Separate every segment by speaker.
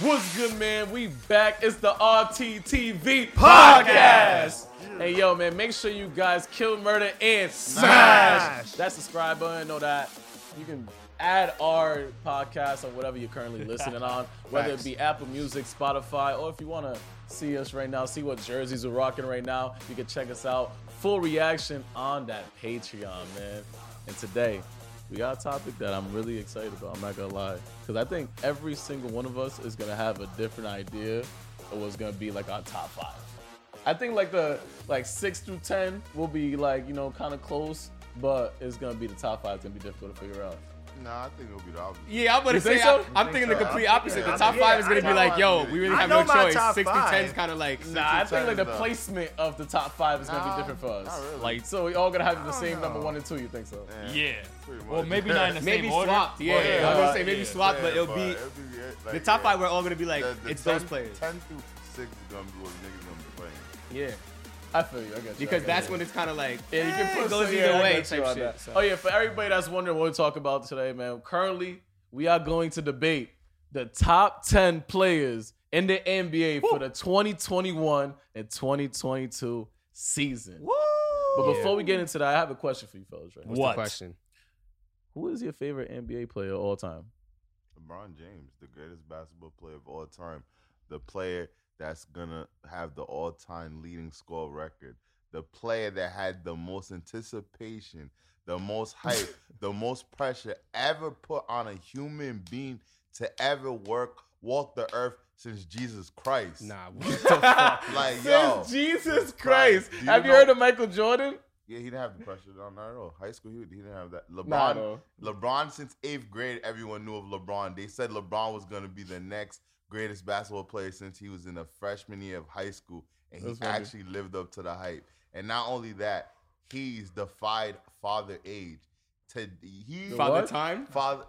Speaker 1: What's good, man? We back. It's the RTTV
Speaker 2: Podcast.
Speaker 1: podcast. And yo, man, make sure you guys kill, murder, and smash.
Speaker 2: Smash.
Speaker 1: That subscribe button, know that. You can add our podcast or whatever you're currently listening on, whether it be Apple Music, Spotify, or if you want to see us right now, see what jerseys we're rocking right now, you can check us out. Full reaction on that Patreon, man. And today, we got a topic that I'm really excited about. I'm not gonna lie, because I think every single one of us is gonna have a different idea of what's gonna be like our top five. I think like the like six through ten will be like you know kind of close, but it's gonna be the top five. It's gonna be difficult to figure out.
Speaker 3: Nah, I think it'll be the opposite.
Speaker 4: Yeah, I'm gonna
Speaker 1: You
Speaker 4: say
Speaker 1: think so?
Speaker 4: I'm, I'm
Speaker 1: You
Speaker 4: thinking
Speaker 1: think
Speaker 4: the
Speaker 1: so?
Speaker 4: complete
Speaker 3: Yeah,
Speaker 4: opposite.
Speaker 3: I
Speaker 4: the top
Speaker 3: think-
Speaker 4: five is
Speaker 3: yeah,
Speaker 4: gonna
Speaker 3: I
Speaker 4: be like,
Speaker 3: know
Speaker 4: yo,
Speaker 3: my-
Speaker 4: we really
Speaker 2: I
Speaker 4: have
Speaker 2: know
Speaker 4: no
Speaker 2: my
Speaker 4: choice.
Speaker 2: top
Speaker 4: Six to
Speaker 2: five.
Speaker 4: ten is kind of like,
Speaker 1: Nah, I think like the
Speaker 3: though.
Speaker 1: placement of the top five is gonna
Speaker 3: Nah,
Speaker 1: be different for us.
Speaker 3: not really.
Speaker 1: Like so, we all gonna have the
Speaker 3: don't
Speaker 1: same number
Speaker 3: know.
Speaker 1: one and two. You think so?
Speaker 4: yeah.
Speaker 3: pretty much.
Speaker 4: Well, maybe not in the
Speaker 1: Maybe
Speaker 4: same order. uh,
Speaker 1: swapped, yeah,
Speaker 4: Well, I was
Speaker 1: yeah,
Speaker 4: gonna say maybe
Speaker 1: yeah.
Speaker 4: swapped, but it'll be the top five. We're all gonna be like, it's those players.
Speaker 3: Ten through six is gonna be what niggas gonna be playing.
Speaker 4: Yeah,
Speaker 1: I feel you. I get you.
Speaker 4: because that's when it's kind of like,
Speaker 1: Yeah, you can put
Speaker 4: it goes
Speaker 1: some-
Speaker 4: either
Speaker 1: yeah, I
Speaker 4: way
Speaker 1: got you
Speaker 4: type
Speaker 1: on
Speaker 4: shit.
Speaker 1: that.
Speaker 4: So.
Speaker 1: Oh yeah, for everybody that's wondering what we talk about today, man. Currently, we are going to debate the top ten players in the NBA for the 2021 and 2022 season. But before we get into that, I have a question for you fellas. Right?
Speaker 4: What's the What?
Speaker 2: question?
Speaker 1: Who is your favorite NBA player of all time?
Speaker 3: LeBron James, the greatest basketball player of all time, the player that's gonna have the all-time leading score record, the player that had the most anticipation, the most hype, the most pressure ever put on a human being to ever work walk the earth since Jesus Christ.
Speaker 2: Nah,
Speaker 3: Like yo,
Speaker 1: Since Jesus Christ,
Speaker 3: Christ, do you
Speaker 1: have you
Speaker 3: know-
Speaker 1: heard of Michael Jordan?
Speaker 3: yeah, he didn't have the pressure on not at all. High school, he, he didn't have that. LeBron,
Speaker 1: Nah, no.
Speaker 3: LeBron since eighth grade, everyone knew of LeBron. They said LeBron was going to be the next greatest basketball player since he was in the freshman year of high school, and he
Speaker 1: That's funny.
Speaker 3: actually lived up to the hype. And not only that, he's defied father age. To he
Speaker 1: The
Speaker 4: Father
Speaker 1: What?
Speaker 4: time.
Speaker 3: father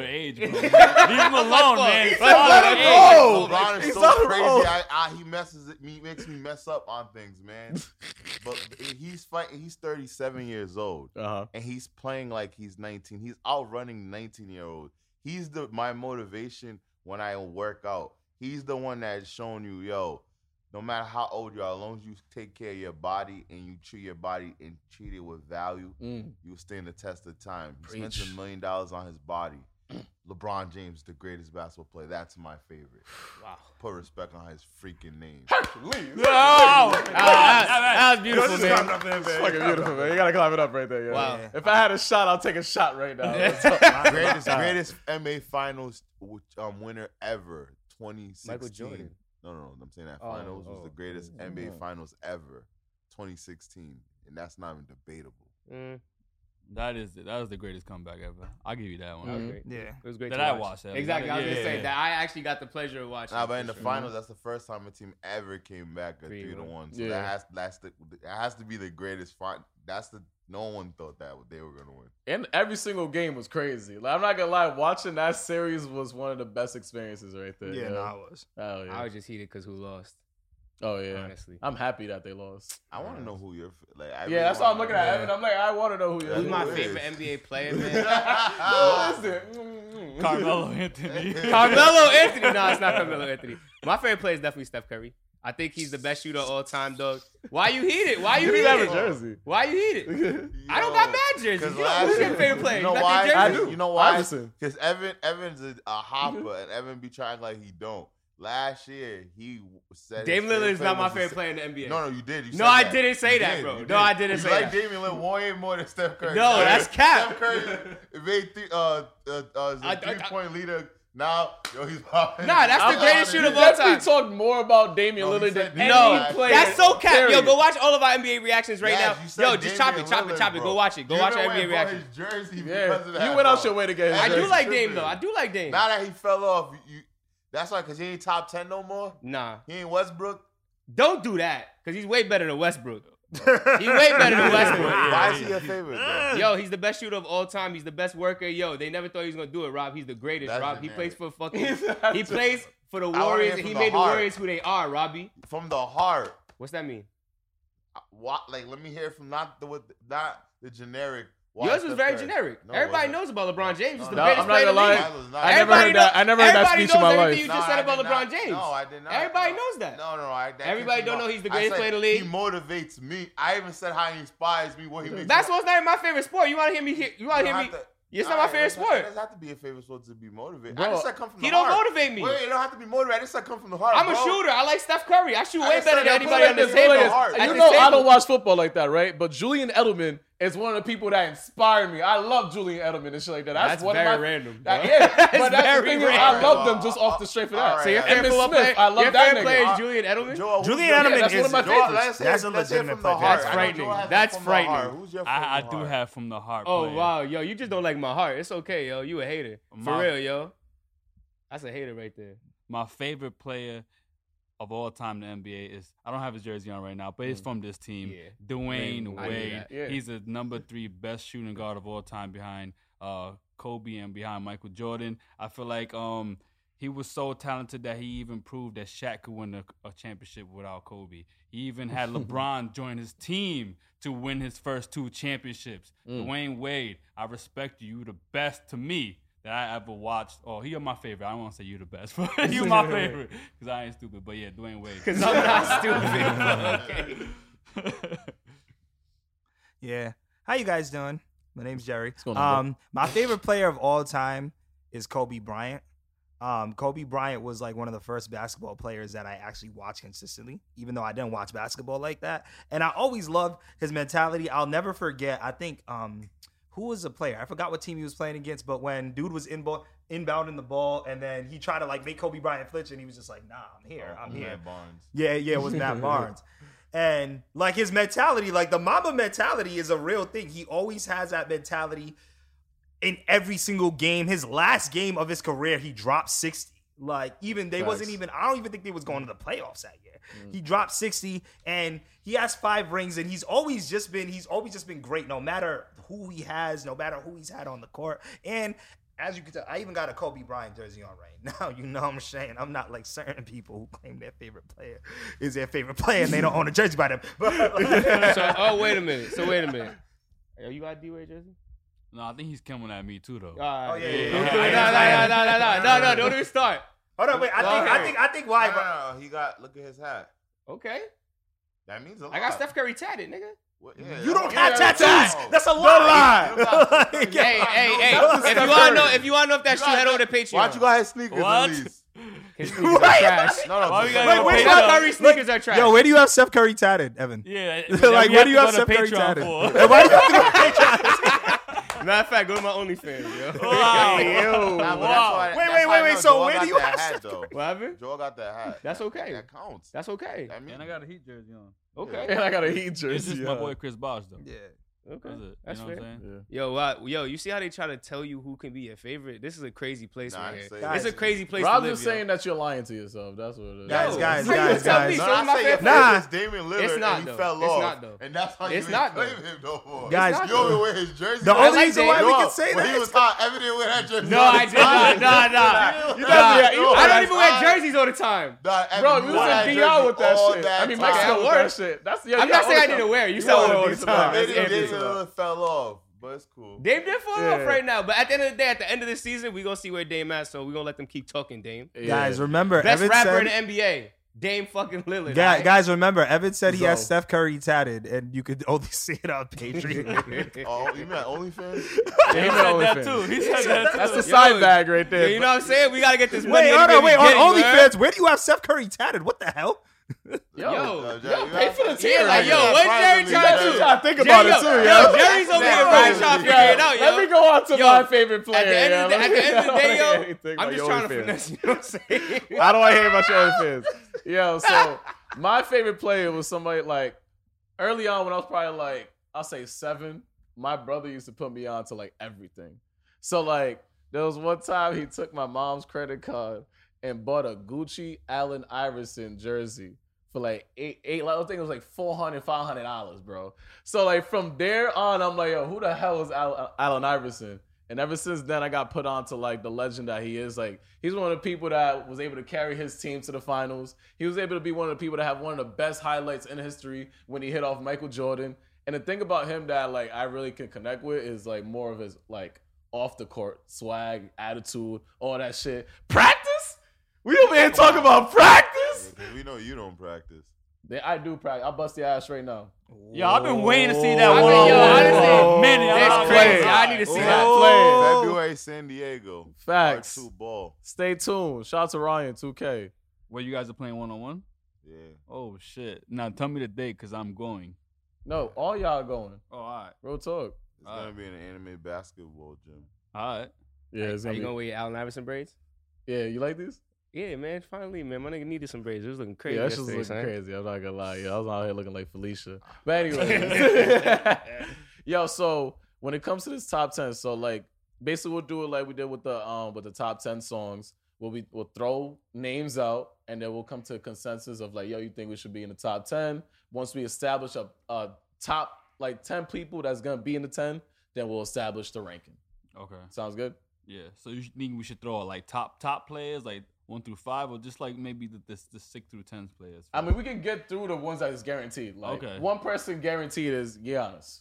Speaker 3: yeah.
Speaker 5: age, bro. Leave him alone, man.
Speaker 4: He's
Speaker 5: Father
Speaker 4: let him
Speaker 5: age.
Speaker 4: go.
Speaker 3: LeBron
Speaker 1: Oh!
Speaker 3: is
Speaker 1: He's
Speaker 3: so
Speaker 1: not
Speaker 3: crazy.
Speaker 1: wrong.
Speaker 3: I, I, he messes it, me, makes me mess up on things, man. but he's fighting. He's thirty seven years old
Speaker 1: Uh-huh.
Speaker 3: and he's playing like he's 19. He's outrunning 19 year olds. He's the my motivation when I work out. He's the one that's showing you, yo, no matter how old you are, as long as you take care of your body and you treat your body and treat it with value,
Speaker 1: Mm.
Speaker 3: you'll stand the test of time. He spent
Speaker 1: Preach.
Speaker 3: a million dollars on his body. LeBron James, the greatest basketball player. That's my favorite.
Speaker 4: Wow.
Speaker 3: Put respect on his freaking name.
Speaker 4: Oh, that, that was beautiful, man.
Speaker 1: It's fucking beautiful, man. You gotta clap it up right there. Yo.
Speaker 4: Wow.
Speaker 1: If I had a shot, I'll take a shot right now. Let's go.
Speaker 3: greatest, greatest MA Finals w- um, winner ever, 2016.
Speaker 2: Michael Jordan.
Speaker 3: No, no, no. I'm saying that
Speaker 2: Oh,
Speaker 3: finals was
Speaker 2: oh.
Speaker 3: the greatest
Speaker 1: Yeah,
Speaker 3: NBA
Speaker 1: yeah.
Speaker 3: finals ever, 2016, and that's not even debatable.
Speaker 2: Mm,
Speaker 5: That is that was the greatest comeback ever. I'll give you that one.
Speaker 2: that was
Speaker 5: That
Speaker 2: great.
Speaker 4: Yeah.
Speaker 2: It was great.
Speaker 5: Did
Speaker 2: to
Speaker 5: I
Speaker 2: watch.
Speaker 5: watch that?
Speaker 4: Exactly. I was
Speaker 5: Yeah,
Speaker 4: gonna say
Speaker 5: yeah.
Speaker 4: that I actually got the pleasure of watching.
Speaker 3: Nah, but in
Speaker 4: for
Speaker 3: the
Speaker 4: sure.
Speaker 3: finals, that's the first time a team ever came back a
Speaker 2: Three,
Speaker 3: three, to
Speaker 2: one.
Speaker 3: one. So
Speaker 1: Yeah.
Speaker 3: that has that's the that has to be the greatest fight. That's the no one thought that they were gonna win.
Speaker 1: And every single game was crazy. Like, I'm not gonna lie, watching that series was one of the best experiences right there. yo.
Speaker 4: was.
Speaker 1: Oh
Speaker 2: I
Speaker 1: yeah.
Speaker 2: was just heated because who lost?
Speaker 1: Oh yeah.
Speaker 2: Honestly,
Speaker 1: I'm happy that they lost.
Speaker 3: I want to
Speaker 2: Yeah.
Speaker 3: know who your f- like. I really
Speaker 1: yeah, that's what I'm
Speaker 3: wanna
Speaker 1: looking
Speaker 3: know.
Speaker 1: at, Evan. I'm like, I want to know who you
Speaker 3: Who's
Speaker 4: Who's
Speaker 1: are.
Speaker 4: my
Speaker 3: Who is?
Speaker 4: favorite NBA player, man?
Speaker 1: Who is
Speaker 3: Yeah.
Speaker 1: it? Mm-hmm. Mm-mm.
Speaker 5: Carmelo Anthony.
Speaker 2: Carmelo Anthony. No, it's not Carmelo Anthony. My favorite player is definitely Steph Curry. I think he's the best shooter of all time, dog. Why you heated? Why you
Speaker 1: Give me that
Speaker 2: heated?
Speaker 1: jersey.
Speaker 2: Why you heated? I don't
Speaker 3: Yo.
Speaker 2: got bad jerseys.
Speaker 3: 'Cause
Speaker 2: You
Speaker 3: last
Speaker 2: know, who's your
Speaker 3: year-
Speaker 2: favorite player?
Speaker 3: You know
Speaker 2: got
Speaker 3: why?
Speaker 2: their
Speaker 1: I
Speaker 2: jersey?
Speaker 1: do.
Speaker 3: You know why?
Speaker 1: Iverson.
Speaker 3: Because Evan Evans is a hopper, and Evan be trying like he don't. Last year he said
Speaker 2: Dame
Speaker 3: his
Speaker 2: Lillard is not my
Speaker 3: was the
Speaker 2: favorite
Speaker 3: sa-
Speaker 2: player in the NBA.
Speaker 3: No, no, you did. You
Speaker 2: No,
Speaker 3: said
Speaker 2: I
Speaker 3: that.
Speaker 2: didn't say
Speaker 3: You
Speaker 2: that,
Speaker 3: did,
Speaker 2: bro.
Speaker 3: you
Speaker 2: No, I didn't
Speaker 3: you
Speaker 2: say that.
Speaker 3: like Damian Lillard way more than Steph Curry.
Speaker 2: No, that's cap.
Speaker 3: Steph Curry made three, uh, uh, uh, is
Speaker 2: I- I-
Speaker 3: a three-point leader. Now, yo, he's hopping.
Speaker 2: Nah, that's the
Speaker 3: I'm
Speaker 2: greatest
Speaker 3: hollering.
Speaker 2: shooter
Speaker 1: You
Speaker 2: of all time.
Speaker 1: definitely talked more about Damian
Speaker 3: No, he
Speaker 1: Lillard
Speaker 3: said
Speaker 1: than any
Speaker 3: Damian
Speaker 2: No,
Speaker 1: player.
Speaker 2: that's so cap. Yo,
Speaker 1: period.
Speaker 2: go watch all of our NBA reactions right
Speaker 3: Yes, you said
Speaker 2: now. Yo, just chop it,
Speaker 3: Damian
Speaker 2: chop it,
Speaker 3: Lillard,
Speaker 2: chop it.
Speaker 3: bro.
Speaker 2: Go watch it. Go
Speaker 3: You
Speaker 2: watch our
Speaker 3: know when
Speaker 2: NBA
Speaker 3: bought
Speaker 2: reactions.
Speaker 3: His jersey
Speaker 1: Yeah,
Speaker 3: because of that,
Speaker 1: you went out
Speaker 3: bro.
Speaker 1: your way to get. his
Speaker 3: I
Speaker 2: I
Speaker 1: jersey.
Speaker 2: do
Speaker 3: That's
Speaker 2: like
Speaker 3: tripping.
Speaker 2: Dame though. I do like Dame.
Speaker 3: Now that he fell off, you, that's why because he ain't top ten no more.
Speaker 2: Nah,
Speaker 3: He ain't Westbrook.
Speaker 2: don't do that because he's way better than Westbrook. He's way better than Westbrook.
Speaker 3: Why is he a favorite? Bro?
Speaker 2: Yo, he's the best shooter of all time. He's the best worker. Yo, they never thought he was gonna do it, Rob. He's the greatest,
Speaker 3: That's
Speaker 2: Rob.
Speaker 3: the
Speaker 2: He
Speaker 3: man.
Speaker 2: plays for fucking. he plays for the
Speaker 3: wanna hear
Speaker 2: Warriors.
Speaker 3: from
Speaker 2: He
Speaker 3: the
Speaker 2: made the
Speaker 3: heart.
Speaker 2: Warriors who they are, Robbie.
Speaker 3: From the heart.
Speaker 2: What's that mean?
Speaker 3: What? Like, let me hear from not the what, not the generic. Why
Speaker 2: Yours was
Speaker 3: Steph
Speaker 2: very
Speaker 3: Curry?
Speaker 2: generic.
Speaker 3: No, it
Speaker 2: Everybody
Speaker 3: wasn't.
Speaker 2: knows about LeBron James. He's the
Speaker 1: No,
Speaker 2: greatest
Speaker 1: I'm not
Speaker 2: player in the
Speaker 1: gonna
Speaker 2: league.
Speaker 1: lie.
Speaker 3: Mine was not.
Speaker 1: I never
Speaker 2: Everybody
Speaker 1: heard that.
Speaker 2: knows-
Speaker 1: I never heard that
Speaker 2: everybody
Speaker 1: speech in my
Speaker 2: knows
Speaker 1: life.
Speaker 2: everything you just
Speaker 3: No,
Speaker 2: said
Speaker 3: I
Speaker 2: about
Speaker 3: did
Speaker 2: LeBron
Speaker 3: not.
Speaker 2: James.
Speaker 3: No, I did not.
Speaker 2: Everybody
Speaker 3: No.
Speaker 2: knows that.
Speaker 3: No, no, I. That
Speaker 2: Everybody
Speaker 3: came
Speaker 2: don't
Speaker 3: from-
Speaker 2: know he's the
Speaker 3: I
Speaker 2: greatest
Speaker 3: said
Speaker 2: player in the league.
Speaker 3: He motivates me. I even said how he inspires me. What he makes.
Speaker 2: That's
Speaker 3: me.
Speaker 2: what's not even my favorite sport. You want to hear me? Hear, you want to
Speaker 3: You
Speaker 2: hear me?
Speaker 3: don't have to-
Speaker 2: It's not
Speaker 3: All
Speaker 2: my
Speaker 3: right,
Speaker 2: favorite
Speaker 3: it doesn't- It
Speaker 2: sport.
Speaker 3: doesn't have to be your favorite sport to be motivated.
Speaker 1: Bro,
Speaker 3: I just said come from
Speaker 2: He
Speaker 3: the
Speaker 2: don't
Speaker 3: heart.
Speaker 2: motivate me.
Speaker 3: Wait, it don't have to be motivated. I just said come from the heart.
Speaker 2: I'm
Speaker 3: bro.
Speaker 2: a shooter. I like Steph Curry. I shoot
Speaker 3: I
Speaker 2: way
Speaker 3: just
Speaker 2: better than
Speaker 3: said that
Speaker 2: anybody
Speaker 3: play
Speaker 2: on this
Speaker 3: is
Speaker 2: table.
Speaker 3: really
Speaker 1: Players,
Speaker 3: hard.
Speaker 1: you
Speaker 2: At the
Speaker 1: know I
Speaker 2: table.
Speaker 1: don't watch football like that, right? But Julian Edelman is one of the people that inspire me. I love Julian Edelman and shit like that. That's,
Speaker 2: That's
Speaker 1: one
Speaker 2: very
Speaker 1: of my
Speaker 2: random,
Speaker 1: That-
Speaker 2: bro.
Speaker 1: yeah,
Speaker 2: That's
Speaker 1: but that's the
Speaker 2: very
Speaker 1: thing is, I
Speaker 2: random.
Speaker 1: love them just off the straight for that.
Speaker 3: All
Speaker 1: So
Speaker 3: right,
Speaker 1: you're
Speaker 3: all right.
Speaker 1: Emmitt
Speaker 2: Football
Speaker 1: Smith,
Speaker 2: player-
Speaker 1: I love
Speaker 2: your
Speaker 1: that
Speaker 2: favorite player
Speaker 1: nigga.
Speaker 2: is Julian Edelman.
Speaker 3: Joel, who's
Speaker 4: Julian
Speaker 3: your-
Speaker 4: Edelman
Speaker 1: that's
Speaker 4: is
Speaker 1: one of my
Speaker 3: Joel,
Speaker 1: favorites.
Speaker 3: let's hear-
Speaker 4: That's a
Speaker 3: let's hear
Speaker 4: legitimate
Speaker 3: from the
Speaker 4: player.
Speaker 3: heart.
Speaker 2: That's
Speaker 3: I know Joel
Speaker 2: frightening.
Speaker 3: has it
Speaker 2: That's
Speaker 3: from the heart.
Speaker 2: frightening.
Speaker 3: Who's your
Speaker 5: I, I
Speaker 3: from the
Speaker 5: do
Speaker 3: heart?
Speaker 5: have from the heart.
Speaker 2: Oh
Speaker 5: player.
Speaker 2: wow, yo, you just don't like my heart. It's okay, yo. You a hater for
Speaker 5: My-
Speaker 2: real, yo. That's a hater right there.
Speaker 5: My favorite player of all time in the NBA is I don't have his jersey on right now, but it's from this team.
Speaker 2: Yeah.
Speaker 5: Dwayne
Speaker 2: Wade, I knew
Speaker 5: Wade.
Speaker 2: that.
Speaker 1: Yeah.
Speaker 5: He's the number three best shooting guard of all time behind uh, Kobe and behind Michael Jordan. I feel like um, he was so talented that he even proved that Shaq could win a, a championship without Kobe. He even had LeBron join his team to win his first two championships.
Speaker 2: Mm.
Speaker 5: Dwayne Wade, I respect you. You the best to me that I ever watched. Oh, he are my favorite. I don't want to say you the best, but you my favorite because I ain't stupid. But yeah, Dwayne Wade.
Speaker 2: Cause I'm not stupid. okay.
Speaker 4: Yeah. How you guys doing? My name's Jerry.
Speaker 1: going on,
Speaker 4: um, my favorite player of all time is Kobe Bryant. Um, Kobe Bryant was like one of the first basketball players that I actually watched consistently, even though I didn't watch basketball like that. And I always loved his mentality. I'll never forget. I think um, who was the player? I forgot what team he was playing against, but when dude was in ball, inbounding the ball, and then he tried to like make Kobe Bryant flinch, and he was just like, "Nah, I'm here. I'm
Speaker 3: Matt
Speaker 4: here."
Speaker 3: Barnes.
Speaker 4: Yeah, yeah, it was Matt Barnes. And like his mentality, like the Mamba mentality is a real thing. He always has that mentality in every single game. His last game of his career, he dropped 60. Like even they wasn't
Speaker 1: Facts.
Speaker 4: even I don't even think they was going to the playoffs that year. He dropped 60 and he has five rings and he's always just been he's always just been great no matter who he has, no matter who he's had on the court. And as you can tell, I even got a Kobe Bryant jersey on right now. You know what I'm saying? I'm not like certain people who claim their favorite player is their favorite player and they don't own a jersey by them.
Speaker 2: So oh wait a minute. So wait a minute. Are you got D Wade jersey?
Speaker 5: no, I think he's coming at me too though.
Speaker 2: Oh
Speaker 4: yeah, yeah, yeah.
Speaker 2: No,
Speaker 4: I
Speaker 2: no,
Speaker 4: am,
Speaker 2: no, no, no, no, no, no. Don't even start.
Speaker 4: Hold on, wait. I think I think I think why
Speaker 3: No,
Speaker 2: Uh,
Speaker 3: no, no, He got. Look at his hat.
Speaker 2: Okay.
Speaker 3: That means a lot.
Speaker 2: I got Steph Curry tatted, nigga.
Speaker 3: What- yeah,
Speaker 4: you don't
Speaker 3: yeah,
Speaker 4: have
Speaker 3: yeah,
Speaker 4: tattoos.
Speaker 3: no.
Speaker 4: That's a lie.
Speaker 3: You don't got-
Speaker 4: Like,
Speaker 3: Yeah,
Speaker 2: hey,
Speaker 3: I
Speaker 2: hey,
Speaker 3: know
Speaker 2: hey!
Speaker 3: that was
Speaker 2: If
Speaker 3: Steph
Speaker 2: you want to
Speaker 3: Curry.
Speaker 2: know, if you want to know if that
Speaker 3: You
Speaker 2: shoe, head
Speaker 3: got-
Speaker 2: over to Patreon.
Speaker 3: Why don't you go ahead sneakers
Speaker 5: What?
Speaker 3: at least?
Speaker 2: His sneakers are
Speaker 4: Right.
Speaker 2: trash.
Speaker 3: No, no.
Speaker 5: Why
Speaker 3: just-
Speaker 5: we gotta
Speaker 4: Wait,
Speaker 5: go
Speaker 4: wait,
Speaker 5: pay
Speaker 4: wait.
Speaker 2: Steph Curry's sneakers are trash.
Speaker 4: Yo, where do you have Steph Curry tatted, Evan?
Speaker 5: Yeah,
Speaker 4: like, where do you have Steph Curry tatted? And why do you have to go to Patreon?
Speaker 2: Matter of fact, go to my OnlyFans, yo.
Speaker 5: Wow.
Speaker 3: Nah, but that's
Speaker 5: Wow.
Speaker 3: why- that's
Speaker 4: Wait,
Speaker 3: how
Speaker 4: wait,
Speaker 3: I
Speaker 4: wait, wait,
Speaker 3: know
Speaker 4: so
Speaker 3: Joel
Speaker 4: where
Speaker 3: got
Speaker 4: do you
Speaker 3: that
Speaker 4: have
Speaker 3: hat,
Speaker 4: Steph
Speaker 3: though.
Speaker 2: What happened?
Speaker 3: Joel got that hat.
Speaker 2: That's okay.
Speaker 3: That counts.
Speaker 2: That's okay.
Speaker 3: That means
Speaker 5: And I got a Heat jersey on.
Speaker 2: Okay.
Speaker 1: And I got a heat jersey.
Speaker 5: It's just my
Speaker 1: on.
Speaker 5: boy Chris Bosh though.
Speaker 4: Yeah.
Speaker 2: Okay.
Speaker 5: That's it.
Speaker 2: That's
Speaker 5: you know
Speaker 2: fair.
Speaker 5: what I'm saying?
Speaker 1: Yeah.
Speaker 2: Yo, wow, yo, you see how they try to tell you who can be your favorite? This is a crazy place
Speaker 3: Nah, I
Speaker 2: right
Speaker 3: ain't
Speaker 2: here.
Speaker 3: say
Speaker 2: It's
Speaker 3: that.
Speaker 2: a crazy place
Speaker 1: Rob's
Speaker 2: to live.
Speaker 1: just
Speaker 2: yo.
Speaker 1: saying that you're lying to yourself. That's what it is.
Speaker 4: Guys,
Speaker 2: Yo,
Speaker 4: guys,
Speaker 2: how you
Speaker 4: guys,
Speaker 2: tell
Speaker 4: guys.
Speaker 2: me
Speaker 3: No,
Speaker 2: some of
Speaker 3: I
Speaker 2: my
Speaker 3: say your
Speaker 2: favorite-
Speaker 4: Nah.
Speaker 3: favorite is Damian Lillard.
Speaker 2: It's not,
Speaker 3: and he
Speaker 2: though.
Speaker 3: fell
Speaker 2: It's
Speaker 3: off,
Speaker 2: not, though.
Speaker 3: and that's how
Speaker 2: It's
Speaker 3: you
Speaker 2: not,
Speaker 3: not, claim
Speaker 2: though.
Speaker 3: him no more.
Speaker 4: Guys-
Speaker 3: you only wear his jersey.
Speaker 4: The
Speaker 3: now.
Speaker 4: only
Speaker 2: like
Speaker 4: reason
Speaker 2: that.
Speaker 4: why we
Speaker 3: Yo,
Speaker 4: can say
Speaker 3: when
Speaker 4: that
Speaker 3: he
Speaker 4: is
Speaker 3: was hot, Evan didn't wear that jersey.
Speaker 2: No, I did not. Nah, nah.
Speaker 3: You
Speaker 1: guys- you
Speaker 2: I don't even wear jerseys all the time.
Speaker 1: Bro, you said DR with that shit. I mean,
Speaker 2: time.
Speaker 1: Mexico
Speaker 2: That
Speaker 1: with that
Speaker 2: works.
Speaker 1: shit. That's yeah.
Speaker 2: I'm
Speaker 1: you
Speaker 2: not
Speaker 1: got
Speaker 2: saying
Speaker 1: all
Speaker 2: I
Speaker 1: the
Speaker 2: didn't
Speaker 1: time.
Speaker 2: wear. it. You
Speaker 1: You
Speaker 2: said I
Speaker 1: are
Speaker 2: wear it all
Speaker 1: a
Speaker 2: the
Speaker 1: decent
Speaker 2: time.
Speaker 1: guy.
Speaker 2: That's
Speaker 1: Maybe
Speaker 3: Damian
Speaker 1: you
Speaker 2: everything.
Speaker 1: did.
Speaker 3: Lillard fell off, but it's cool.
Speaker 2: Dame did fall
Speaker 1: Yeah.
Speaker 2: off right now, but at the end of the day, at the end of the season, we gonna see where Dame at. So we gonna let them keep talking, Dame.
Speaker 1: Yeah.
Speaker 4: Guys, remember
Speaker 2: Best
Speaker 4: Evan
Speaker 2: rapper
Speaker 4: said,
Speaker 2: in the NBA, Dame fucking Lillard.
Speaker 4: Guy-
Speaker 2: alright?
Speaker 4: Guys, remember Evan said he has
Speaker 1: So-
Speaker 4: Steph Curry tatted, and you could only see it on Patreon.
Speaker 3: Oh, you mean OnlyFans?
Speaker 1: Yeah,
Speaker 5: He
Speaker 1: he
Speaker 5: said
Speaker 1: know
Speaker 5: that
Speaker 1: OnlyFans.
Speaker 5: too. He said that too.
Speaker 1: That's the side
Speaker 2: Yo,
Speaker 1: bag right
Speaker 2: Yeah,
Speaker 1: there.
Speaker 2: you know what I'm saying? We gotta get this money.
Speaker 4: wait, hold on,
Speaker 2: anybody
Speaker 4: wait on
Speaker 2: getting, man.
Speaker 4: OnlyFans. Where do you have Steph Curry tatted? What the hell?
Speaker 1: yo,
Speaker 2: Yo,
Speaker 1: yo,
Speaker 3: yo, you
Speaker 1: pay
Speaker 3: got-
Speaker 1: for the
Speaker 2: Yeah,
Speaker 1: tear.
Speaker 2: like, yo,
Speaker 3: yeah,
Speaker 2: what's Jerry
Speaker 3: privately,
Speaker 2: trying to
Speaker 3: yeah.
Speaker 2: do?
Speaker 1: I think about
Speaker 2: Jerry,
Speaker 1: it too. Yo,
Speaker 2: yo, Jerry's over here
Speaker 3: Nah,
Speaker 2: right
Speaker 3: bro.
Speaker 2: trying to
Speaker 1: Yo,
Speaker 2: figure it out, yo.
Speaker 1: Let me go on to
Speaker 2: Yo,
Speaker 1: my favorite player.
Speaker 2: At the end of the,
Speaker 1: yo.
Speaker 2: at the, end of the
Speaker 1: I don't
Speaker 2: day,
Speaker 1: wanna hear
Speaker 2: yo,
Speaker 1: anything
Speaker 2: I'm
Speaker 1: about
Speaker 2: just
Speaker 1: your
Speaker 2: trying to
Speaker 1: OnlyFans.
Speaker 2: finesse. You know what I'm saying?
Speaker 1: I don't want to hear about your OnlyFans. Yo, so my favorite player was somebody like early on when I was probably like I'll say seven. My brother used to put me on to like everything. So like there was one time he took my mom's credit card and bought a Gucci Allen Iverson jersey for like eight eight. Like, I think it was like 400 500 dollars, bro. So like from there on, I'm like, yo, who the hell is Al- Allen Iverson? And ever since then, I got put on to like the legend that he is. Like he's one of the people that was able to carry his team to the finals. He was able to be one of the people that have one of the best highlights in history when he hit off Michael Jordan. And the thing about him that like I really can connect with is like more of his like off the court swag, attitude, all that shit. Practice? We over here talking about practice?
Speaker 3: Nigga, We know you don't practice.
Speaker 1: Then I do practice. I bust your ass right now.
Speaker 5: Yo, I've been waiting to see that
Speaker 2: I mean,
Speaker 5: one Oh, on
Speaker 2: yo,
Speaker 5: one for
Speaker 2: honestly,
Speaker 5: a minute. I'm
Speaker 2: That's
Speaker 5: not
Speaker 2: crazy.
Speaker 5: playing.
Speaker 2: I need to see
Speaker 4: Oh.
Speaker 2: that.
Speaker 1: Play.
Speaker 3: February, San Diego. Part
Speaker 1: Facts.
Speaker 3: two ball.
Speaker 1: Stay tuned. Shout out to Ryan 2K.
Speaker 5: Where you guys are playing one on one?
Speaker 3: Yeah.
Speaker 5: Oh shit! Now tell me the date because I'm going.
Speaker 1: No, all y'all going.
Speaker 5: Oh, all right,
Speaker 1: Real talk.
Speaker 3: It's
Speaker 5: All
Speaker 3: gonna
Speaker 5: right.
Speaker 3: be an anime basketball gym.
Speaker 5: all right.
Speaker 1: Yeah, it's
Speaker 2: Are
Speaker 1: gonna
Speaker 2: you
Speaker 1: be-
Speaker 2: gonna wear your Allen Iverson braids?
Speaker 1: yeah, you like these?
Speaker 2: Yeah, man. Finally, man. My nigga needed some braids. It was looking crazy.
Speaker 1: yeah, that's just
Speaker 2: yesterday,
Speaker 1: looking
Speaker 2: son.
Speaker 1: crazy. I'm not gonna lie. Yo, I was out here looking like Felicia. But anyway, yo, so when it comes to this top ten, so like basically we'll do it like we did with the um with the top ten songs. We'll be we'll throw names out and then we'll come to a consensus of like, yo, you think we should be in the top ten? Once we establish a, a top like ten people that's gonna be in the ten, then we'll establish the ranking.
Speaker 5: Okay.
Speaker 1: Sounds good.
Speaker 5: Yeah. So you sh- think we should throw out like top top players like one through five, or just like maybe the the, the six through ten players?
Speaker 1: I mean, we can get through the ones that is guaranteed. Like
Speaker 5: Okay.
Speaker 1: one person guaranteed is Giannis.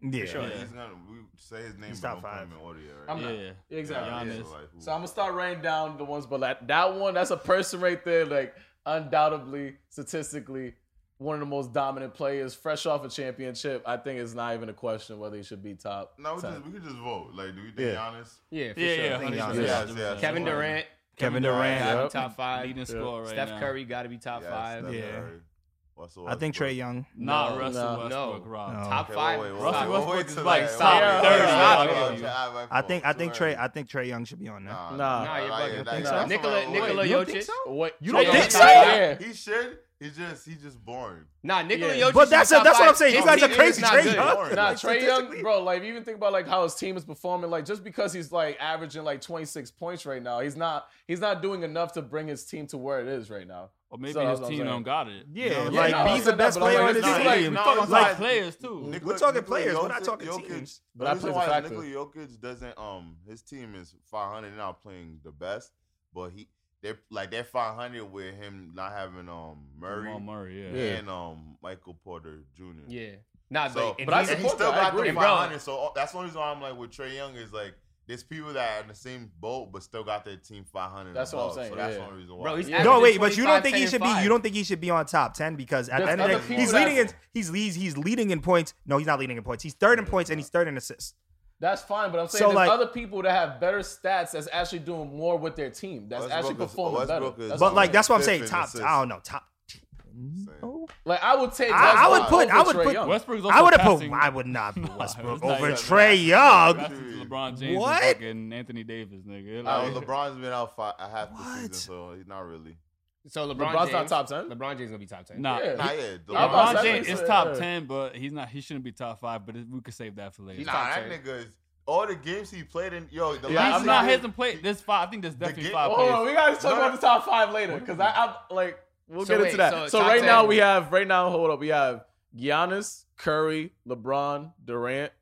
Speaker 4: Yeah.
Speaker 2: Sure.
Speaker 3: Yeah,
Speaker 2: Yeah.
Speaker 3: he's gonna we say his name,
Speaker 4: He's
Speaker 3: but
Speaker 4: top
Speaker 3: don't put him
Speaker 4: five.
Speaker 3: in order, right?
Speaker 1: I'm
Speaker 5: yeah,
Speaker 1: not-
Speaker 5: yeah.
Speaker 1: Exactly.
Speaker 3: Yeah,
Speaker 5: Giannis.
Speaker 3: so, like, who-
Speaker 1: So I'm gonna start writing down the ones, but like that one, that's a person right there, like undoubtedly, statistically, one of the most dominant players, fresh off a championship. I think it's not even a question whether he should be top.
Speaker 3: No, we
Speaker 1: 10.
Speaker 3: just we could just vote. Like, do we think
Speaker 1: Yeah.
Speaker 3: Giannis?
Speaker 2: Yeah, for
Speaker 5: Yeah,
Speaker 2: sure.
Speaker 5: yeah,
Speaker 4: think
Speaker 5: 100%.
Speaker 4: Giannis.
Speaker 3: Yes, yes.
Speaker 2: Kevin
Speaker 3: Yeah.
Speaker 2: Durant.
Speaker 4: Kevin Durant.
Speaker 2: Gotta
Speaker 1: Yep.
Speaker 2: be top five.
Speaker 5: Leading scorer right
Speaker 2: Steph
Speaker 5: now.
Speaker 2: Curry gotta be top
Speaker 3: Yes,
Speaker 2: five.
Speaker 3: Steph
Speaker 4: Yeah.
Speaker 3: Curry. Russell
Speaker 4: I think
Speaker 3: Westbrook.
Speaker 4: Trey Young.
Speaker 5: Not
Speaker 2: No,
Speaker 5: Russell
Speaker 1: no.
Speaker 5: Westbrook,
Speaker 2: No.
Speaker 5: Rob.
Speaker 4: No.
Speaker 2: Top
Speaker 3: Okay,
Speaker 2: five.
Speaker 3: wait, wait,
Speaker 5: Russell
Speaker 3: wait,
Speaker 5: Westbrook
Speaker 3: wait
Speaker 5: is
Speaker 3: till
Speaker 5: like
Speaker 3: that.
Speaker 5: top
Speaker 3: Wait,
Speaker 5: thirty.
Speaker 3: wait,
Speaker 5: I'll
Speaker 3: wait,
Speaker 5: give
Speaker 3: wait,
Speaker 5: you.
Speaker 3: wait, wait, wait,
Speaker 4: I think I
Speaker 3: too
Speaker 4: think
Speaker 3: early.
Speaker 4: Trey I think Trey Young should be on there.
Speaker 3: Nah,
Speaker 1: Nah.
Speaker 2: Nah, you're bugging.
Speaker 3: that-
Speaker 4: Think
Speaker 3: that's
Speaker 4: so?
Speaker 3: what
Speaker 2: Nikola-
Speaker 3: I'm-
Speaker 2: Nikola
Speaker 3: wait,
Speaker 2: Yo- Jokic?
Speaker 1: What
Speaker 5: You
Speaker 2: don't
Speaker 1: Trey
Speaker 2: think
Speaker 1: Young-
Speaker 2: so?
Speaker 1: Yeah.
Speaker 3: He should. He just he just born.
Speaker 2: Nah, Nikola
Speaker 1: Yeah.
Speaker 2: Jokic.
Speaker 4: But
Speaker 2: is
Speaker 4: that's-
Speaker 2: top
Speaker 4: that's what
Speaker 2: five.
Speaker 4: I'm saying. You
Speaker 2: His
Speaker 4: guys are
Speaker 2: team is
Speaker 4: crazy.
Speaker 2: not
Speaker 4: Trey
Speaker 2: good.
Speaker 4: Young?
Speaker 3: Like,
Speaker 1: Nah,
Speaker 4: Like,
Speaker 1: Trey Young,
Speaker 4: statistically-
Speaker 1: bro. Like, if you even think about like how his team is performing, like just because he's like averaging like 26 points right now, he's not he's not doing enough to bring his team to where it is right now.
Speaker 5: Or maybe
Speaker 1: So that's
Speaker 5: his
Speaker 1: what I'm
Speaker 5: team
Speaker 1: saying.
Speaker 5: don't got it.
Speaker 4: Yeah,
Speaker 5: You know,
Speaker 4: like
Speaker 1: yeah, no,
Speaker 4: he's
Speaker 1: I
Speaker 4: the
Speaker 1: said
Speaker 4: best
Speaker 1: that, but
Speaker 4: player
Speaker 1: I'm
Speaker 4: in this
Speaker 1: like,
Speaker 3: nah,
Speaker 4: league.
Speaker 3: nah,
Speaker 5: Fuck,
Speaker 3: Jokic-
Speaker 5: like players too.
Speaker 3: Nikola-
Speaker 4: We're talking
Speaker 3: Nikola
Speaker 4: players. We're not
Speaker 3: Jokic-
Speaker 4: talking
Speaker 3: Jokic-
Speaker 4: teams.
Speaker 1: But
Speaker 3: the
Speaker 1: I
Speaker 3: reason
Speaker 1: play the
Speaker 3: why
Speaker 1: factor.
Speaker 3: Nikola Jokic doesn't um his team is 500 not playing the best, but he they're like they're 500 with him not having um Murray
Speaker 5: Jamal Murray, yeah.
Speaker 1: Yeah.
Speaker 3: and um Michael Porter Jr.
Speaker 2: Yeah. Nah,
Speaker 3: So,
Speaker 2: but, and
Speaker 1: But I
Speaker 2: he's-
Speaker 3: and
Speaker 1: support
Speaker 3: he still
Speaker 1: that. I
Speaker 3: got
Speaker 1: agree.
Speaker 3: the
Speaker 1: Bro.
Speaker 3: 500. So all- that's the only reason why I'm like with Trey Young is like there's people that are in the same boat but still got their team 500.
Speaker 1: That's what I'm
Speaker 3: above,
Speaker 1: saying,
Speaker 3: So that's
Speaker 1: yeah.
Speaker 3: the only reason why.
Speaker 2: Bro, he's
Speaker 1: Yeah.
Speaker 4: No,
Speaker 2: averaging
Speaker 4: wait, but you don't
Speaker 2: 25,
Speaker 4: think he
Speaker 2: 10,
Speaker 4: should
Speaker 2: five.
Speaker 4: be you don't think he should be on top ten because at
Speaker 1: There's
Speaker 4: the end of
Speaker 1: other
Speaker 4: the day,
Speaker 1: people
Speaker 4: he's
Speaker 1: that-
Speaker 4: leading in he's leads he's leading in points. No, he's not leading in points. He's third in points and he's third in assists.
Speaker 1: That's fine, but I'm saying
Speaker 4: So,
Speaker 1: there's
Speaker 4: like-
Speaker 1: other people that have better stats that's actually doing more with their team. That's actually
Speaker 3: Westbrook is-
Speaker 1: performing better.
Speaker 3: Westbrook is-
Speaker 1: That's
Speaker 4: But
Speaker 1: what
Speaker 4: like
Speaker 1: I'm
Speaker 4: that's what I'm
Speaker 3: fifth
Speaker 4: saying.
Speaker 3: in
Speaker 4: Top
Speaker 3: assists.
Speaker 4: I don't know, top Oh.
Speaker 1: saying. like I would take.
Speaker 4: I- I would
Speaker 1: Westbrook
Speaker 4: put- I
Speaker 1: over
Speaker 4: would
Speaker 1: Trae
Speaker 4: put-
Speaker 1: Young.
Speaker 5: Westbrook's also
Speaker 4: I would have
Speaker 5: passing.
Speaker 4: put I would not put Westbrook
Speaker 5: it's not
Speaker 4: over
Speaker 5: even-
Speaker 4: Trey Young.
Speaker 5: That's LeBron James
Speaker 4: What?
Speaker 5: and fucking Anthony Davis, nigga.
Speaker 3: Uh,
Speaker 5: Like,
Speaker 3: LeBron's been out five, I half the season,
Speaker 4: What?
Speaker 3: so he's not really.
Speaker 2: So LeBron
Speaker 1: LeBron's
Speaker 2: James,
Speaker 1: not top 10?
Speaker 2: LeBron James gonna be top ten.
Speaker 5: nah,
Speaker 1: Yeah.
Speaker 3: Nah, yeah,
Speaker 1: I'm
Speaker 5: LeBron
Speaker 1: about
Speaker 3: LeBron's
Speaker 1: to
Speaker 5: James
Speaker 1: say,
Speaker 5: is
Speaker 1: yeah.
Speaker 5: top ten, but he's not. He shouldn't be top five. But it- we could save that for later.
Speaker 3: Nah,
Speaker 2: top
Speaker 3: that
Speaker 2: ten.
Speaker 3: nigga is all the games he played in. Yo,
Speaker 1: Yeah,
Speaker 3: the
Speaker 5: He's
Speaker 3: last
Speaker 1: I'm
Speaker 5: not
Speaker 3: time-
Speaker 5: hasn't played. There's five. I think there's definitely
Speaker 3: game-
Speaker 5: five
Speaker 3: Oh,
Speaker 1: Hold
Speaker 5: players.
Speaker 1: on, we gotta talk
Speaker 3: No,
Speaker 1: about the top five later because I, I'm like we'll
Speaker 2: So
Speaker 1: get
Speaker 2: wait,
Speaker 1: into that.
Speaker 2: so
Speaker 1: So,
Speaker 2: top
Speaker 1: right
Speaker 2: 10.
Speaker 1: now we have right now hold up we have Giannis, Curry, LeBron, Durant,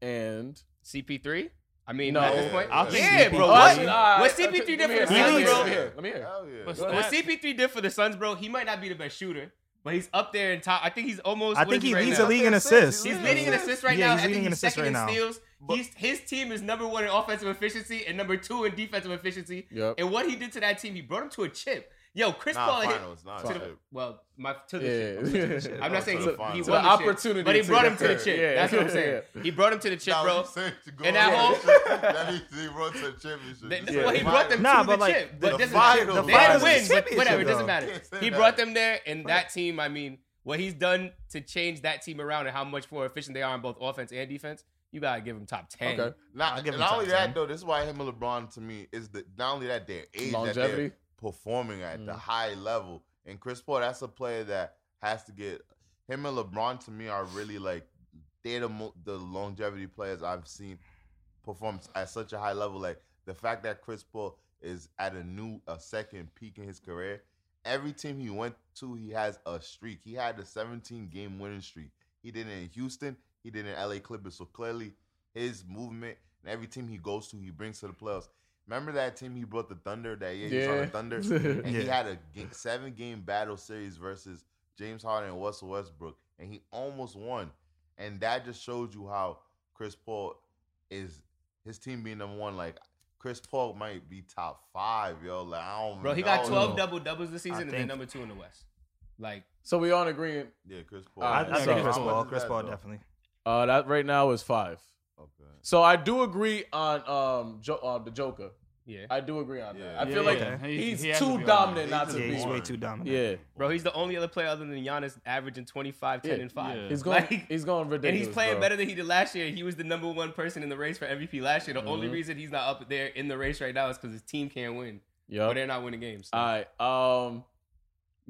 Speaker 1: and
Speaker 2: CP3. I mean,
Speaker 1: No.
Speaker 2: at this point,
Speaker 3: I think
Speaker 2: yeah,
Speaker 5: CP3
Speaker 2: bro.
Speaker 5: Oh,
Speaker 2: What?
Speaker 5: actually,
Speaker 1: alright,
Speaker 2: What's CP3
Speaker 1: okay,
Speaker 2: different
Speaker 1: Let
Speaker 2: from
Speaker 1: me hear. Let
Speaker 4: Giannis, bro?
Speaker 1: me hear. Let me hear.
Speaker 3: Hell yeah.
Speaker 2: What,
Speaker 1: Go
Speaker 2: what
Speaker 1: ahead.
Speaker 2: CP3 did for the Suns, bro? He might not be the best shooter, but he's up there in top. I think he's almost.
Speaker 4: I
Speaker 2: what
Speaker 4: think
Speaker 2: is
Speaker 4: he
Speaker 2: right
Speaker 4: leads
Speaker 2: now?
Speaker 4: the league in
Speaker 3: He's
Speaker 4: assists.
Speaker 2: He's leading in assists right
Speaker 4: Yeah,
Speaker 2: now.
Speaker 4: he's
Speaker 2: I think
Speaker 4: leading in
Speaker 2: he's
Speaker 4: assists
Speaker 2: second in
Speaker 4: right now.
Speaker 2: steals. He's, his team is number one in offensive efficiency and number two in defensive efficiency.
Speaker 1: Yep.
Speaker 2: And what he did to that team, he brought him to a chip. Yo, Chris
Speaker 3: Nah,
Speaker 2: Paul hit
Speaker 3: finals, nah,
Speaker 2: to the-
Speaker 3: shit.
Speaker 2: well, my to the chip.
Speaker 1: Yeah.
Speaker 2: I'm not saying
Speaker 3: To
Speaker 2: he,
Speaker 3: the
Speaker 2: he won
Speaker 3: finals.
Speaker 1: To
Speaker 2: the,
Speaker 1: the
Speaker 2: chip,
Speaker 1: opportunity
Speaker 2: but he
Speaker 1: to
Speaker 2: brought him
Speaker 1: get
Speaker 2: to the
Speaker 1: there.
Speaker 2: chip.
Speaker 1: Yeah.
Speaker 2: That's what I'm saying. He brought him to the chip,
Speaker 3: Nah,
Speaker 2: bro.
Speaker 3: he said to go
Speaker 2: And that
Speaker 3: on
Speaker 2: whole-
Speaker 3: shit, that he, he brought to the championship.
Speaker 2: That- That's
Speaker 1: Yeah.
Speaker 2: why he brought them
Speaker 4: Nah,
Speaker 2: to
Speaker 4: but
Speaker 2: the
Speaker 4: like,
Speaker 2: chip.
Speaker 4: the-
Speaker 2: But
Speaker 3: the
Speaker 2: it doesn't
Speaker 3: finals-
Speaker 2: matter.
Speaker 3: the
Speaker 2: they didn't
Speaker 3: finals
Speaker 2: win,
Speaker 4: is
Speaker 2: but whatever, it
Speaker 4: championship,
Speaker 2: doesn't
Speaker 4: though.
Speaker 2: matter.
Speaker 3: Can't say
Speaker 2: He
Speaker 3: that.
Speaker 2: brought them there, and that team, I mean, what he's done to change that team around and how much more efficient they are in both offense and defense, you gotta give him top ten.
Speaker 1: Okay.
Speaker 3: Not,
Speaker 4: I'll give him
Speaker 3: not
Speaker 4: top
Speaker 3: only
Speaker 4: 10.
Speaker 3: that though, this is why him and LeBron to me is the not only that their age that
Speaker 1: Longevity.
Speaker 3: they're performing at the
Speaker 1: Mm.
Speaker 3: high level. And Chris Paul, that's a player that has to get him and LeBron to me are really like they're the mo- the longevity players I've seen perform at such a high level. Like the fact that Chris Paul is at a new a second peak in his career. Every team he went to, he has a streak. He had a 17 game winning streak. He did it in Houston. He did it in LA Clippers. So clearly, his movement and every team he goes to, he brings to the playoffs. Remember that team he brought the Thunder that year? He was on the
Speaker 1: Yeah.
Speaker 3: Thunder. And he
Speaker 4: Yeah.
Speaker 3: had a ga- seven game battle series versus James Harden and Russell Westbrook, and he almost won. And that just shows you how Chris Paul is his team being number one. Like Chris Paul might be top five, yo. Like I don't
Speaker 2: Bro, he
Speaker 3: I
Speaker 2: got
Speaker 3: don't
Speaker 2: 12
Speaker 3: know.
Speaker 2: double doubles this season and then
Speaker 4: think-
Speaker 2: number two in the West. Like,
Speaker 1: So we on agreement.
Speaker 3: Yeah, Chris Paul.
Speaker 1: I-
Speaker 4: I,
Speaker 1: Alright,
Speaker 4: I
Speaker 1: so-
Speaker 4: think Chris
Speaker 3: How much
Speaker 4: Paul.
Speaker 3: is
Speaker 4: Chris
Speaker 3: that,
Speaker 4: Paul
Speaker 3: though?
Speaker 4: definitely.
Speaker 1: Uh, that right now is five.
Speaker 3: Okay.
Speaker 1: So I do agree on um jo- uh, the Joker.
Speaker 2: yeah.
Speaker 1: I do agree on that.
Speaker 3: Yeah.
Speaker 1: I feel like
Speaker 4: Yeah.
Speaker 1: he's
Speaker 5: has to
Speaker 1: too
Speaker 5: be on
Speaker 1: dominant
Speaker 5: it.
Speaker 1: not to
Speaker 4: Yeah,
Speaker 1: be.
Speaker 4: he's way
Speaker 3: born.
Speaker 4: too dominant.
Speaker 1: Yeah,
Speaker 2: Bro, he's the only other player other than Giannis averaging 25, 10,
Speaker 1: Yeah,
Speaker 2: and 5.
Speaker 5: yeah.
Speaker 1: he's going.
Speaker 2: Like-
Speaker 1: he's going
Speaker 2: And
Speaker 1: ridiculous.
Speaker 2: he's playing
Speaker 1: bro.
Speaker 2: better than he did last year. He was the number one person in the race for MVP last year. The only
Speaker 1: Mhm.
Speaker 2: reason he's not up there in the race right now is because his team can't win. Or
Speaker 1: Yeah.
Speaker 2: they're not winning games.
Speaker 1: All right. Um,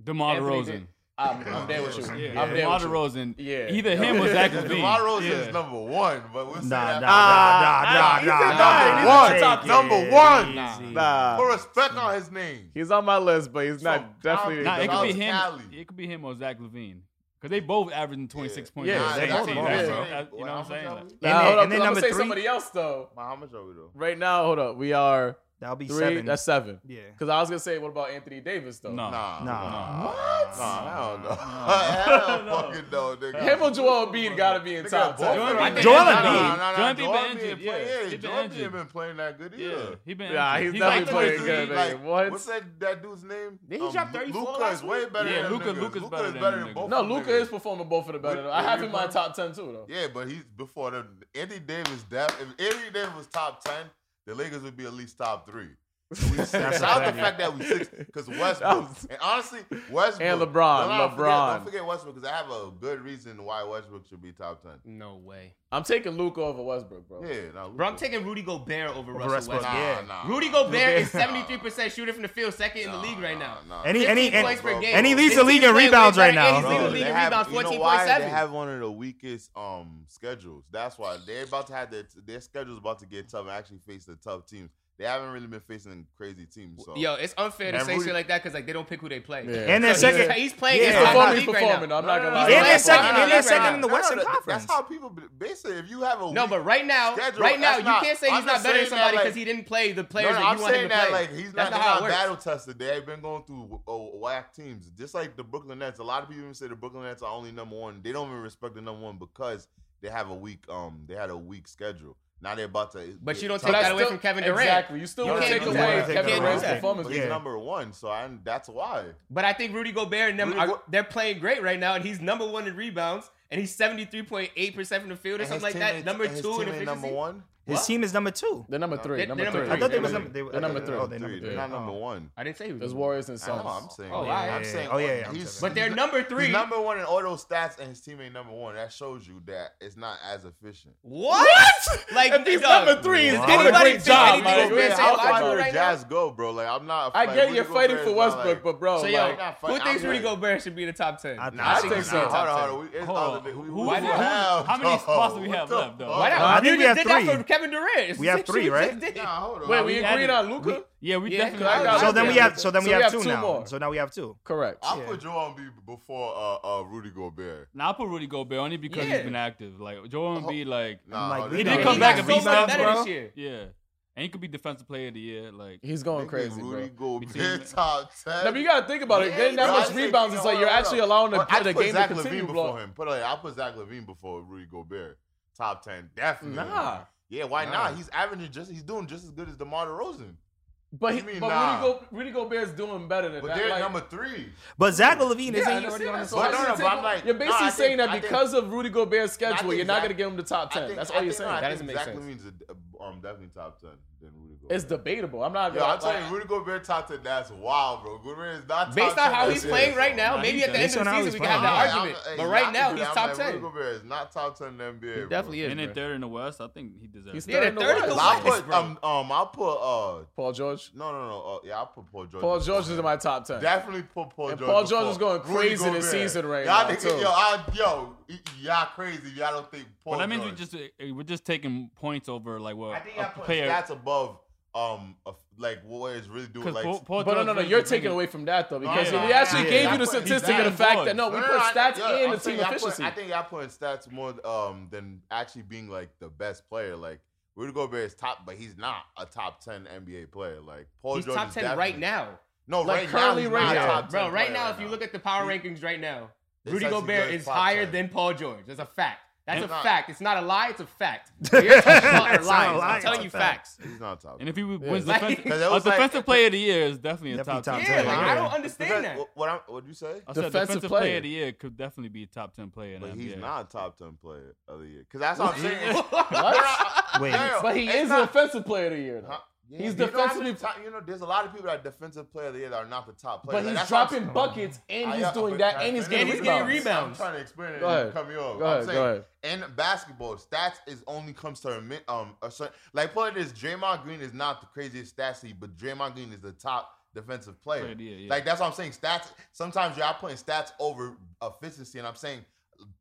Speaker 5: DeMar
Speaker 2: Anthony
Speaker 5: DeRozan.
Speaker 1: I'm, I'm there with you.
Speaker 3: Yeah,
Speaker 5: Yeah,
Speaker 1: I'm there
Speaker 5: DeMar
Speaker 1: with you.
Speaker 5: DeRozan.
Speaker 1: Yeah.
Speaker 5: Either him or Zach Levine.
Speaker 3: DeMar DeRozan
Speaker 5: yeah.
Speaker 3: is number one, but we'll say
Speaker 4: Nah, nah,
Speaker 3: that.
Speaker 4: nah,
Speaker 2: nah,
Speaker 4: nah, nah,
Speaker 2: nah,
Speaker 3: nah,
Speaker 4: nah.
Speaker 3: nah,
Speaker 4: Take
Speaker 3: number
Speaker 4: it
Speaker 3: one.
Speaker 4: easy.
Speaker 3: Put respect on his name.
Speaker 1: He's on my list, but he's not
Speaker 3: So,
Speaker 1: definitely.
Speaker 5: Nah, it could be
Speaker 3: Dallas
Speaker 5: him.
Speaker 3: Cali.
Speaker 5: It could be him or Zach Levine. Because they both averaging 26 points.
Speaker 1: Yeah,
Speaker 5: Yeah,
Speaker 1: they
Speaker 5: yeah,
Speaker 1: both
Speaker 5: team.
Speaker 1: are.
Speaker 5: That's-
Speaker 1: Yeah.
Speaker 5: that's- You know what I'm saying? Like,
Speaker 4: And
Speaker 1: Nah,
Speaker 4: then-
Speaker 1: hold up.
Speaker 4: and then
Speaker 1: I'm gonna
Speaker 4: number
Speaker 1: say
Speaker 4: three-
Speaker 1: somebody else though.
Speaker 3: How much are we though?
Speaker 1: Right now, hold up. We are
Speaker 4: That'll be
Speaker 1: three.
Speaker 4: seven.
Speaker 1: That's seven.
Speaker 4: yeah.
Speaker 1: Because I was gonna say, what about Anthony Davis though?
Speaker 5: No.
Speaker 3: Nah.
Speaker 4: Nah.
Speaker 3: What? Nah, I don't know. I don't fucking know, nigga.
Speaker 1: Him or Joel Embiid gotta be in
Speaker 3: Nigga,
Speaker 1: top
Speaker 3: both
Speaker 1: ten.
Speaker 5: Joel
Speaker 3: of them.
Speaker 5: Embiid-
Speaker 4: Joel
Speaker 3: Nah, nah,
Speaker 5: Embiid.
Speaker 3: nah, nah,
Speaker 5: Joel Embiid
Speaker 3: Joel
Speaker 5: been
Speaker 3: Embiid
Speaker 5: injured,
Speaker 3: play-
Speaker 5: yeah.
Speaker 3: Yeah,
Speaker 5: He been
Speaker 3: Joel Embiid
Speaker 5: injured.
Speaker 3: been playing that good
Speaker 5: yeah,
Speaker 3: either.
Speaker 5: he been.
Speaker 1: Nah,
Speaker 5: injured.
Speaker 1: he's definitely
Speaker 5: like
Speaker 1: playing
Speaker 5: 23.
Speaker 1: good, man.
Speaker 3: Like,
Speaker 1: What?
Speaker 3: What's that, that dude's name? Um,
Speaker 2: Did he drop 34
Speaker 3: Luka
Speaker 2: last
Speaker 3: is way
Speaker 2: week?
Speaker 3: better
Speaker 5: Yeah,
Speaker 3: than
Speaker 5: Luka-
Speaker 3: niggas.
Speaker 5: Luka's
Speaker 3: Luka
Speaker 5: better
Speaker 3: is
Speaker 5: than
Speaker 3: better
Speaker 5: them
Speaker 3: than
Speaker 5: niggas.
Speaker 3: both
Speaker 1: No,
Speaker 3: of them
Speaker 1: Luca
Speaker 3: niggas.
Speaker 1: is performing both of the better.
Speaker 3: Wait,
Speaker 1: though. I
Speaker 3: wait,
Speaker 1: have
Speaker 3: you
Speaker 1: him in my
Speaker 3: talking-
Speaker 1: top ten too though.
Speaker 3: Yeah, but he's before the Anthony Davis. Def, if Anthony Davis was top ten, the Lakers would be at least top three. We six.
Speaker 4: a
Speaker 3: Shout out the fact
Speaker 4: fact.
Speaker 3: that we six because
Speaker 1: That
Speaker 3: Westbrook
Speaker 1: was-
Speaker 3: and honestly Westbrook
Speaker 1: And LeBron,
Speaker 3: don't forget-
Speaker 1: LeBron.
Speaker 3: don't forget Westbrook because I have a good reason why Westbrook should be top ten.
Speaker 2: No way.
Speaker 1: I'm taking Luca over Westbrook, bro.
Speaker 3: Yeah, no,
Speaker 2: Bro, I'm taking Rudy Gobert over Russell
Speaker 4: Russell
Speaker 2: Westbrook.
Speaker 4: Yeah.
Speaker 2: Rudy Gobert is 73% shooter from the field, second in the league right now.
Speaker 4: And he- and he-
Speaker 2: 15
Speaker 4: and-
Speaker 2: points per
Speaker 3: and
Speaker 2: game.
Speaker 4: he leads
Speaker 2: This
Speaker 4: the league
Speaker 2: team's
Speaker 4: in
Speaker 2: playing way
Speaker 4: rebounds
Speaker 2: better,
Speaker 4: right now.
Speaker 2: and
Speaker 4: Bro,
Speaker 2: He's leading the
Speaker 3: they
Speaker 2: league in
Speaker 3: have-
Speaker 2: rebounds,
Speaker 3: you know why? They
Speaker 2: 14.7.
Speaker 3: have one of the weakest um schedules. That's why they're about to have their their schedule's about to get tough and actually face the tough teams. They haven't really been facing crazy teams. So
Speaker 2: Yo, it's unfair to
Speaker 3: Man,
Speaker 2: say
Speaker 3: Rudy-
Speaker 2: shit like that because like they don't pick who they play.
Speaker 1: Yeah.
Speaker 4: And their
Speaker 2: So
Speaker 4: second,
Speaker 2: he's, he's playing.
Speaker 4: Yeah.
Speaker 2: in
Speaker 1: He's
Speaker 2: the top
Speaker 1: performing, he's
Speaker 2: league right now.
Speaker 1: performing. though. I'm not gonna
Speaker 2: no,
Speaker 1: lie.
Speaker 2: no,
Speaker 4: And
Speaker 2: no,
Speaker 4: they're
Speaker 2: no,
Speaker 4: second,
Speaker 2: no,
Speaker 4: and they're
Speaker 2: no,
Speaker 4: second
Speaker 2: no,
Speaker 4: in the
Speaker 2: no,
Speaker 4: Western
Speaker 3: no, th-
Speaker 4: Conference.
Speaker 3: That's how people basically. If you have a
Speaker 2: No,
Speaker 3: weak-
Speaker 2: but right now,
Speaker 3: Schedule,
Speaker 2: right now,
Speaker 3: that's not-
Speaker 2: you can't say
Speaker 3: I'm
Speaker 2: he's
Speaker 3: just
Speaker 2: not better than
Speaker 3: saying that,
Speaker 2: somebody
Speaker 3: like-
Speaker 2: because he didn't play the
Speaker 3: no,
Speaker 2: players
Speaker 3: no,
Speaker 2: that you
Speaker 3: I'm
Speaker 2: want him
Speaker 3: saying
Speaker 2: to
Speaker 3: that
Speaker 2: play.
Speaker 3: like he's not,
Speaker 2: That's
Speaker 3: they're
Speaker 2: how it
Speaker 3: not
Speaker 2: works.
Speaker 3: battle tested. They've been going through uh, whack teams, just like the Brooklyn Nets. A lot of people even say the Brooklyn Nets are only number one. They don't even respect the number one because they have a weak um they had a weak schedule. Now they're about to.
Speaker 2: But you don't
Speaker 1: But
Speaker 2: take
Speaker 1: I
Speaker 2: that away
Speaker 1: still-
Speaker 2: from Kevin Durant.
Speaker 1: Exactly. You still
Speaker 2: You
Speaker 1: want to
Speaker 2: can't
Speaker 1: take
Speaker 2: do
Speaker 1: away
Speaker 2: that.
Speaker 1: Kevin
Speaker 2: You can't do
Speaker 1: Durant's
Speaker 2: that.
Speaker 1: performance.
Speaker 3: But he's
Speaker 4: Yeah.
Speaker 3: number one, so I, that's why.
Speaker 2: But I think Rudy Gobert and them
Speaker 3: Rudy
Speaker 2: are
Speaker 3: Go-
Speaker 2: they're playing great right now, and he's number one in rebounds, and he's seventy three point eight percent from the field or
Speaker 3: And his
Speaker 2: something like that.
Speaker 3: teammates-
Speaker 2: Number
Speaker 3: and his
Speaker 2: two in
Speaker 3: teammate
Speaker 2: efficiency.
Speaker 3: number one.
Speaker 4: His
Speaker 2: What?
Speaker 4: team is number two.
Speaker 1: They're number three.
Speaker 2: They-
Speaker 1: number
Speaker 2: they're number
Speaker 1: three.
Speaker 2: three. I thought they was
Speaker 4: number- they were-
Speaker 1: They're number
Speaker 4: oh,
Speaker 1: three.
Speaker 4: they're number
Speaker 3: They're
Speaker 4: three.
Speaker 3: not number
Speaker 4: Oh.
Speaker 3: one.
Speaker 2: I didn't say he was.
Speaker 1: There's Warriors and
Speaker 3: I know,
Speaker 1: Suns.
Speaker 3: I'm saying.
Speaker 2: Oh,
Speaker 3: that.
Speaker 2: yeah,
Speaker 3: I'm
Speaker 4: yeah,
Speaker 3: saying.
Speaker 4: yeah. Oh, yeah, yeah, I'm
Speaker 3: he's-
Speaker 4: saying
Speaker 2: But they're number three.
Speaker 3: He's number one in all those stats, and his teammate number one. That shows you that it's not as efficient.
Speaker 2: what? Like
Speaker 1: If he's
Speaker 2: dog,
Speaker 1: number three, he's
Speaker 2: does
Speaker 1: doing a
Speaker 2: anybody
Speaker 1: great
Speaker 2: think
Speaker 1: job,
Speaker 2: anything
Speaker 1: man.
Speaker 2: is
Speaker 1: You're
Speaker 2: better
Speaker 1: saying
Speaker 2: than
Speaker 1: I'll find
Speaker 2: Washington
Speaker 1: you
Speaker 3: where
Speaker 2: right now?
Speaker 3: Jazz go, bro. Like I'm not.
Speaker 1: I
Speaker 3: like,
Speaker 1: get
Speaker 3: Rudy
Speaker 1: you're fighting
Speaker 3: Gobert
Speaker 1: for
Speaker 3: is not,
Speaker 1: Westbrook,
Speaker 3: like-
Speaker 1: but bro,
Speaker 2: So
Speaker 1: like,
Speaker 2: yo,
Speaker 3: not
Speaker 2: who
Speaker 3: fighting.
Speaker 2: thinks
Speaker 3: I'm
Speaker 2: Rudy
Speaker 3: like-
Speaker 2: Gobert should be in the top ten?
Speaker 4: I think
Speaker 3: Nah, I
Speaker 1: I
Speaker 3: think
Speaker 1: think
Speaker 3: so.
Speaker 1: so.
Speaker 3: Hold on, hold on. We- it's
Speaker 5: Hold
Speaker 3: other
Speaker 5: on.
Speaker 3: big- we-
Speaker 5: Who-
Speaker 3: we-
Speaker 5: why
Speaker 3: we
Speaker 5: not? Who-
Speaker 3: have-
Speaker 5: how many spots do we
Speaker 3: What
Speaker 5: have
Speaker 3: the
Speaker 5: left, though?
Speaker 3: fuck?
Speaker 2: Why not?
Speaker 4: Uh, I
Speaker 2: You
Speaker 4: think we
Speaker 2: just
Speaker 4: have
Speaker 2: did
Speaker 4: three.
Speaker 2: that for Kevin Durant.
Speaker 4: We have
Speaker 2: Six
Speaker 4: three,
Speaker 2: you just
Speaker 4: right?
Speaker 2: did.
Speaker 3: Nah, hold on.
Speaker 1: wait, we
Speaker 5: we
Speaker 1: agreed
Speaker 5: added-
Speaker 1: on Luca.
Speaker 5: Yeah, we
Speaker 2: Yeah,
Speaker 5: definitely.
Speaker 2: I
Speaker 1: got
Speaker 5: got
Speaker 4: So
Speaker 1: Goddamn.
Speaker 4: then we
Speaker 5: yeah.
Speaker 4: have, so then
Speaker 1: So
Speaker 4: we have two now.
Speaker 1: more.
Speaker 4: So now we have two.
Speaker 1: Correct.
Speaker 3: I'll
Speaker 4: Yeah.
Speaker 3: put Joel Embiid before uh, uh, Rudy Gobert.
Speaker 5: Now I put Rudy Gobert only because
Speaker 2: Yeah.
Speaker 5: he's been active. Like Joel
Speaker 3: Oh.
Speaker 5: Embiid, like
Speaker 3: Nah,
Speaker 4: like,
Speaker 3: hold
Speaker 4: he
Speaker 3: on.
Speaker 4: did
Speaker 3: Nah,
Speaker 4: come
Speaker 3: he
Speaker 4: back
Speaker 3: got
Speaker 4: and beat
Speaker 3: so much
Speaker 4: Suns,
Speaker 3: better
Speaker 4: bro.
Speaker 3: than-
Speaker 2: this year.
Speaker 5: yeah, and he could be defensive player of the year. Like
Speaker 1: He's going
Speaker 3: Nigga,
Speaker 1: crazy, bro.
Speaker 3: Rudy Gobert
Speaker 5: Between-
Speaker 3: top ten.
Speaker 1: No, but you gotta think about it. Getting that
Speaker 3: Bro, I
Speaker 1: much
Speaker 3: think-
Speaker 1: rebounds, it's
Speaker 3: hold
Speaker 1: like
Speaker 3: on,
Speaker 1: you're
Speaker 3: hold
Speaker 1: actually
Speaker 3: on.
Speaker 1: allowing the,
Speaker 3: Well, I'd
Speaker 1: the
Speaker 3: put
Speaker 1: game
Speaker 3: Zach
Speaker 1: to
Speaker 3: Levine
Speaker 1: continue.
Speaker 3: before
Speaker 1: Bro.
Speaker 3: him. Put like, I'll put Zach Levine before Rudy Gobert. Top ten, definitely.
Speaker 1: Nah.
Speaker 3: Yeah, why
Speaker 1: Nah.
Speaker 3: not? He's averaging just. He's doing just as good as DeMar DeRozan.
Speaker 1: But, he,
Speaker 3: What do you
Speaker 1: but Rudy,
Speaker 3: mean,
Speaker 1: Go, Rudy Gobert's doing better than
Speaker 3: But
Speaker 1: that.
Speaker 3: they're
Speaker 1: Like,
Speaker 3: number three.
Speaker 4: But Zach Levine
Speaker 1: yeah, I
Speaker 4: isn't he already
Speaker 1: understand
Speaker 4: on
Speaker 1: that.
Speaker 4: this
Speaker 1: So
Speaker 3: But
Speaker 1: I
Speaker 3: no,
Speaker 4: list?
Speaker 1: said
Speaker 3: no,
Speaker 1: take
Speaker 3: but I'm
Speaker 1: him-
Speaker 3: like-
Speaker 1: you're
Speaker 3: no,
Speaker 1: basically
Speaker 3: I
Speaker 1: saying
Speaker 3: think- I
Speaker 1: that
Speaker 3: think-
Speaker 1: because of Rudy Gobert's
Speaker 3: I
Speaker 1: schedule,
Speaker 3: think
Speaker 1: you're not
Speaker 3: Zach-
Speaker 1: gonna get him to top ten. That's all
Speaker 3: I
Speaker 1: you're
Speaker 3: think- no,
Speaker 1: saying.
Speaker 3: I
Speaker 2: That
Speaker 3: think
Speaker 2: doesn't make
Speaker 3: Zach
Speaker 2: sense.
Speaker 3: Levine's a, um, definitely top ten than Rudy Gobert.
Speaker 1: It's debatable. I'm not.
Speaker 3: Yo, I'm
Speaker 1: like,
Speaker 3: telling you, Rudy Gobert top ten. That's wild, bro. Gobert is not top
Speaker 2: Based on
Speaker 3: ten
Speaker 2: how
Speaker 3: this
Speaker 2: he's
Speaker 3: year.
Speaker 2: playing right now,
Speaker 5: Nah,
Speaker 2: maybe
Speaker 5: he's
Speaker 2: at the
Speaker 5: done.
Speaker 2: end of
Speaker 4: Based
Speaker 2: the
Speaker 4: on how
Speaker 2: season
Speaker 4: he's
Speaker 2: we can have that
Speaker 4: playing.
Speaker 2: argument.
Speaker 3: I'm- hey,
Speaker 2: But
Speaker 3: y'all
Speaker 2: right
Speaker 3: can
Speaker 2: now
Speaker 3: do
Speaker 2: he's
Speaker 3: that. I'm
Speaker 2: top
Speaker 3: like, Rudy
Speaker 2: ten.
Speaker 3: Gobert is not top ten in the NBA.
Speaker 2: He
Speaker 3: bro.
Speaker 2: definitely is.
Speaker 5: and then
Speaker 2: bro.
Speaker 5: third in the West, I think he deserves.
Speaker 1: He's
Speaker 5: it.
Speaker 2: Yeah,
Speaker 1: third in the
Speaker 2: third in the
Speaker 1: West.
Speaker 3: Well,
Speaker 2: West.
Speaker 3: I'll put um, um I'll put uh
Speaker 1: Paul George.
Speaker 3: no no no uh, yeah I'll put Paul George.
Speaker 1: Paul George is in my top ten.
Speaker 3: Definitely put Paul
Speaker 1: And
Speaker 3: George.
Speaker 1: Paul George is
Speaker 3: before
Speaker 1: going
Speaker 3: Rudy
Speaker 1: crazy this
Speaker 3: Gobert.
Speaker 1: season right
Speaker 3: y'all
Speaker 1: now,
Speaker 3: Niggas,
Speaker 1: too.
Speaker 3: Yo, I, yo, y- y'all crazy. if Y'all don't think Paul.
Speaker 5: Well, that means
Speaker 3: George.
Speaker 5: we just uh, we're just taking points over like what
Speaker 3: I think
Speaker 5: a
Speaker 3: I put
Speaker 5: player
Speaker 3: stats above um of, like what is really doing
Speaker 5: because
Speaker 3: like.
Speaker 5: Paul, Paul
Speaker 1: But no,
Speaker 5: George
Speaker 1: no, no.
Speaker 5: really
Speaker 1: You're
Speaker 5: been
Speaker 1: taking
Speaker 5: bringing-
Speaker 1: away from that though, because
Speaker 3: yeah,
Speaker 1: we actually
Speaker 3: yeah,
Speaker 1: gave
Speaker 3: yeah.
Speaker 1: you the
Speaker 3: I put- he's
Speaker 1: statistic of the
Speaker 5: adding
Speaker 1: fact
Speaker 5: boards.
Speaker 1: that no, we
Speaker 3: No,
Speaker 1: put
Speaker 3: no, I-
Speaker 1: stats
Speaker 3: yo,
Speaker 1: and
Speaker 3: I'm
Speaker 1: the team
Speaker 3: saying I put-
Speaker 1: efficiency.
Speaker 3: I think I put in stats more um than actually being like the best player. Like Rudy Gobert is top, but he's not a top ten NBA player. Like Paul
Speaker 2: He's
Speaker 3: George
Speaker 2: top
Speaker 3: is
Speaker 2: ten right
Speaker 3: definitely-
Speaker 2: now.
Speaker 3: No,
Speaker 1: Like,
Speaker 3: right now
Speaker 1: currently
Speaker 3: he's
Speaker 1: right
Speaker 3: not a
Speaker 4: now.
Speaker 3: top 10
Speaker 2: Bro, right
Speaker 3: player
Speaker 2: now, if you look at the power rankings right now,
Speaker 3: This
Speaker 2: Rudy
Speaker 3: has to go
Speaker 2: Gobert
Speaker 3: as
Speaker 2: is
Speaker 3: top
Speaker 2: higher
Speaker 3: 10.
Speaker 2: than Paul George. That's a fact. That's a
Speaker 3: Nah.
Speaker 2: fact. It's not a lie. It's a fact. You're talking about
Speaker 4: It's not a
Speaker 2: lies.
Speaker 4: lie,
Speaker 2: I'm
Speaker 4: it's
Speaker 2: telling
Speaker 4: a
Speaker 2: you
Speaker 3: fact.
Speaker 2: facts.
Speaker 3: He's not top.
Speaker 5: And if he wins
Speaker 2: Like-
Speaker 5: defensive,
Speaker 2: Cause
Speaker 3: that
Speaker 5: a
Speaker 3: was like-
Speaker 5: defensive player of the year is definitely a
Speaker 4: Definitely
Speaker 5: top ten.
Speaker 4: top
Speaker 2: Yeah,
Speaker 5: player.
Speaker 4: ten.
Speaker 2: like
Speaker 4: Yeah.
Speaker 2: I don't
Speaker 3: Because
Speaker 2: understand that.
Speaker 3: wh- What, I'm, what'd you say?
Speaker 5: I said
Speaker 1: Defensive
Speaker 5: defensive, player.
Speaker 1: player.
Speaker 5: of the year could definitely be a top ten player. In
Speaker 3: But
Speaker 5: the
Speaker 3: he's
Speaker 5: NBA.
Speaker 3: not a top ten player of the year. Because that's what I'm saying.
Speaker 4: Wait,
Speaker 3: Damn,
Speaker 1: But he
Speaker 3: it's
Speaker 1: is
Speaker 3: not-
Speaker 1: an offensive player of the year. though.
Speaker 3: Huh? Yeah,
Speaker 1: He's
Speaker 3: you don't have to
Speaker 1: defensively-
Speaker 3: be top- you know, there's a lot of people that are defensive player of the year that are not the top players.
Speaker 1: But
Speaker 3: Like,
Speaker 1: he's
Speaker 3: that's what I'm
Speaker 1: dropping
Speaker 3: saying.
Speaker 1: buckets and
Speaker 3: I-
Speaker 1: he's
Speaker 3: I- uh,
Speaker 1: doing
Speaker 3: but
Speaker 1: that
Speaker 3: I-
Speaker 1: and he's
Speaker 3: I-
Speaker 1: getting
Speaker 2: And he's
Speaker 1: rebounds.
Speaker 2: getting rebounds.
Speaker 3: I'm trying to explain it.
Speaker 1: Go
Speaker 3: and
Speaker 1: ahead.
Speaker 3: you Cut me off.
Speaker 1: Go
Speaker 3: I'm
Speaker 1: ahead,
Speaker 3: saying,
Speaker 1: go ahead.
Speaker 3: And basketball stats is only comes to a min, um a certain like put it this Draymond Green is not the craziest stat sheet, but Draymond Green is the top defensive player.
Speaker 5: Player of the year, yeah.
Speaker 3: Like that's what I'm saying. Stats sometimes y'all putting stats over efficiency, and I'm saying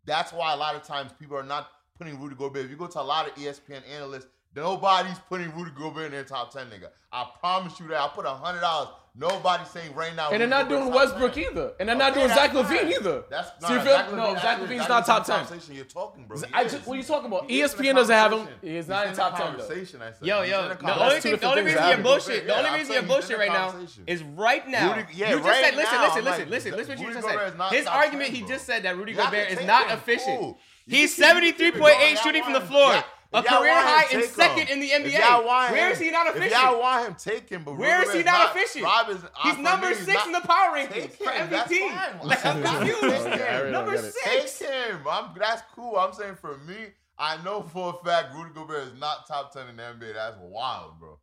Speaker 3: that's why a lot of times people are not putting Rudy Gobert. If you go to a lot of E ESPN analysts, nobody's putting Rudy Gobert in their top ten, nigga. I promise you that. I put a hundred dollars. Nobody's saying right now.
Speaker 1: And they're
Speaker 3: Rudy
Speaker 1: not
Speaker 3: Gobert's
Speaker 1: doing
Speaker 3: top
Speaker 1: Westbrook
Speaker 3: 10.
Speaker 1: either. And they're not
Speaker 3: Okay,
Speaker 1: doing
Speaker 3: that's
Speaker 1: Zach Levine
Speaker 3: fine.
Speaker 1: either.
Speaker 3: That's
Speaker 1: So you
Speaker 3: nah,
Speaker 1: feel-
Speaker 3: Zach Levine-
Speaker 1: no, Zach
Speaker 3: Levine's
Speaker 1: Levine's not top ten.
Speaker 3: Conversation you're talking, bro. He
Speaker 1: I
Speaker 3: is.
Speaker 1: just, what are you talking about?
Speaker 3: He is in the
Speaker 1: ESPN doesn't have him.
Speaker 3: conversation.
Speaker 1: He's not in
Speaker 3: the
Speaker 1: top ten. though.
Speaker 3: conversation. I said.
Speaker 2: Yo,
Speaker 3: He's in
Speaker 2: yo,
Speaker 3: the
Speaker 2: the only
Speaker 1: That's two
Speaker 2: thing,
Speaker 3: conversation.
Speaker 2: the only
Speaker 1: different
Speaker 2: reason
Speaker 1: things
Speaker 2: you're
Speaker 1: happening.
Speaker 2: bullshit, the only
Speaker 3: Yeah, I'm
Speaker 2: reason you're
Speaker 3: saying he's in
Speaker 2: bullshit
Speaker 3: the
Speaker 2: right now
Speaker 3: conversation.
Speaker 2: is right now.
Speaker 3: Rudy- yeah,
Speaker 2: you just
Speaker 3: right
Speaker 2: said, listen,
Speaker 3: now,
Speaker 2: listen,
Speaker 3: like,
Speaker 2: listen, listen, listen.
Speaker 3: the-
Speaker 2: What you
Speaker 3: Rudy
Speaker 2: just
Speaker 3: Gobert
Speaker 2: said.
Speaker 3: is not
Speaker 2: His
Speaker 3: top
Speaker 2: argument,
Speaker 3: 10,
Speaker 2: he
Speaker 3: bro.
Speaker 2: just said that Rudy
Speaker 3: Y'all
Speaker 2: Gobert
Speaker 3: can
Speaker 2: is
Speaker 3: take
Speaker 2: not
Speaker 3: him.
Speaker 2: efficient.
Speaker 3: Cool.
Speaker 2: He's
Speaker 3: You can keep it
Speaker 2: 73.8
Speaker 3: going.
Speaker 2: shooting from the
Speaker 3: Y'all
Speaker 2: floor,
Speaker 3: want him.
Speaker 2: a
Speaker 3: If y'all
Speaker 2: career
Speaker 3: want him,
Speaker 2: high and
Speaker 3: take him.
Speaker 2: second in the
Speaker 3: If
Speaker 2: NBA.
Speaker 3: y'all want
Speaker 2: Where
Speaker 3: him-
Speaker 2: is he not
Speaker 3: If
Speaker 2: efficient?
Speaker 3: y'all want him, take him. But
Speaker 2: Where is
Speaker 3: Rudy
Speaker 2: he
Speaker 3: Gobert's
Speaker 2: not efficient?
Speaker 3: Rob is- I-
Speaker 2: He's
Speaker 3: for
Speaker 2: number
Speaker 3: me,
Speaker 2: six
Speaker 3: not-
Speaker 2: in the power
Speaker 3: Take
Speaker 2: rankings for
Speaker 3: him. That's
Speaker 2: MVP.
Speaker 3: fine.
Speaker 2: Like, I'm confused.
Speaker 1: Okay, I really
Speaker 2: Number
Speaker 1: don't get it.
Speaker 2: six.
Speaker 3: Take him. I'm, that's cool. I'm saying for me, I know for a fact Rudy Gobert is not top ten in the NBA. That's wild, bro.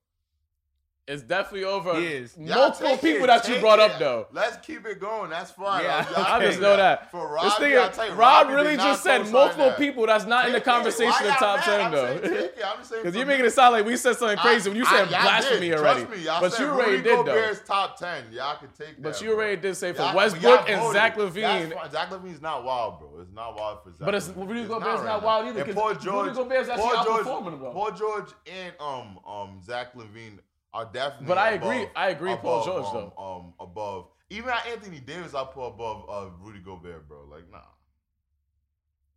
Speaker 1: It's definitely over.
Speaker 2: He is.
Speaker 3: Y'all
Speaker 1: Multiple
Speaker 3: take
Speaker 1: people
Speaker 3: it,
Speaker 1: that you
Speaker 3: take
Speaker 1: brought
Speaker 3: it.
Speaker 1: up though.
Speaker 3: Let's keep it going. That's fine.
Speaker 2: Yeah,
Speaker 3: Y'all
Speaker 1: I
Speaker 3: take
Speaker 1: just know that.
Speaker 3: For
Speaker 1: this
Speaker 3: Rob,
Speaker 1: nigga,
Speaker 3: I'll tell you,
Speaker 1: Rob
Speaker 3: Robbie did
Speaker 1: really
Speaker 3: not
Speaker 1: just said
Speaker 3: co-sign
Speaker 1: multiple
Speaker 3: that.
Speaker 1: people that's not in the
Speaker 3: Take it. Why
Speaker 1: conversation in
Speaker 3: y'all
Speaker 1: top
Speaker 3: mad?
Speaker 1: ten
Speaker 3: I'm saying
Speaker 1: though.
Speaker 3: take it. I'm just saying
Speaker 1: Because
Speaker 3: for
Speaker 1: you're
Speaker 3: me.
Speaker 1: making it sound like we said something crazy when you said
Speaker 3: I- y'all
Speaker 1: blasphemy
Speaker 3: did.
Speaker 1: already.
Speaker 3: Trust me, y'all
Speaker 1: but
Speaker 3: said
Speaker 1: you already
Speaker 3: Rudy
Speaker 1: did though.
Speaker 3: Gobert's top ten. Y'all can take that.
Speaker 1: But you
Speaker 3: bro.
Speaker 1: already did say for
Speaker 3: Y'all-
Speaker 1: Westbrook
Speaker 3: y'all
Speaker 1: and
Speaker 3: voted.
Speaker 1: Zach
Speaker 3: That's
Speaker 1: Levine.
Speaker 3: fine. Zach Levine's not wild, bro. It's not wild for Zach.
Speaker 1: But it's-
Speaker 3: Levine.
Speaker 1: Rudy Gobert's
Speaker 3: right
Speaker 1: not
Speaker 3: now.
Speaker 1: wild either,
Speaker 3: And
Speaker 1: 'cause
Speaker 3: Paul
Speaker 1: Rudy
Speaker 3: George,
Speaker 1: Gobert's actually
Speaker 3: Paul George,
Speaker 1: outperforming him, though.
Speaker 3: Paul George and um um Zach Levine are definitely.
Speaker 1: But I
Speaker 3: above-
Speaker 1: agree- I agree Paul
Speaker 3: above,
Speaker 1: George,
Speaker 3: um, though. Um, above even at Anthony Davis, I put above uh, Rudy Gobert, bro. Like nah.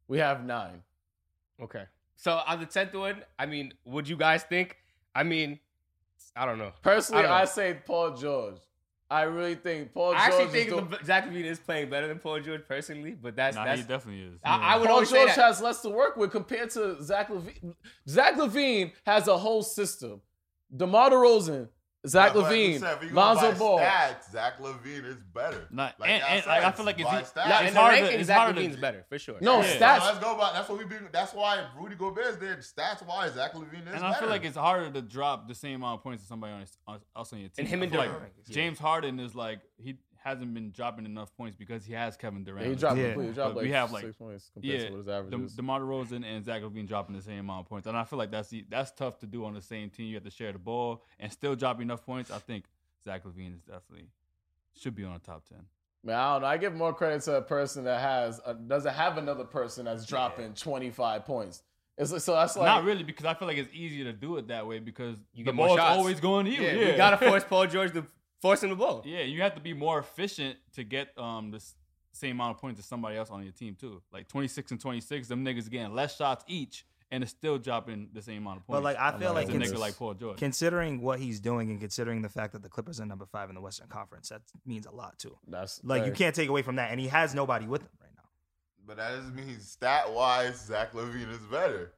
Speaker 1: We have nine.
Speaker 2: Okay. So on the tenth one, I mean, would you guys think? I mean, I don't know.
Speaker 1: Personally,
Speaker 2: I don't know.
Speaker 1: I, say Paul George. I really think Paul
Speaker 2: I actually
Speaker 1: George
Speaker 2: think
Speaker 1: is doing,
Speaker 2: Le- Zach Levine is playing better than Paul George personally, but that's
Speaker 5: Nah,
Speaker 2: that's.
Speaker 5: he definitely is.
Speaker 2: I, I would
Speaker 1: Paul
Speaker 2: always say
Speaker 1: George
Speaker 2: that.
Speaker 1: has less to work with compared to Zach Levine. Zach Levine has a whole system. DeMar DeRozan, Zach
Speaker 3: But like you
Speaker 1: Levine,
Speaker 3: said, if you go
Speaker 1: Lonzo
Speaker 3: by
Speaker 1: Ball.
Speaker 3: Stats, Zach Levine is better.
Speaker 5: Nah,
Speaker 3: Like
Speaker 5: and-
Speaker 3: y'all
Speaker 5: and, like, I
Speaker 3: said,
Speaker 5: feel like if
Speaker 3: by
Speaker 5: you-
Speaker 3: stats.
Speaker 2: Nah,
Speaker 5: It's
Speaker 2: in the
Speaker 5: hard to-
Speaker 2: ranking,
Speaker 5: it's
Speaker 2: Zach
Speaker 5: hard to-
Speaker 2: Levine's better for sure.
Speaker 1: No,
Speaker 5: Yeah.
Speaker 1: stats.
Speaker 3: No, let's go by. That's what we be. That's why Rudy Gobert is there. Stats wise, Zach Levine is
Speaker 5: and
Speaker 3: better.
Speaker 5: I feel like it's harder to drop the same amount of points as somebody on his, on, else on your team.
Speaker 2: And him
Speaker 5: I
Speaker 2: and
Speaker 5: feel
Speaker 2: Durant.
Speaker 5: like James Harden is like he hasn't been dropping enough points because he has Kevin Durant.
Speaker 1: he dropped,
Speaker 4: Yeah.
Speaker 1: he dropped
Speaker 5: But
Speaker 1: like,
Speaker 5: we have, like,
Speaker 1: six points compared
Speaker 5: yeah,
Speaker 1: to what his average
Speaker 5: De-
Speaker 1: is.
Speaker 5: DeMar DeRozan and Zach Levine dropping the same amount of points, and I feel like that's the- that's tough to do on the same team. You have to share the ball and still drop enough points. I think Zach Levine is definitely should be on the top ten.
Speaker 1: Man, I don't know. I give more credit to a person that has uh doesn't have another person that's dropping 25 points. It's, like- so that's like
Speaker 5: Not really because I feel like it's easier to do it that way because
Speaker 2: You
Speaker 5: the
Speaker 2: get more
Speaker 5: ball's
Speaker 2: shots.
Speaker 5: always going to you.
Speaker 2: yeah,
Speaker 5: Yeah,
Speaker 2: we gotta force Paul George to force him the ball.
Speaker 5: Yeah, you have to be more efficient to get um the s- same amount of points as somebody else on your team too. Like twenty six and twenty six, them niggas getting less shots each, and it's still dropping the same amount of points.
Speaker 4: But, like, I feel
Speaker 5: as
Speaker 1: like
Speaker 5: a
Speaker 1: it's-
Speaker 5: nigga like Paul George.
Speaker 4: Considering what he's doing and considering the fact that the Clippers are number five in the Western Conference, that means a lot too.
Speaker 1: that's
Speaker 4: Like you
Speaker 1: hey.
Speaker 4: can't take away from that, and he has nobody with him right now.
Speaker 3: but that doesn't mean stat wise, Zach Levine is better.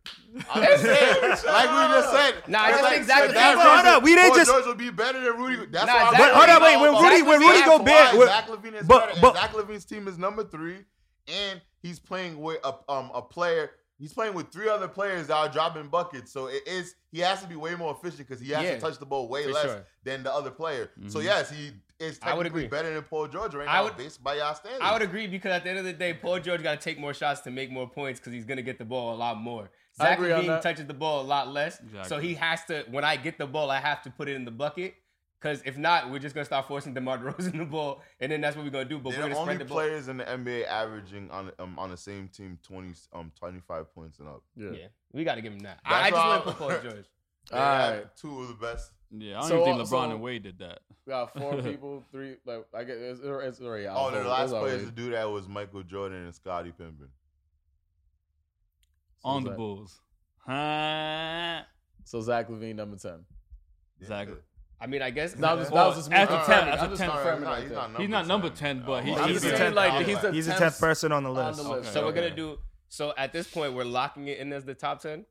Speaker 3: I'm just saying, like we just said.
Speaker 2: Nah, I
Speaker 3: it's
Speaker 2: just
Speaker 3: like,
Speaker 2: think Zach
Speaker 3: for
Speaker 2: Levine-
Speaker 3: that
Speaker 4: Hold on,
Speaker 3: reason,
Speaker 4: we didn't
Speaker 3: Paul
Speaker 4: just-
Speaker 3: George will be better than Rudy. That's
Speaker 2: Nah,
Speaker 3: why I'm
Speaker 2: Zach
Speaker 3: saying
Speaker 2: But hold on,
Speaker 3: about-
Speaker 2: wait, when Rudy- when Rudy
Speaker 3: that's
Speaker 4: Gobert-
Speaker 3: why
Speaker 4: when-
Speaker 3: Zach Levine is
Speaker 4: but-
Speaker 3: better. and
Speaker 4: but-
Speaker 3: Zach Levine's team is number three, and he's playing with a um a player. He's playing with three other players that are dropping buckets, so it is he has to be way more efficient because he has
Speaker 2: Yeah,
Speaker 3: to touch the ball way
Speaker 2: for
Speaker 3: less
Speaker 2: sure. Mm-hmm.
Speaker 3: than the other player. So
Speaker 5: Mhm.
Speaker 3: yes, he is
Speaker 2: I would
Speaker 3: technically
Speaker 2: agree.
Speaker 3: better than Paul George right
Speaker 2: I
Speaker 3: now,
Speaker 2: would-
Speaker 3: based by y'all standards.
Speaker 2: I would agree because at the end of the day, Paul George got to take more shots to make more points because he's going to get the ball a lot more.
Speaker 1: I
Speaker 2: Zach
Speaker 1: agree on
Speaker 2: Levine
Speaker 1: that.
Speaker 2: touches the ball a lot less, so
Speaker 5: Exactly.
Speaker 2: he has to. When I get the ball, I have to put it in the bucket because if not, we're just going to start forcing DeMar DeRozan the ball, and then that's what we're going to do. But we're
Speaker 3: They're
Speaker 2: going
Speaker 3: the
Speaker 2: to
Speaker 3: only
Speaker 2: spread the ball.
Speaker 3: players in the NBA averaging on um, on the same team 20 um 25 points and up.
Speaker 1: Yeah.
Speaker 2: Yeah, we got to give him that.
Speaker 3: That's
Speaker 2: I, I just
Speaker 3: why
Speaker 2: want
Speaker 3: I'm-
Speaker 2: to put Paul George.
Speaker 3: They
Speaker 1: All
Speaker 3: have
Speaker 1: right.
Speaker 3: two of the best.
Speaker 5: Yeah, I don't
Speaker 1: So,
Speaker 5: even
Speaker 1: uh,
Speaker 5: think LeBron
Speaker 1: so-
Speaker 5: and Wade did that.
Speaker 1: We got four people, three. Like I get it's, it's already out.
Speaker 3: Oh, the last
Speaker 1: It's already-
Speaker 3: players to do that was Michael Jordan and Scottie Pippen.
Speaker 1: so
Speaker 5: on the
Speaker 1: Zach-
Speaker 5: Bulls. Huh?
Speaker 1: So Zach Levine, number ten.
Speaker 5: Exactly.
Speaker 2: I mean, I guess
Speaker 1: That was, that
Speaker 2: Well,
Speaker 1: was just me.
Speaker 5: as a
Speaker 1: confirming.
Speaker 5: 10, as a
Speaker 1: I'm just
Speaker 5: 10.
Speaker 1: confirming right there.
Speaker 5: He's not number 10, but
Speaker 3: Oh,
Speaker 5: he's-
Speaker 1: I'm
Speaker 5: he's
Speaker 1: just
Speaker 5: the
Speaker 1: saying,
Speaker 5: tenth.
Speaker 1: like
Speaker 5: Yeah.
Speaker 1: he's the
Speaker 4: He's the tenth person on the
Speaker 1: on
Speaker 4: list.
Speaker 1: the
Speaker 5: Okay.
Speaker 1: list.
Speaker 2: so. We're
Speaker 5: okay.
Speaker 2: going to do So at this point, we're locking it in as the top ten.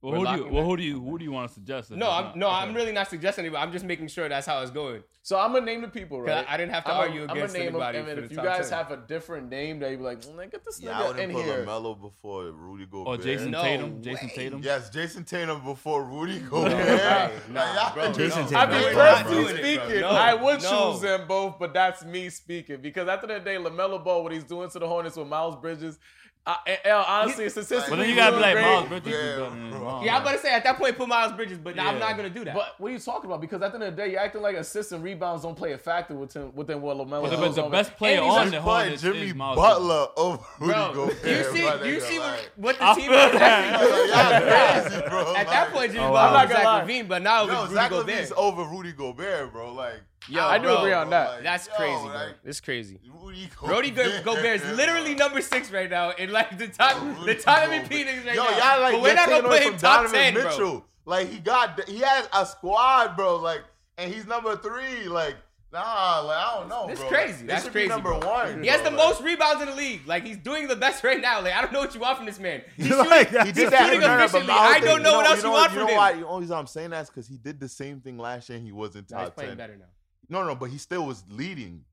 Speaker 5: Well,
Speaker 2: We're
Speaker 5: who do you,
Speaker 2: locking
Speaker 5: well,
Speaker 2: it.
Speaker 5: who do you who do you want to suggest? if
Speaker 2: No,
Speaker 5: it's
Speaker 2: I'm
Speaker 5: not?
Speaker 2: no, I'm
Speaker 5: Okay.
Speaker 2: really not suggesting it, but I'm just making sure that's how it's going.
Speaker 1: So I'm gonna name the people,
Speaker 2: 'Cause I-
Speaker 1: right?
Speaker 2: I didn't have to
Speaker 1: I'ma-
Speaker 2: argue
Speaker 1: I'ma
Speaker 2: against
Speaker 1: name 'em,
Speaker 2: anybody
Speaker 1: and
Speaker 2: for
Speaker 1: then
Speaker 2: the
Speaker 1: if you
Speaker 2: top
Speaker 1: guys
Speaker 2: 10.
Speaker 1: have a different name, they be like, mm, get this
Speaker 3: Yeah, I
Speaker 1: nigga
Speaker 3: would
Speaker 1: in
Speaker 3: have put
Speaker 1: here.
Speaker 3: Lamelo before Rudy Gobert.
Speaker 5: Or Oh, Jason
Speaker 2: No
Speaker 5: Tatum.
Speaker 2: way.
Speaker 5: Jason Tatum.
Speaker 3: Yes, Jason Tatum before Rudy Gobert.
Speaker 2: way.
Speaker 3: Like,
Speaker 2: Nah,
Speaker 3: y'all
Speaker 2: bro,
Speaker 3: can
Speaker 4: Jason
Speaker 3: do-
Speaker 4: Tatum.
Speaker 1: I
Speaker 4: Nah,
Speaker 1: mean,
Speaker 4: bro.
Speaker 1: personally
Speaker 3: Nah, bro.
Speaker 1: speaking,
Speaker 2: No,
Speaker 1: I would
Speaker 2: no.
Speaker 1: choose them both, but that's me speaking because at the end of the day, Lamelo Ball, what he's doing to the Hornets with Miles Bridges, I, and, and honestly, it's
Speaker 3: Like,
Speaker 5: But
Speaker 1: statistically
Speaker 5: then you gotta be like
Speaker 1: doing
Speaker 5: Miles
Speaker 1: great.
Speaker 5: Bridges is
Speaker 3: Yeah,
Speaker 5: better than
Speaker 3: bro.
Speaker 5: Miles.
Speaker 2: Yeah, I'm about to say at that point put Miles Bridges, but nah, I'm
Speaker 5: Yeah.
Speaker 2: not gonna do that.
Speaker 1: But what are you talking about? Because at the end of the day, you're acting like assists and rebounds don't play a factor within within what Lamelo.
Speaker 5: But the-
Speaker 1: does
Speaker 5: but the
Speaker 1: on it.
Speaker 5: best player
Speaker 1: And he's
Speaker 5: on
Speaker 1: a-
Speaker 5: the
Speaker 3: But
Speaker 5: Hornets
Speaker 3: Jimmy
Speaker 5: is Miles
Speaker 3: Butler over Rudy
Speaker 2: bro,
Speaker 3: Gobert.
Speaker 2: do you see,
Speaker 3: my
Speaker 2: do you
Speaker 3: nigga,
Speaker 2: see what,
Speaker 3: like-
Speaker 2: what the
Speaker 5: I
Speaker 2: team
Speaker 5: feel
Speaker 2: was
Speaker 5: that.
Speaker 2: actually doing?
Speaker 3: Y'all crazy, bro.
Speaker 2: At that point, Jimmy
Speaker 4: Oh,
Speaker 2: Butler
Speaker 4: wow.
Speaker 1: I'm
Speaker 2: was
Speaker 1: not
Speaker 2: Zach
Speaker 1: gonna lie.
Speaker 2: Levine, but now
Speaker 3: yo,
Speaker 2: it's Rudy
Speaker 3: Zach
Speaker 2: Gobert.
Speaker 3: Levine's over Rudy Gobert, bro. Like,
Speaker 2: Yo,
Speaker 1: I do
Speaker 2: bro,
Speaker 1: agree on
Speaker 3: bro,
Speaker 1: that.
Speaker 3: like,
Speaker 2: That's
Speaker 3: yo,
Speaker 2: crazy, bro.
Speaker 3: like,
Speaker 2: It's crazy.
Speaker 3: Rudy
Speaker 2: Brody Go- Gobert is literally number six right now, and like the top, the top MVP niggas right
Speaker 3: Yo,
Speaker 2: now.
Speaker 3: y'all like
Speaker 2: but we're not gonna
Speaker 3: gonna
Speaker 2: put him top ten,
Speaker 3: Mitchell.
Speaker 2: bro.
Speaker 3: Like he got, he has a squad, bro. Like, and he's number three. Like, nah, like I don't know.
Speaker 2: That's
Speaker 3: bro.
Speaker 2: crazy.
Speaker 3: They
Speaker 2: That's
Speaker 3: should
Speaker 2: crazy,
Speaker 3: Be number
Speaker 2: bro.
Speaker 3: one.
Speaker 2: He has
Speaker 3: bro.
Speaker 2: the
Speaker 3: Like,
Speaker 2: most rebounds in the league. Like he's doing the best right now. Like I don't know what you want from this man. He's
Speaker 4: You're
Speaker 2: shooting,
Speaker 4: like, that's-
Speaker 2: he's
Speaker 4: He did
Speaker 3: that-
Speaker 2: shooting
Speaker 3: no, no, no, but
Speaker 2: efficiently.
Speaker 3: my whole
Speaker 2: I
Speaker 3: thing-
Speaker 2: don't know what else
Speaker 3: you
Speaker 2: you want
Speaker 3: you
Speaker 2: from
Speaker 3: know
Speaker 2: him.
Speaker 3: Why, the only reason I'm saying that is because he did the same thing last year and he wasn't
Speaker 2: Nah, he's
Speaker 3: top
Speaker 2: playing
Speaker 3: ten.
Speaker 2: better now.
Speaker 3: No, no, but he still was leading.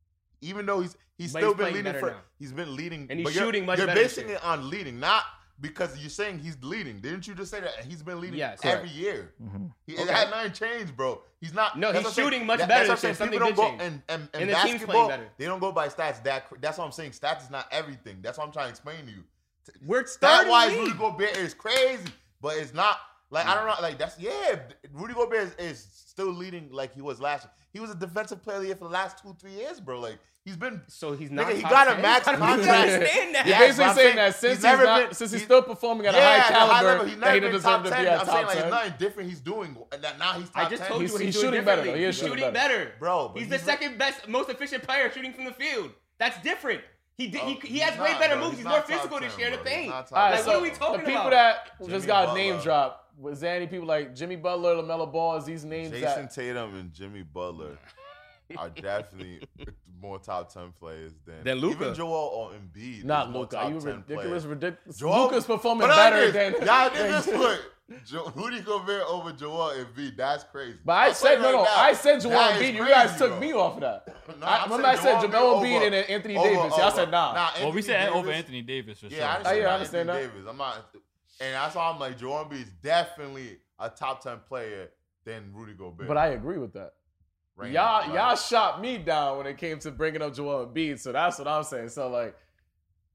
Speaker 3: Even though he's he's
Speaker 2: But
Speaker 3: still
Speaker 2: he's
Speaker 3: been
Speaker 2: playing
Speaker 3: leading
Speaker 2: better
Speaker 3: for
Speaker 2: now.
Speaker 3: he's been leading
Speaker 2: And he's
Speaker 3: but you're-
Speaker 2: shooting much
Speaker 3: You're
Speaker 2: better this
Speaker 3: basing
Speaker 2: year.
Speaker 3: it on leading, not because you're saying he's leading. Didn't you just say that he's been leading
Speaker 2: Yes.
Speaker 3: every year? He, It
Speaker 2: Okay.
Speaker 3: had nothing changed, bro. He's not.
Speaker 2: No,
Speaker 3: that's
Speaker 2: he's
Speaker 3: what I'm saying.
Speaker 2: shooting much
Speaker 3: That-
Speaker 2: better
Speaker 3: That's what I'm
Speaker 2: this year.
Speaker 3: saying. People
Speaker 2: Something
Speaker 3: don't go
Speaker 2: did
Speaker 3: and and,
Speaker 2: And
Speaker 3: and
Speaker 2: the team's playing
Speaker 3: basketball.
Speaker 2: better.
Speaker 3: They don't go by stats. That cr- that's what I'm saying. Stats is not everything. That's what I'm trying to explain to you.
Speaker 2: We're
Speaker 3: Stat
Speaker 2: third
Speaker 3: wise,
Speaker 2: in the
Speaker 3: Rudy
Speaker 2: league.
Speaker 3: Gobert is crazy, but it's not like I don't know. Like that's yeah, Rudy Gobert is, is still leading like he was last year. He was a defensive player of the year for the last two three years, bro. Like he's been.
Speaker 2: So he's
Speaker 3: Nigga,
Speaker 2: not.
Speaker 3: he
Speaker 2: top
Speaker 3: got a
Speaker 2: 10?
Speaker 3: max
Speaker 2: I don't
Speaker 3: contract.
Speaker 2: understand that.
Speaker 3: Yeah,
Speaker 1: You're
Speaker 3: but
Speaker 1: basically
Speaker 3: I'm
Speaker 1: saying
Speaker 3: saying
Speaker 1: that since
Speaker 3: he's
Speaker 1: he's,
Speaker 3: never
Speaker 1: not,
Speaker 3: been-
Speaker 1: since he's
Speaker 3: he-
Speaker 1: still performing at a
Speaker 3: at
Speaker 1: high
Speaker 3: a
Speaker 1: caliber,
Speaker 3: He's
Speaker 1: that
Speaker 3: never
Speaker 1: he
Speaker 3: been
Speaker 1: doesn't
Speaker 3: top
Speaker 1: deserve to
Speaker 3: ten.
Speaker 1: be
Speaker 3: I'm
Speaker 1: at
Speaker 3: saying
Speaker 1: top
Speaker 3: like it's
Speaker 1: ten.
Speaker 3: nothing different. He's doing and that now he's top
Speaker 2: I just
Speaker 3: ten.
Speaker 2: told
Speaker 1: He's-
Speaker 2: you what
Speaker 1: he's
Speaker 2: he's, doing
Speaker 1: shooting better,
Speaker 2: differently.
Speaker 1: though. He
Speaker 2: He's
Speaker 1: is shooting
Speaker 2: shooting better,
Speaker 3: Bro, but
Speaker 2: He's the
Speaker 3: he's-
Speaker 2: second best, most efficient player shooting from the field. That's different. He did,
Speaker 3: Oh,
Speaker 2: he, he
Speaker 3: he's
Speaker 2: has way
Speaker 3: not,
Speaker 2: better
Speaker 3: bro.
Speaker 2: moves. He's,
Speaker 3: He's not
Speaker 2: more
Speaker 3: top
Speaker 2: physical to
Speaker 3: 10,
Speaker 2: share the
Speaker 3: bro. He's
Speaker 2: pain.
Speaker 3: not top
Speaker 1: All right,
Speaker 2: Like,
Speaker 1: so
Speaker 2: what are we
Speaker 1: the
Speaker 2: talking
Speaker 1: people
Speaker 2: about?
Speaker 1: that
Speaker 3: Jimmy
Speaker 1: just got
Speaker 3: Butler.
Speaker 1: name dropped was there any people like Jimmy Butler, Lamelo Ball, is these names
Speaker 3: Jason
Speaker 1: that
Speaker 3: Tatum and Jimmy Butler are definitely more top ten players than
Speaker 2: Than Luka.
Speaker 3: Even Joel or Embiid. is
Speaker 1: not
Speaker 3: more
Speaker 1: Luca.
Speaker 3: top
Speaker 1: you
Speaker 3: 10
Speaker 1: ridiculous,
Speaker 3: players.
Speaker 1: ridiculous.
Speaker 3: Joel-
Speaker 1: Luca's performing
Speaker 3: But I
Speaker 1: better
Speaker 3: did-
Speaker 1: than
Speaker 3: y'all did this put jo- Rudy Gobert over Joel Embiid. That's crazy.
Speaker 1: But I
Speaker 3: I'm
Speaker 1: said
Speaker 3: saying
Speaker 1: no, no.
Speaker 3: right now,
Speaker 1: I said Joel
Speaker 3: that
Speaker 1: Embiid.
Speaker 3: is
Speaker 1: you guys
Speaker 3: crazy,
Speaker 1: took
Speaker 3: bro.
Speaker 1: me off of that.
Speaker 3: No,
Speaker 1: I, remember I said Joel Embiid and then Anthony
Speaker 3: over-
Speaker 1: Davis. Y'all
Speaker 3: over-
Speaker 1: said nah.
Speaker 3: Nah,
Speaker 5: Well, we
Speaker 3: Anthony
Speaker 5: said over
Speaker 3: Davis-
Speaker 5: Anthony Davis for
Speaker 3: Yeah, I
Speaker 5: sure.
Speaker 1: Oh, yeah, I understand
Speaker 3: understand that.
Speaker 1: that.
Speaker 3: Anthony Davis. I'm not, and that's why I'm like Joel Embiid is definitely a top ten player than Rudy Gobert.
Speaker 1: But I agree with that.
Speaker 3: Right
Speaker 1: y'all,
Speaker 3: now,
Speaker 1: y'all
Speaker 3: like-
Speaker 1: shot me down when it came to bringing up Joel Embiid. So that's what I'm saying. So like,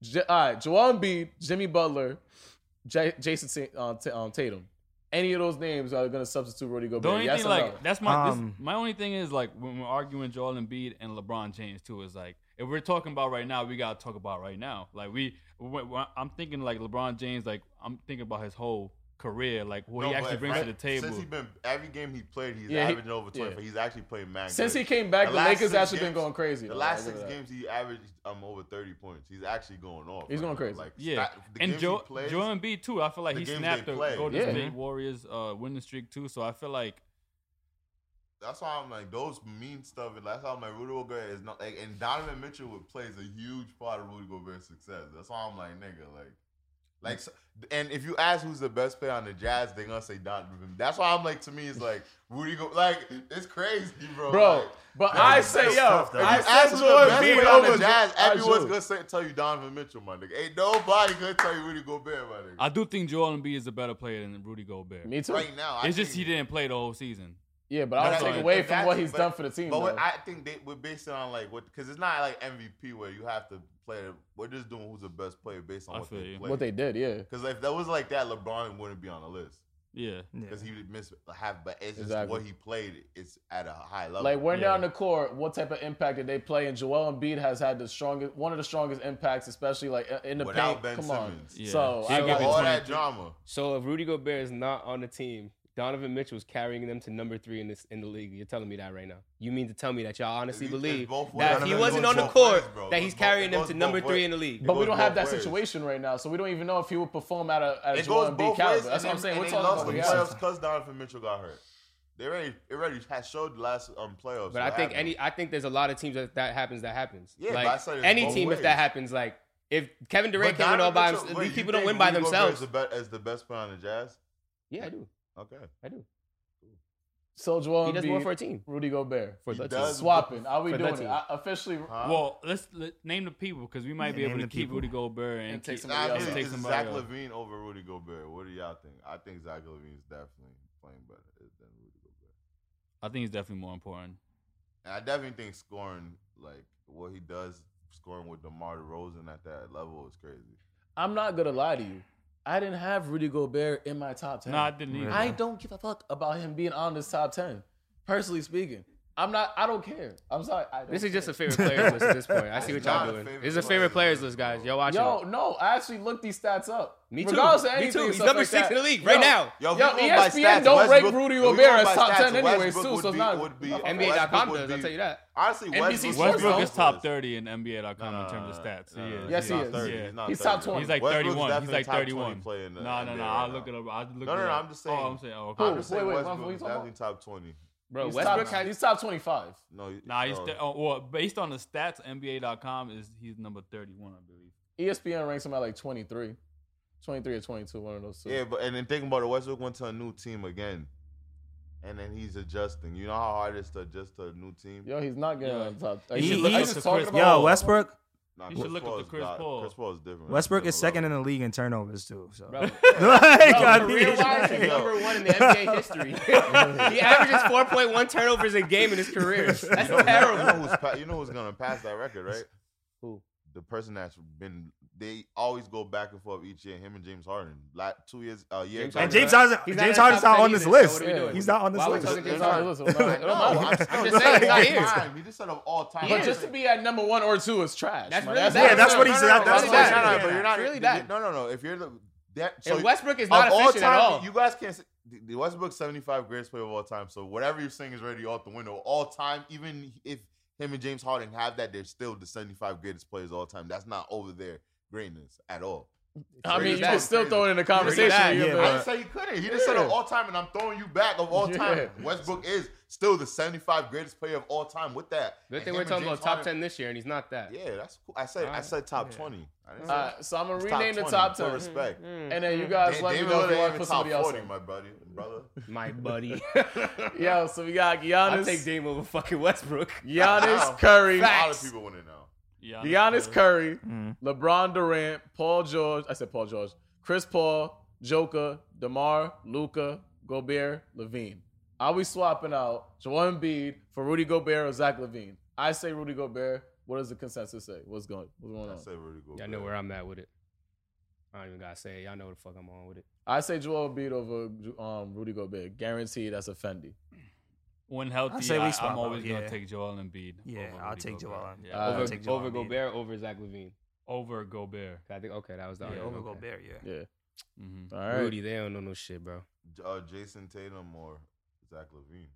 Speaker 1: J- all right, Joel Embiid, Jimmy Butler, J- Jason Sa- uh, T- um, Tatum. Any of those names are going to substitute Rudy Gobert?
Speaker 5: The only
Speaker 1: yes
Speaker 5: thing,
Speaker 1: or
Speaker 5: like,
Speaker 1: no?
Speaker 5: that's my this,
Speaker 4: Um,
Speaker 5: my only thing is like when we're arguing Joel Embiid and LeBron James too is like if we're talking about right now, we gotta talk about right now. Like we, we- we- I'm thinking like LeBron James, like I'm thinking about his whole career, like what
Speaker 3: No,
Speaker 5: he
Speaker 3: but
Speaker 5: actually brings
Speaker 3: right-
Speaker 5: to the table.
Speaker 3: Since he been every game he played, he's
Speaker 1: Yeah, he-
Speaker 3: averaging over
Speaker 1: yeah.
Speaker 3: 20. He's actually playing man.
Speaker 1: Since
Speaker 3: good.
Speaker 1: he came back,
Speaker 3: The
Speaker 1: the,
Speaker 3: last
Speaker 1: Lakers
Speaker 3: six
Speaker 1: actually
Speaker 3: games-
Speaker 1: been going crazy.
Speaker 3: The
Speaker 1: though.
Speaker 3: last
Speaker 1: Like,
Speaker 3: six
Speaker 1: look at that.
Speaker 3: games, he averaged um over 30 points. He's actually going off.
Speaker 1: He's
Speaker 3: right
Speaker 1: going
Speaker 3: now.
Speaker 1: crazy.
Speaker 3: Like,
Speaker 5: Yeah,
Speaker 3: stat- the
Speaker 5: and
Speaker 3: games he
Speaker 5: Joe
Speaker 3: plays-
Speaker 5: Joel Embiid too. I feel like
Speaker 3: the
Speaker 5: he
Speaker 3: games
Speaker 5: snapped
Speaker 3: they
Speaker 5: the
Speaker 3: play.
Speaker 5: Golden
Speaker 1: Yeah.
Speaker 5: State Warriors uh, winning streak too. So I feel like
Speaker 3: That's why I'm like those mean stuff, and that's how my Rudy Gobert is not like. And Donovan Mitchell would plays a huge part of Rudy Gobert's success. That's why I'm like, nigga, like, like. so- and if you ask who's the best player on the Jazz, they're gonna say Donovan. That's why I'm like, to me, it's like Rudy. Go- like, it's crazy, bro.
Speaker 1: bro.
Speaker 3: Like,
Speaker 1: But
Speaker 4: Yeah,
Speaker 1: I
Speaker 4: that's
Speaker 1: say, yo,
Speaker 4: tough, though.
Speaker 1: I
Speaker 4: You
Speaker 3: ask
Speaker 1: said
Speaker 3: who's
Speaker 1: Joel
Speaker 3: the best
Speaker 1: Embiid
Speaker 3: player on
Speaker 1: over
Speaker 3: the Jazz.
Speaker 1: I
Speaker 3: Everyone's
Speaker 1: do.
Speaker 3: gonna say, tell you Donovan Mitchell, my nigga. Ain't nobody gonna tell you Rudy Gobert, my nigga.
Speaker 5: I do think Joel Embiid is a better player than Rudy Gobert.
Speaker 1: Me too.
Speaker 3: right now, I
Speaker 5: It's just
Speaker 3: think-
Speaker 5: he didn't play the whole season.
Speaker 1: Yeah, but I
Speaker 5: That's
Speaker 1: don't
Speaker 5: fine.
Speaker 1: take away
Speaker 3: Exactly,
Speaker 1: from what he's
Speaker 3: but-
Speaker 1: done for the team.
Speaker 3: But what,
Speaker 1: though.
Speaker 3: I think they, we're basing on like what because it's not like MVP where you have to play. We're just doing who's the best player based on
Speaker 5: I
Speaker 3: what
Speaker 5: feel
Speaker 3: they,
Speaker 5: you.
Speaker 3: play.
Speaker 1: what they did, yeah.
Speaker 3: Because if that was like that, LeBron wouldn't be on the list
Speaker 5: Yeah.
Speaker 3: because he would miss half. But it's just
Speaker 1: Exactly.
Speaker 3: what he played. It's at a high level.
Speaker 1: Like when they're
Speaker 5: Yeah.
Speaker 1: on the court, what type of impact did they play? And Joel Embiid has had the strongest, one of the strongest impacts, especially like in the
Speaker 3: Without
Speaker 1: paint.
Speaker 3: Ben
Speaker 1: Come
Speaker 3: Simmons.
Speaker 1: on,
Speaker 5: Yeah.
Speaker 1: so
Speaker 5: He'll
Speaker 1: I
Speaker 3: so
Speaker 5: give
Speaker 1: like-
Speaker 5: you
Speaker 3: all
Speaker 5: 20
Speaker 3: that drama.
Speaker 2: So if Rudy Gobert is not on the team, Donovan Mitchell's carrying them to number three in this in the league. You're telling me that right now. You mean to tell me that y'all honestly
Speaker 3: It's
Speaker 2: believe
Speaker 3: both ways.
Speaker 2: that if he
Speaker 3: Donovan
Speaker 2: wasn't
Speaker 3: goes
Speaker 2: on the
Speaker 3: both
Speaker 2: court,
Speaker 3: ways, bro.
Speaker 2: that
Speaker 3: It
Speaker 2: he's
Speaker 3: goes
Speaker 2: carrying
Speaker 3: both-
Speaker 2: them to
Speaker 3: it goes
Speaker 2: number
Speaker 3: both
Speaker 2: three
Speaker 3: ways.
Speaker 2: in the league?
Speaker 3: It
Speaker 1: but we
Speaker 3: goes
Speaker 1: don't have
Speaker 3: both
Speaker 1: that
Speaker 3: ways.
Speaker 1: situation right now, so we don't even know if he would perform at a at a
Speaker 3: It
Speaker 1: Joel
Speaker 3: goes
Speaker 1: Embiid
Speaker 3: both
Speaker 1: caliber.
Speaker 3: ways.
Speaker 1: That's
Speaker 3: and
Speaker 1: what I'm
Speaker 3: they-
Speaker 1: saying. We're
Speaker 3: and
Speaker 1: talking about
Speaker 3: they
Speaker 1: the
Speaker 3: lost
Speaker 1: reality.
Speaker 3: the playoffs because Donovan Mitchell got hurt. They already, it already has showed the last um playoffs.
Speaker 2: But I
Speaker 3: what
Speaker 2: think
Speaker 3: happened.
Speaker 2: any I think there's a lot of teams that that happens that happens.
Speaker 3: Yeah, but I
Speaker 2: like
Speaker 3: said it's
Speaker 2: any
Speaker 3: both
Speaker 2: team if
Speaker 3: ways.
Speaker 2: that happens, like If Kevin Durant can't win all by himself, these people don't win by themselves.
Speaker 3: As the, be- as the best player on the Jazz,
Speaker 2: Yeah, I do.
Speaker 3: okay.
Speaker 2: I do.
Speaker 1: Soldier Boy
Speaker 2: He does more
Speaker 1: Embiid,
Speaker 2: for a team.
Speaker 1: Rudy Gobert.
Speaker 2: For
Speaker 3: He
Speaker 2: the team.
Speaker 3: does.
Speaker 1: Swapping. Are we
Speaker 2: For the
Speaker 1: doing it?
Speaker 2: team.
Speaker 1: I officially.
Speaker 3: Huh?
Speaker 5: Well, let's let, name the people because we might be
Speaker 4: Yeah,
Speaker 5: able to
Speaker 4: name the
Speaker 5: keep
Speaker 4: people.
Speaker 5: Rudy Gobert and,
Speaker 1: And take
Speaker 5: keep-
Speaker 1: somebody
Speaker 5: and
Speaker 1: else.
Speaker 3: It's-
Speaker 1: I'll
Speaker 5: take
Speaker 3: it's
Speaker 5: somebody
Speaker 3: Zach
Speaker 5: else.
Speaker 3: Levine over Rudy Gobert. What do y'all think? I think Zach Levine's definitely playing better than Rudy Gobert.
Speaker 5: I think he's definitely more important.
Speaker 3: And I definitely think scoring, like what he does, scoring with DeMar DeRozan at that level is crazy.
Speaker 1: I'm not gonna lie to you. I didn't have Rudy Gobert in my top ten.
Speaker 5: No, I didn't either.
Speaker 4: Yeah.
Speaker 1: I don't give a fuck about him being on this top ten. Personally speaking, I'm not. I don't care. I'm sorry. I don't
Speaker 2: This is just
Speaker 1: care.
Speaker 2: a favorite players list at this point. I see what
Speaker 3: It's
Speaker 2: y'all
Speaker 3: not a
Speaker 2: doing.
Speaker 3: favorite
Speaker 2: It's a
Speaker 3: players
Speaker 2: favorite players list,
Speaker 3: list,
Speaker 2: guys.
Speaker 3: bro.
Speaker 2: Y'all watching?
Speaker 1: Yo, no, I actually looked these stats up.
Speaker 2: Me too.
Speaker 1: Regardless of
Speaker 2: Me
Speaker 1: anything,
Speaker 2: too.
Speaker 1: and
Speaker 2: He's
Speaker 1: stuff
Speaker 2: number
Speaker 1: like
Speaker 2: six
Speaker 1: that.
Speaker 2: in the league right
Speaker 1: Yo,
Speaker 2: now.
Speaker 3: we
Speaker 1: Yo, E
Speaker 3: going by
Speaker 1: ESPN
Speaker 3: stats,
Speaker 1: don't rank
Speaker 3: Westbrook-
Speaker 1: Rudy
Speaker 3: if we
Speaker 1: Gobert
Speaker 3: going
Speaker 1: as
Speaker 3: by
Speaker 1: top 10 anyways,
Speaker 3: Westbrook
Speaker 1: too,
Speaker 3: would
Speaker 1: so it's
Speaker 3: be-
Speaker 1: not-
Speaker 3: Would be,
Speaker 1: Westbrook
Speaker 2: NBA.com
Speaker 3: would
Speaker 2: does. I'll
Speaker 3: be-
Speaker 2: tell you that.
Speaker 3: Honestly,
Speaker 1: NBC
Speaker 3: Westbrook,
Speaker 1: He's
Speaker 5: Westbrook is
Speaker 1: also-
Speaker 5: top 30 in NBA.com um, in terms of stats. He is.
Speaker 1: Yes,
Speaker 5: yeah.
Speaker 1: he is.
Speaker 5: Yeah.
Speaker 1: He's top 20.
Speaker 5: He's like
Speaker 3: Westbrook's
Speaker 5: 31. He's
Speaker 3: definitely
Speaker 5: like
Speaker 3: top 20
Speaker 5: 31.
Speaker 3: player in the
Speaker 5: no, no,
Speaker 3: NBA
Speaker 5: no.
Speaker 3: right
Speaker 5: I'll
Speaker 3: now.
Speaker 5: look it up. I'll look
Speaker 3: No,
Speaker 5: it
Speaker 3: no, no,
Speaker 5: up.
Speaker 3: I'm just
Speaker 5: Oh,
Speaker 3: saying.
Speaker 5: I'm saying. Oh,
Speaker 1: Who?
Speaker 5: okay.
Speaker 3: I'm just saying
Speaker 1: Wait, wait,
Speaker 3: Westbrook
Speaker 1: what you
Speaker 3: is
Speaker 1: talking
Speaker 3: definitely top twenty.
Speaker 2: Bro,
Speaker 1: He's
Speaker 2: Westbrook
Speaker 1: top,
Speaker 2: has
Speaker 1: he's top 25.
Speaker 3: No, he-
Speaker 5: Nah, he's
Speaker 3: no.
Speaker 5: th- oh, well, based on the stats, NBA.com is he's number 31, I believe.
Speaker 1: ESPN ranks him at like 23, 23 or 22, one of those two.
Speaker 3: Yeah, but and then thinking about it, Westbrook went to a new team again, and then he's adjusting. You know how hard it is to adjust to a new team.
Speaker 1: Yo, he's not getting
Speaker 5: Yeah.
Speaker 1: on top. Are
Speaker 4: He-
Speaker 1: you,
Speaker 4: he-
Speaker 1: are you just talking about?
Speaker 4: Yo, Westbrook.
Speaker 3: Nah,
Speaker 5: You should look up
Speaker 3: Paul
Speaker 5: the
Speaker 3: is
Speaker 5: Chris
Speaker 3: not-
Speaker 5: Paul.
Speaker 3: Chris Paul is different.
Speaker 4: Westbrook is second in the league in turnovers too. So.
Speaker 5: Bro,
Speaker 4: Like, I
Speaker 2: Yo,
Speaker 4: mean,
Speaker 2: career-wise, he's
Speaker 3: Yo.
Speaker 2: number one in the NBA history. he averages 4.1 turnovers a game in his career. That's
Speaker 3: You know- You know
Speaker 2: terrible.
Speaker 3: who's, pa- you know who's gonna pass that record, right?
Speaker 2: Who?
Speaker 3: The person that's been. They always go back and forth each year. Him and James Harden. Like two years, a uh, year.
Speaker 2: James
Speaker 3: ago.
Speaker 4: And James Harden,
Speaker 2: He's not in
Speaker 4: James
Speaker 2: the
Speaker 4: Harden's
Speaker 2: top
Speaker 4: not on
Speaker 2: 10 either,
Speaker 4: this
Speaker 2: so
Speaker 4: list.
Speaker 2: what are we doing?
Speaker 4: He's not on this
Speaker 2: Why are we
Speaker 4: list.
Speaker 2: talking
Speaker 1: It's
Speaker 2: James
Speaker 1: all right,
Speaker 2: Harden?
Speaker 1: listen, no,
Speaker 3: No,
Speaker 1: no,
Speaker 3: I'm,
Speaker 1: no.
Speaker 3: I'm
Speaker 2: just saying,
Speaker 3: saying
Speaker 2: he's
Speaker 3: all
Speaker 2: not
Speaker 3: time. He just said of all time.
Speaker 1: But just to be at number one or two is trash.
Speaker 2: That's
Speaker 1: man.
Speaker 2: really bad.
Speaker 4: Yeah, that's what he
Speaker 2: No,
Speaker 4: said.
Speaker 2: no, no,
Speaker 4: That's
Speaker 2: no,
Speaker 4: what he
Speaker 2: no,
Speaker 4: said.
Speaker 2: no, no, but you're not
Speaker 3: really
Speaker 2: really bad.
Speaker 3: that. No, no, no. If you're the that so
Speaker 2: And Westbrook is not
Speaker 3: of all
Speaker 2: efficient
Speaker 3: time,
Speaker 2: at all.
Speaker 3: you guys can't. Say, the- the Westbrook's 75 greatest player of all time. So whatever you're saying is already out the window. All time, even if him and James Harden have that, they're still the 75 greatest players of all time. That's not over their greatness at all.
Speaker 1: I mean,
Speaker 3: Really
Speaker 1: you
Speaker 3: bad.
Speaker 1: can still throw it in the conversation.
Speaker 2: bad.
Speaker 1: yeah,
Speaker 4: Yeah,
Speaker 1: but-
Speaker 3: I didn't say you couldn't. He just said
Speaker 1: Yeah.
Speaker 3: of all time, and I'm throwing you back of all time.
Speaker 1: Yeah.
Speaker 3: Westbrook is still the 75 greatest player of all time. With that,
Speaker 2: Good
Speaker 3: And
Speaker 2: thing
Speaker 3: him
Speaker 2: we're
Speaker 3: and
Speaker 2: talking
Speaker 3: James
Speaker 2: about top
Speaker 3: Harden-
Speaker 2: 10 this year, and he's not that.
Speaker 3: Yeah, that's cool. I said I
Speaker 2: Alright.
Speaker 3: said top
Speaker 4: Yeah.
Speaker 3: 20. I didn't say
Speaker 1: All right, uh, so I'm gonna
Speaker 3: It's
Speaker 1: rename the
Speaker 3: 20,
Speaker 1: top
Speaker 3: for
Speaker 1: ten,
Speaker 3: respect.
Speaker 1: and then
Speaker 2: Mm.
Speaker 1: you guys let me
Speaker 3: Damian
Speaker 1: know if you
Speaker 3: Lillard
Speaker 1: want
Speaker 3: ain't
Speaker 1: to
Speaker 3: even
Speaker 1: put somebody
Speaker 3: top
Speaker 1: else
Speaker 3: 40,
Speaker 1: in.
Speaker 3: my buddy, brother.
Speaker 2: My buddy.
Speaker 1: Yo, so we got
Speaker 2: I'll take
Speaker 1: Giannis,
Speaker 2: Dame over fucking Westbrook.
Speaker 3: Wow.
Speaker 1: Giannis Curry,
Speaker 3: A lot of people winning now.
Speaker 1: Giannis Curry,
Speaker 4: Mhm.
Speaker 1: LeBron Durant, Paul George. I said Paul George, Chris Paul, Joker, Demar, Luca, Gobert, Levine. Are we swapping out Joel Embiid for Rudy Gobert or Zach Levine? I say Rudy Gobert. What does the consensus say? What's going? What's going
Speaker 3: I
Speaker 1: on?
Speaker 3: say Rudy Gobert.
Speaker 2: Y'all know where I'm at with it. I don't even gotta say it. Y'all know what the fuck I'm on with it.
Speaker 1: I say Joel Embiid over um, Rudy Gobert. Guaranteed, that's a Fendi.
Speaker 5: When
Speaker 4: I'd
Speaker 5: healthy,
Speaker 4: say we
Speaker 5: I,
Speaker 4: swap
Speaker 5: I'm
Speaker 4: out,
Speaker 5: always
Speaker 4: yeah.
Speaker 5: gonna take Joel Embiid.
Speaker 4: Yeah,
Speaker 5: over
Speaker 4: I'll
Speaker 5: Rudy Gobert.
Speaker 4: take Joel Embiid.
Speaker 5: Yeah,
Speaker 1: Uh,
Speaker 5: over,
Speaker 2: over
Speaker 4: take Joel
Speaker 2: over
Speaker 4: Embiid.
Speaker 2: Gobert, over Zach Levine.
Speaker 5: over Gobert.
Speaker 2: I think okay, that was the
Speaker 5: Yeah,
Speaker 2: argument,
Speaker 4: over
Speaker 2: okay.
Speaker 4: Gobert, yeah.
Speaker 1: Yeah.
Speaker 5: hmm
Speaker 1: All right.
Speaker 2: Rudy, they don't know no shit, bro.
Speaker 3: J- Uh, Jason Tatum or Zach Levine.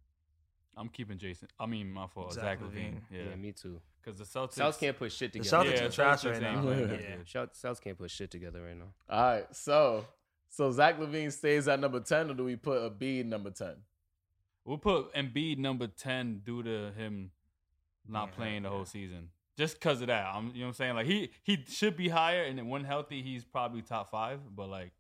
Speaker 5: I'm keeping Jason. I mean, my fault.
Speaker 4: Zach
Speaker 5: Zach, Levine.
Speaker 4: Levine.
Speaker 5: Yeah,
Speaker 2: Yeah, me too.
Speaker 5: because the Celtics.
Speaker 2: Celtics can't put shit
Speaker 4: The
Speaker 2: together.
Speaker 4: Celtics
Speaker 5: yeah,
Speaker 4: are trash
Speaker 5: Celtics
Speaker 4: right
Speaker 5: ain't
Speaker 4: now.
Speaker 5: playing
Speaker 1: Yeah.
Speaker 5: that good.
Speaker 2: Shel- Celtics can't put shit together right now.
Speaker 1: All right, so so Zach Levine stays at number ten, or do we put a B number ten?
Speaker 5: We'll put Embiid number ten due to him not
Speaker 4: Yeah,
Speaker 5: playing the whole season. Just because of that, I'm, you know what I'm saying. Like he he should be higher, and then when healthy, he's probably top five. But like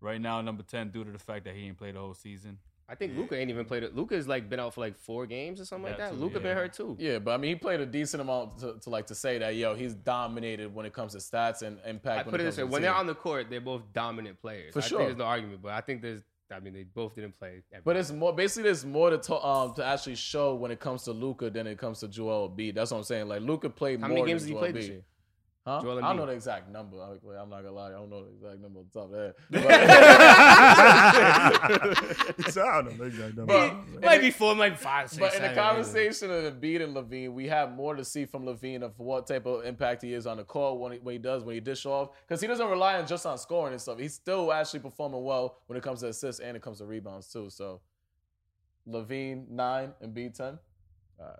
Speaker 5: right now, number ten due to the fact that he ain't played the whole season.
Speaker 2: I think
Speaker 3: Yeah.
Speaker 2: Luca ain't even played it. Luca's like been out for like four games or something like
Speaker 5: Yeah,
Speaker 2: that.
Speaker 5: too,
Speaker 2: Luca
Speaker 5: yeah.
Speaker 2: been hurt too.
Speaker 1: Yeah, but I mean, he played a decent amount to, to like to say that yo, he's dominated when it comes to stats and impact.
Speaker 2: I
Speaker 1: when
Speaker 2: put it
Speaker 1: comes
Speaker 2: this
Speaker 1: to
Speaker 2: way:
Speaker 1: the
Speaker 2: when they're
Speaker 1: team.
Speaker 2: on the court, they're both dominant players.
Speaker 1: For
Speaker 2: I
Speaker 1: sure.
Speaker 2: think there's no argument, but I think there's. I mean, they both didn't play. every-
Speaker 1: But it's more basically there's more to talk, um to actually show when it comes to Luca than it comes to Joel B. That's what I'm saying. Like Luca played
Speaker 2: how
Speaker 1: more
Speaker 2: many games
Speaker 1: than
Speaker 2: did he
Speaker 1: Joel
Speaker 2: play
Speaker 1: Embiid.
Speaker 2: this year?
Speaker 1: Huh?
Speaker 2: Joel
Speaker 1: I don't
Speaker 2: Embiid.
Speaker 1: know the exact number. I'm, like, I'm not gonna lie, I don't know the exact number on top of that.
Speaker 4: so I don't know exactly.
Speaker 1: But-
Speaker 4: But,
Speaker 1: Yeah.
Speaker 2: Might be four, might be five, six.
Speaker 1: But in the
Speaker 2: seven, eight.
Speaker 1: conversation of Embiid and Levine, we have more to see from Levine of what type of impact he is on the court when he, when he does when he dish off because he doesn't rely on just on scoring and stuff. He's still actually performing well when it comes to assists and it comes to rebounds too. So Levine nine and B ten.
Speaker 5: I,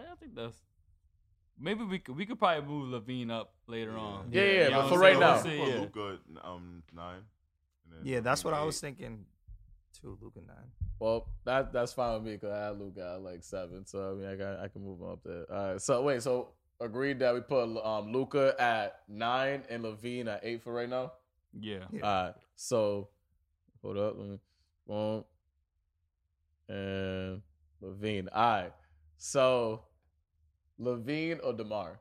Speaker 5: I think that's maybe we could, we could probably move Levine up later on.
Speaker 1: Yeah, yeah,
Speaker 5: You
Speaker 1: yeah,
Speaker 5: know
Speaker 1: but
Speaker 5: what
Speaker 1: for
Speaker 5: I'm
Speaker 1: right
Speaker 5: saying?
Speaker 1: now.
Speaker 5: We'll see, yeah.
Speaker 3: Luca um nine. and then
Speaker 4: yeah, that's what I
Speaker 3: Levine
Speaker 4: was
Speaker 3: eight.
Speaker 4: thinking. Too Luca nine.
Speaker 1: Well, that that's fine with me because I had Luke at like seven, so I mean I got I can move him up there. All right, so wait, so agreed that we put um, Luca at nine and Levine at eight for right now?
Speaker 5: Yeah.
Speaker 4: Yeah.
Speaker 1: All right. So hold up. Let me boom. And Levine. All right. So Levine or DeMar?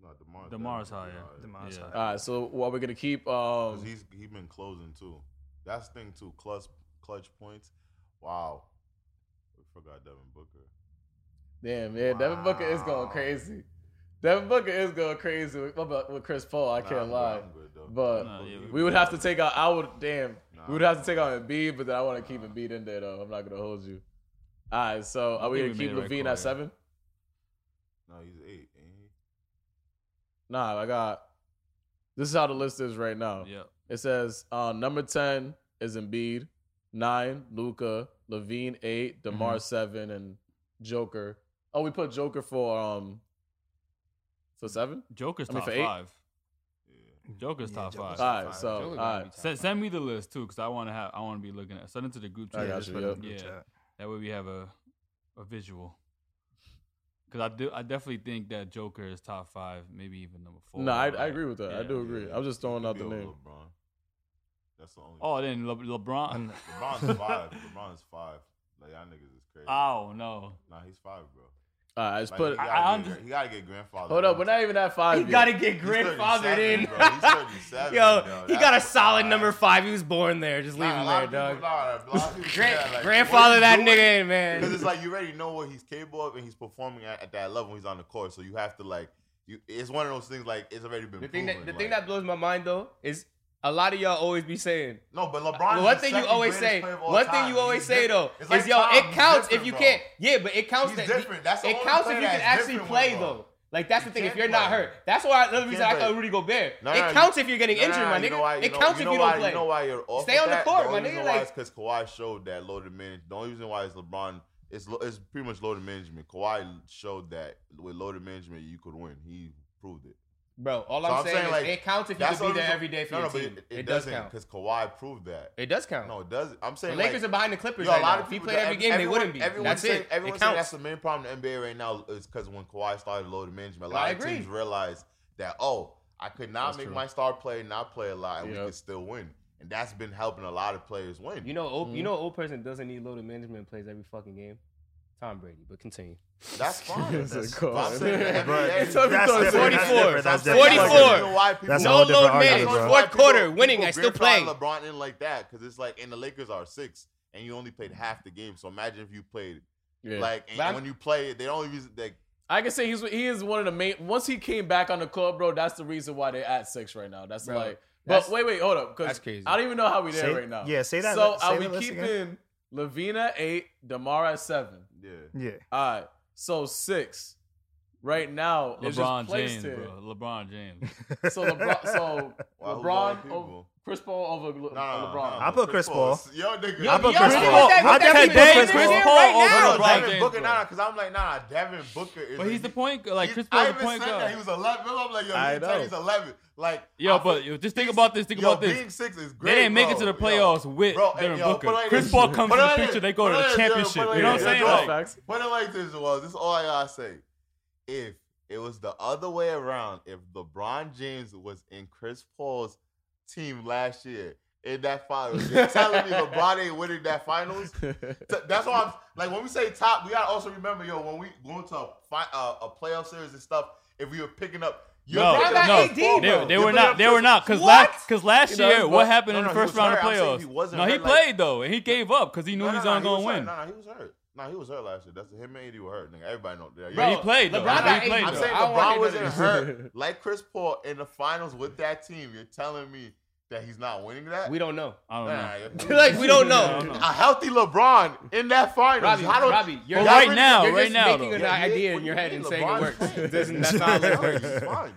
Speaker 3: No, DeMar's
Speaker 5: DeMar's
Speaker 3: definitely
Speaker 5: higher.
Speaker 3: higher.
Speaker 4: DeMar's
Speaker 5: Yeah.
Speaker 4: high.
Speaker 1: All right. So what we're gonna keep? Um,
Speaker 3: Cause he's he been closing too. That's the thing too. Clutch clutch points. Wow. We forgot Devin Booker.
Speaker 1: damn man, Devin Booker is going
Speaker 3: Wow.
Speaker 1: crazy. Devin Booker is going crazy with, with with Chris Paul. I
Speaker 3: Nah,
Speaker 1: can't
Speaker 3: I'm good,
Speaker 1: lie.
Speaker 3: I'm good, though.
Speaker 1: But
Speaker 5: Nah, yeah,
Speaker 1: we would have to take out. I would damn. we would
Speaker 3: Nah.
Speaker 1: have to take out Embiid, but then I want to keep Embiid in there though. I'm not gonna hold you. All right. So
Speaker 5: I
Speaker 1: are we
Speaker 5: think
Speaker 1: gonna
Speaker 5: we made
Speaker 1: keep
Speaker 5: the right
Speaker 1: Levine
Speaker 5: call,
Speaker 1: at
Speaker 5: yeah.
Speaker 1: seven?
Speaker 3: No, he's eight. Ain't he?
Speaker 1: Nah, I got. This is how the list is right now.
Speaker 5: Yeah.
Speaker 1: It says uh, number ten is Embiid, nine Luca, Levine eight, Demar seven, and Joker. Oh, we put Joker for um for seven.
Speaker 5: Joker's
Speaker 1: I mean,
Speaker 5: top
Speaker 1: for eight?
Speaker 5: five.
Speaker 3: Yeah.
Speaker 5: Joker's
Speaker 4: Yeah,
Speaker 5: top five.
Speaker 4: Joker's top
Speaker 1: All right, so all right.
Speaker 5: Send, send me the list too, because I want to have. I want to be looking at. Send it to the group
Speaker 1: I
Speaker 5: chat.
Speaker 1: got
Speaker 4: just
Speaker 1: you,
Speaker 4: put it
Speaker 1: yeah.
Speaker 4: in the group
Speaker 5: Yeah.
Speaker 4: chat.
Speaker 5: That way we have a a visual. Because I do, I definitely think that Joker is top five, maybe even number four.
Speaker 1: No, I, I
Speaker 5: Like,
Speaker 1: agree with that. I
Speaker 5: yeah.
Speaker 1: do agree.
Speaker 3: Yeah.
Speaker 1: I'm just throwing
Speaker 3: He
Speaker 1: out the
Speaker 3: could be
Speaker 1: name.
Speaker 3: over LeBron. That's the only.
Speaker 5: Oh, then Le- LeBron.
Speaker 4: And-
Speaker 3: LeBron's five. LeBron's five. Like y'all niggas is crazy.
Speaker 5: Oh no.
Speaker 3: Nah, he's five, bro.
Speaker 1: All right, let's
Speaker 3: Like,
Speaker 1: put.
Speaker 3: he,
Speaker 1: it.
Speaker 3: gotta
Speaker 5: I- I
Speaker 3: get,
Speaker 5: under-
Speaker 3: he gotta get grandfathered.
Speaker 1: Hold up,
Speaker 3: in.
Speaker 1: we're not even at five.
Speaker 2: He
Speaker 1: yet.
Speaker 2: got to get
Speaker 3: He's 37,
Speaker 2: grandfathered in.
Speaker 3: bro. He's 37,
Speaker 2: Yo,
Speaker 3: though.
Speaker 2: he
Speaker 3: That's
Speaker 2: got a
Speaker 3: what-
Speaker 2: solid
Speaker 3: nah,
Speaker 2: number five. He was born there. Just leave
Speaker 3: nah, a
Speaker 2: him
Speaker 3: lot
Speaker 2: there,
Speaker 3: of people-
Speaker 2: dog.
Speaker 3: nah, a lot of people do that, like, what
Speaker 2: Grandfather
Speaker 3: you
Speaker 2: that
Speaker 3: doing?
Speaker 2: nigga in, man.
Speaker 3: Because it's like you already know what he's capable of, and he's performing at, at that level. He's on the court, so you have to like, you. It's one of those things like it's already been.
Speaker 2: The thing that
Speaker 3: proven,
Speaker 2: the
Speaker 3: like-
Speaker 2: thing that blows my mind though is a lot of y'all always be saying.
Speaker 3: no, but LeBron.
Speaker 2: Well,
Speaker 3: is
Speaker 2: one
Speaker 3: the
Speaker 2: thing you
Speaker 3: second
Speaker 2: always
Speaker 3: greatest
Speaker 2: say,
Speaker 3: player of all
Speaker 2: one
Speaker 3: time.
Speaker 2: thing you always
Speaker 3: He's
Speaker 2: say though
Speaker 3: different. It's
Speaker 2: is
Speaker 3: like
Speaker 2: yo,
Speaker 3: Tom,
Speaker 2: it
Speaker 3: he's
Speaker 2: counts if
Speaker 3: different,
Speaker 2: you
Speaker 3: bro.
Speaker 2: can't. Yeah, but it counts
Speaker 3: He's
Speaker 2: that
Speaker 3: different. That's the
Speaker 2: it
Speaker 3: only
Speaker 2: counts if
Speaker 3: player
Speaker 2: you can
Speaker 3: that's
Speaker 2: actually
Speaker 3: different
Speaker 2: play
Speaker 3: with LeBron.
Speaker 2: though. Like that's the
Speaker 3: You
Speaker 2: thing. If
Speaker 3: can't
Speaker 2: you're not
Speaker 3: play.
Speaker 2: hurt, that's why another
Speaker 3: You
Speaker 2: reason I
Speaker 3: can't
Speaker 2: call
Speaker 3: play.
Speaker 2: Rudy Gobert.
Speaker 3: No,
Speaker 2: it
Speaker 3: no,
Speaker 2: counts if you're getting
Speaker 3: No, no,
Speaker 2: injured,
Speaker 3: no,
Speaker 2: my
Speaker 3: you
Speaker 2: nigga.
Speaker 3: know why- you
Speaker 2: it
Speaker 3: know-
Speaker 2: counts
Speaker 3: you
Speaker 2: if
Speaker 3: know
Speaker 2: you
Speaker 3: why,
Speaker 2: don't play.
Speaker 3: You know why you're off.
Speaker 2: Stay
Speaker 3: with
Speaker 2: on the
Speaker 3: that?
Speaker 2: court,
Speaker 3: the
Speaker 2: my
Speaker 3: only
Speaker 2: nigga,
Speaker 3: reason
Speaker 2: like-
Speaker 3: why because Kawhi showed that loaded manage. The only reason why is LeBron. It's lo- it's pretty much loaded management. Kawhi showed that with loaded management you could win. He proved it.
Speaker 2: Bro, all
Speaker 3: So
Speaker 2: I'm,
Speaker 3: I'm
Speaker 2: saying,
Speaker 3: saying,
Speaker 2: is
Speaker 3: like,
Speaker 2: it counts if you
Speaker 3: the
Speaker 2: can be
Speaker 3: only
Speaker 2: there
Speaker 3: reason-
Speaker 2: every day for
Speaker 3: no,
Speaker 2: your
Speaker 3: no, but
Speaker 2: team.
Speaker 3: It,
Speaker 2: It,
Speaker 3: it
Speaker 2: does
Speaker 3: doesn't
Speaker 2: count.
Speaker 3: because Kawhi proved that.
Speaker 2: It does count.
Speaker 3: No, it doesn't. I'm
Speaker 2: the
Speaker 3: saying
Speaker 2: Lakers are
Speaker 3: like,
Speaker 2: behind the Clippers.
Speaker 3: yo,
Speaker 2: right
Speaker 3: a lot
Speaker 2: now.
Speaker 3: of
Speaker 2: if he
Speaker 3: people
Speaker 2: played every game,
Speaker 3: everyone,
Speaker 2: they wouldn't be.
Speaker 3: Everyone
Speaker 2: That's
Speaker 3: saying,
Speaker 2: it.
Speaker 3: Everyone
Speaker 2: it
Speaker 3: saying
Speaker 2: counts.
Speaker 3: that's the main problem in the NBA right now is because when Kawhi started load management, a
Speaker 2: I
Speaker 3: lot of
Speaker 2: agree.
Speaker 3: teams realized that oh, I could not
Speaker 1: That's
Speaker 3: make
Speaker 1: true.
Speaker 3: my star play and not play a lot, and
Speaker 1: Yep.
Speaker 3: we could still win. And that's been helping a Mm. lot of players win.
Speaker 2: You know, old, you know, old person doesn't need loaded management plays every fucking game. Tom Brady, but continue.
Speaker 3: that's fine.
Speaker 1: It's a call.
Speaker 3: I'm saying that
Speaker 4: Bro,
Speaker 3: every
Speaker 4: that's
Speaker 3: day-
Speaker 1: Tell me something.
Speaker 4: different, that's
Speaker 2: 44.
Speaker 4: different, that's
Speaker 3: I'm
Speaker 4: different.
Speaker 3: saying that's the
Speaker 2: 44.
Speaker 3: reason why people-
Speaker 4: That's a
Speaker 2: No
Speaker 4: whole different
Speaker 2: load
Speaker 4: argument,
Speaker 2: minutes.
Speaker 3: That's
Speaker 4: bro.
Speaker 3: why
Speaker 2: Fourth quarter,
Speaker 3: people-
Speaker 2: winning,
Speaker 3: people
Speaker 2: I still
Speaker 3: grandfather
Speaker 2: play.
Speaker 3: LeBron in like that because it's like, and the Lakers are six, and you only played half the game. So imagine if you played
Speaker 1: Yeah.
Speaker 3: like, and
Speaker 2: But I'm-
Speaker 3: when you play, they only use like
Speaker 1: I can say he's he is one of the main. Once he came back on the court, bro, that's the reason why they're at six right now. That's
Speaker 2: Bro,
Speaker 1: like.
Speaker 2: that's-
Speaker 1: but wait, wait, hold up, because
Speaker 2: that's crazy.
Speaker 1: I don't even know how we there
Speaker 4: Say-
Speaker 1: right now.
Speaker 4: yeah, say that
Speaker 1: So
Speaker 4: li-
Speaker 1: are
Speaker 4: say the
Speaker 1: we
Speaker 4: list again.
Speaker 1: keeping Lavina eight, Demar at seven?
Speaker 3: yeah.
Speaker 4: Yeah.
Speaker 1: All right, so six right now. is just
Speaker 5: LeBron
Speaker 1: placed
Speaker 5: James,
Speaker 1: here.
Speaker 5: bro. LeBron James.
Speaker 1: So LeBron, so
Speaker 3: Wow, who's all
Speaker 1: LeBron,
Speaker 3: the
Speaker 1: over,
Speaker 3: people?
Speaker 1: Chris Paul over Le-
Speaker 3: Nah,
Speaker 1: LeBron.
Speaker 3: nah,
Speaker 4: I put Chris
Speaker 3: is- Yo, nigga.
Speaker 4: I put
Speaker 2: yo,
Speaker 4: Chris
Speaker 2: look at
Speaker 4: Paul.
Speaker 2: that-
Speaker 4: I
Speaker 2: look at
Speaker 4: definitely
Speaker 2: that
Speaker 4: put Chris
Speaker 2: Chris
Speaker 4: Paul.
Speaker 2: Paul right now.
Speaker 3: No,
Speaker 5: over LeBron
Speaker 3: Devin
Speaker 5: James,
Speaker 3: Booker,
Speaker 5: bro.
Speaker 3: nah, because I'm like, nah, Devin Booker is.
Speaker 5: But
Speaker 3: a-
Speaker 5: he's the point. guard. Like
Speaker 3: he-
Speaker 5: Chris
Speaker 3: I
Speaker 5: Paul's the
Speaker 3: even
Speaker 5: point
Speaker 3: said that he
Speaker 5: guard.
Speaker 3: was 11. Remember, I'm like, yo,
Speaker 1: I
Speaker 3: you tell
Speaker 1: know.
Speaker 3: he's 11. Like,
Speaker 5: Yo,
Speaker 3: I
Speaker 5: but
Speaker 3: feel-
Speaker 5: yo, just think about this. Think
Speaker 3: yo,
Speaker 5: about this.
Speaker 3: Being six is
Speaker 5: They
Speaker 3: great,
Speaker 5: didn't make it
Speaker 3: bro.
Speaker 5: to the
Speaker 3: Yo,
Speaker 5: playoffs with
Speaker 3: bro, and
Speaker 5: Devin
Speaker 3: yo,
Speaker 5: Booker.
Speaker 3: put it like
Speaker 5: Chris
Speaker 3: this.
Speaker 5: Paul comes
Speaker 3: Put it
Speaker 5: in the
Speaker 3: like
Speaker 5: picture.
Speaker 3: this.
Speaker 5: They go to
Speaker 3: Put it
Speaker 5: the
Speaker 3: like this, yo, put it
Speaker 5: championship. You know
Speaker 3: like
Speaker 5: what I'm
Speaker 3: this,
Speaker 5: saying?
Speaker 3: yo.
Speaker 5: Like,
Speaker 1: Facts.
Speaker 3: Put it like this, was this is all I gotta say. If it was the other way around, if LeBron James was in Chris Paul's team last year in that finals, you're telling me LeBron ain't winning that finals? T- That's why I'm like when we say top, we gotta also remember, yo, when we going to a, fi- uh, a playoff series and stuff, if we were picking up, you're
Speaker 5: no,
Speaker 3: picking up
Speaker 5: no,
Speaker 3: Chris Paul,
Speaker 5: they,
Speaker 3: bro.
Speaker 5: they
Speaker 3: You're
Speaker 5: were
Speaker 3: picking
Speaker 5: not.
Speaker 3: up
Speaker 5: They
Speaker 3: Chris-
Speaker 5: were not. Cause
Speaker 2: What?
Speaker 5: last, cause last
Speaker 1: You know,
Speaker 5: year,
Speaker 1: but-
Speaker 5: what happened
Speaker 3: No,
Speaker 5: in
Speaker 3: no,
Speaker 5: the
Speaker 3: he
Speaker 5: first
Speaker 3: was
Speaker 5: round of
Speaker 3: hurt. I'm saying
Speaker 5: playoffs?
Speaker 3: he wasn't
Speaker 5: no, he
Speaker 3: hurt, like-
Speaker 5: played though, and he gave up because he knew
Speaker 3: No,
Speaker 5: he
Speaker 3: no,
Speaker 5: was
Speaker 3: no,
Speaker 5: not
Speaker 3: he
Speaker 5: gonna
Speaker 3: was hurt.
Speaker 5: win.
Speaker 3: No, no, he was hurt. No, he was hurt last year. That's him and AD were hurt. Nigga, everybody know that.
Speaker 5: But he played though.
Speaker 2: LeBron
Speaker 5: He
Speaker 2: got
Speaker 5: played,
Speaker 2: eight,
Speaker 3: I'm
Speaker 5: though.
Speaker 3: saying
Speaker 2: I don't wanna
Speaker 3: LeBron
Speaker 2: hear
Speaker 3: wasn't
Speaker 2: none
Speaker 1: of this.
Speaker 3: hurt like Chris Paul in the finals with that team. You're telling me that he's not winning that?
Speaker 2: We don't know.
Speaker 5: I don't know.
Speaker 3: Nah, you're-
Speaker 2: like we don't know.
Speaker 5: I don't know.
Speaker 3: a healthy LeBron in that finals.
Speaker 2: Robbie,
Speaker 3: How do-
Speaker 2: Robbie, you're
Speaker 5: But
Speaker 3: Y'all
Speaker 5: right
Speaker 3: really-
Speaker 5: now,
Speaker 2: you're
Speaker 5: right
Speaker 2: just
Speaker 5: now,
Speaker 2: making
Speaker 5: though.
Speaker 2: an
Speaker 3: Yeah,
Speaker 2: idea
Speaker 3: what
Speaker 2: in
Speaker 3: do
Speaker 2: your
Speaker 3: you
Speaker 2: head
Speaker 3: mean
Speaker 2: and saying it
Speaker 3: LeBron's
Speaker 2: works.
Speaker 3: playing?
Speaker 2: Doesn't- that's not how it
Speaker 3: No,
Speaker 2: works.
Speaker 3: he's fine.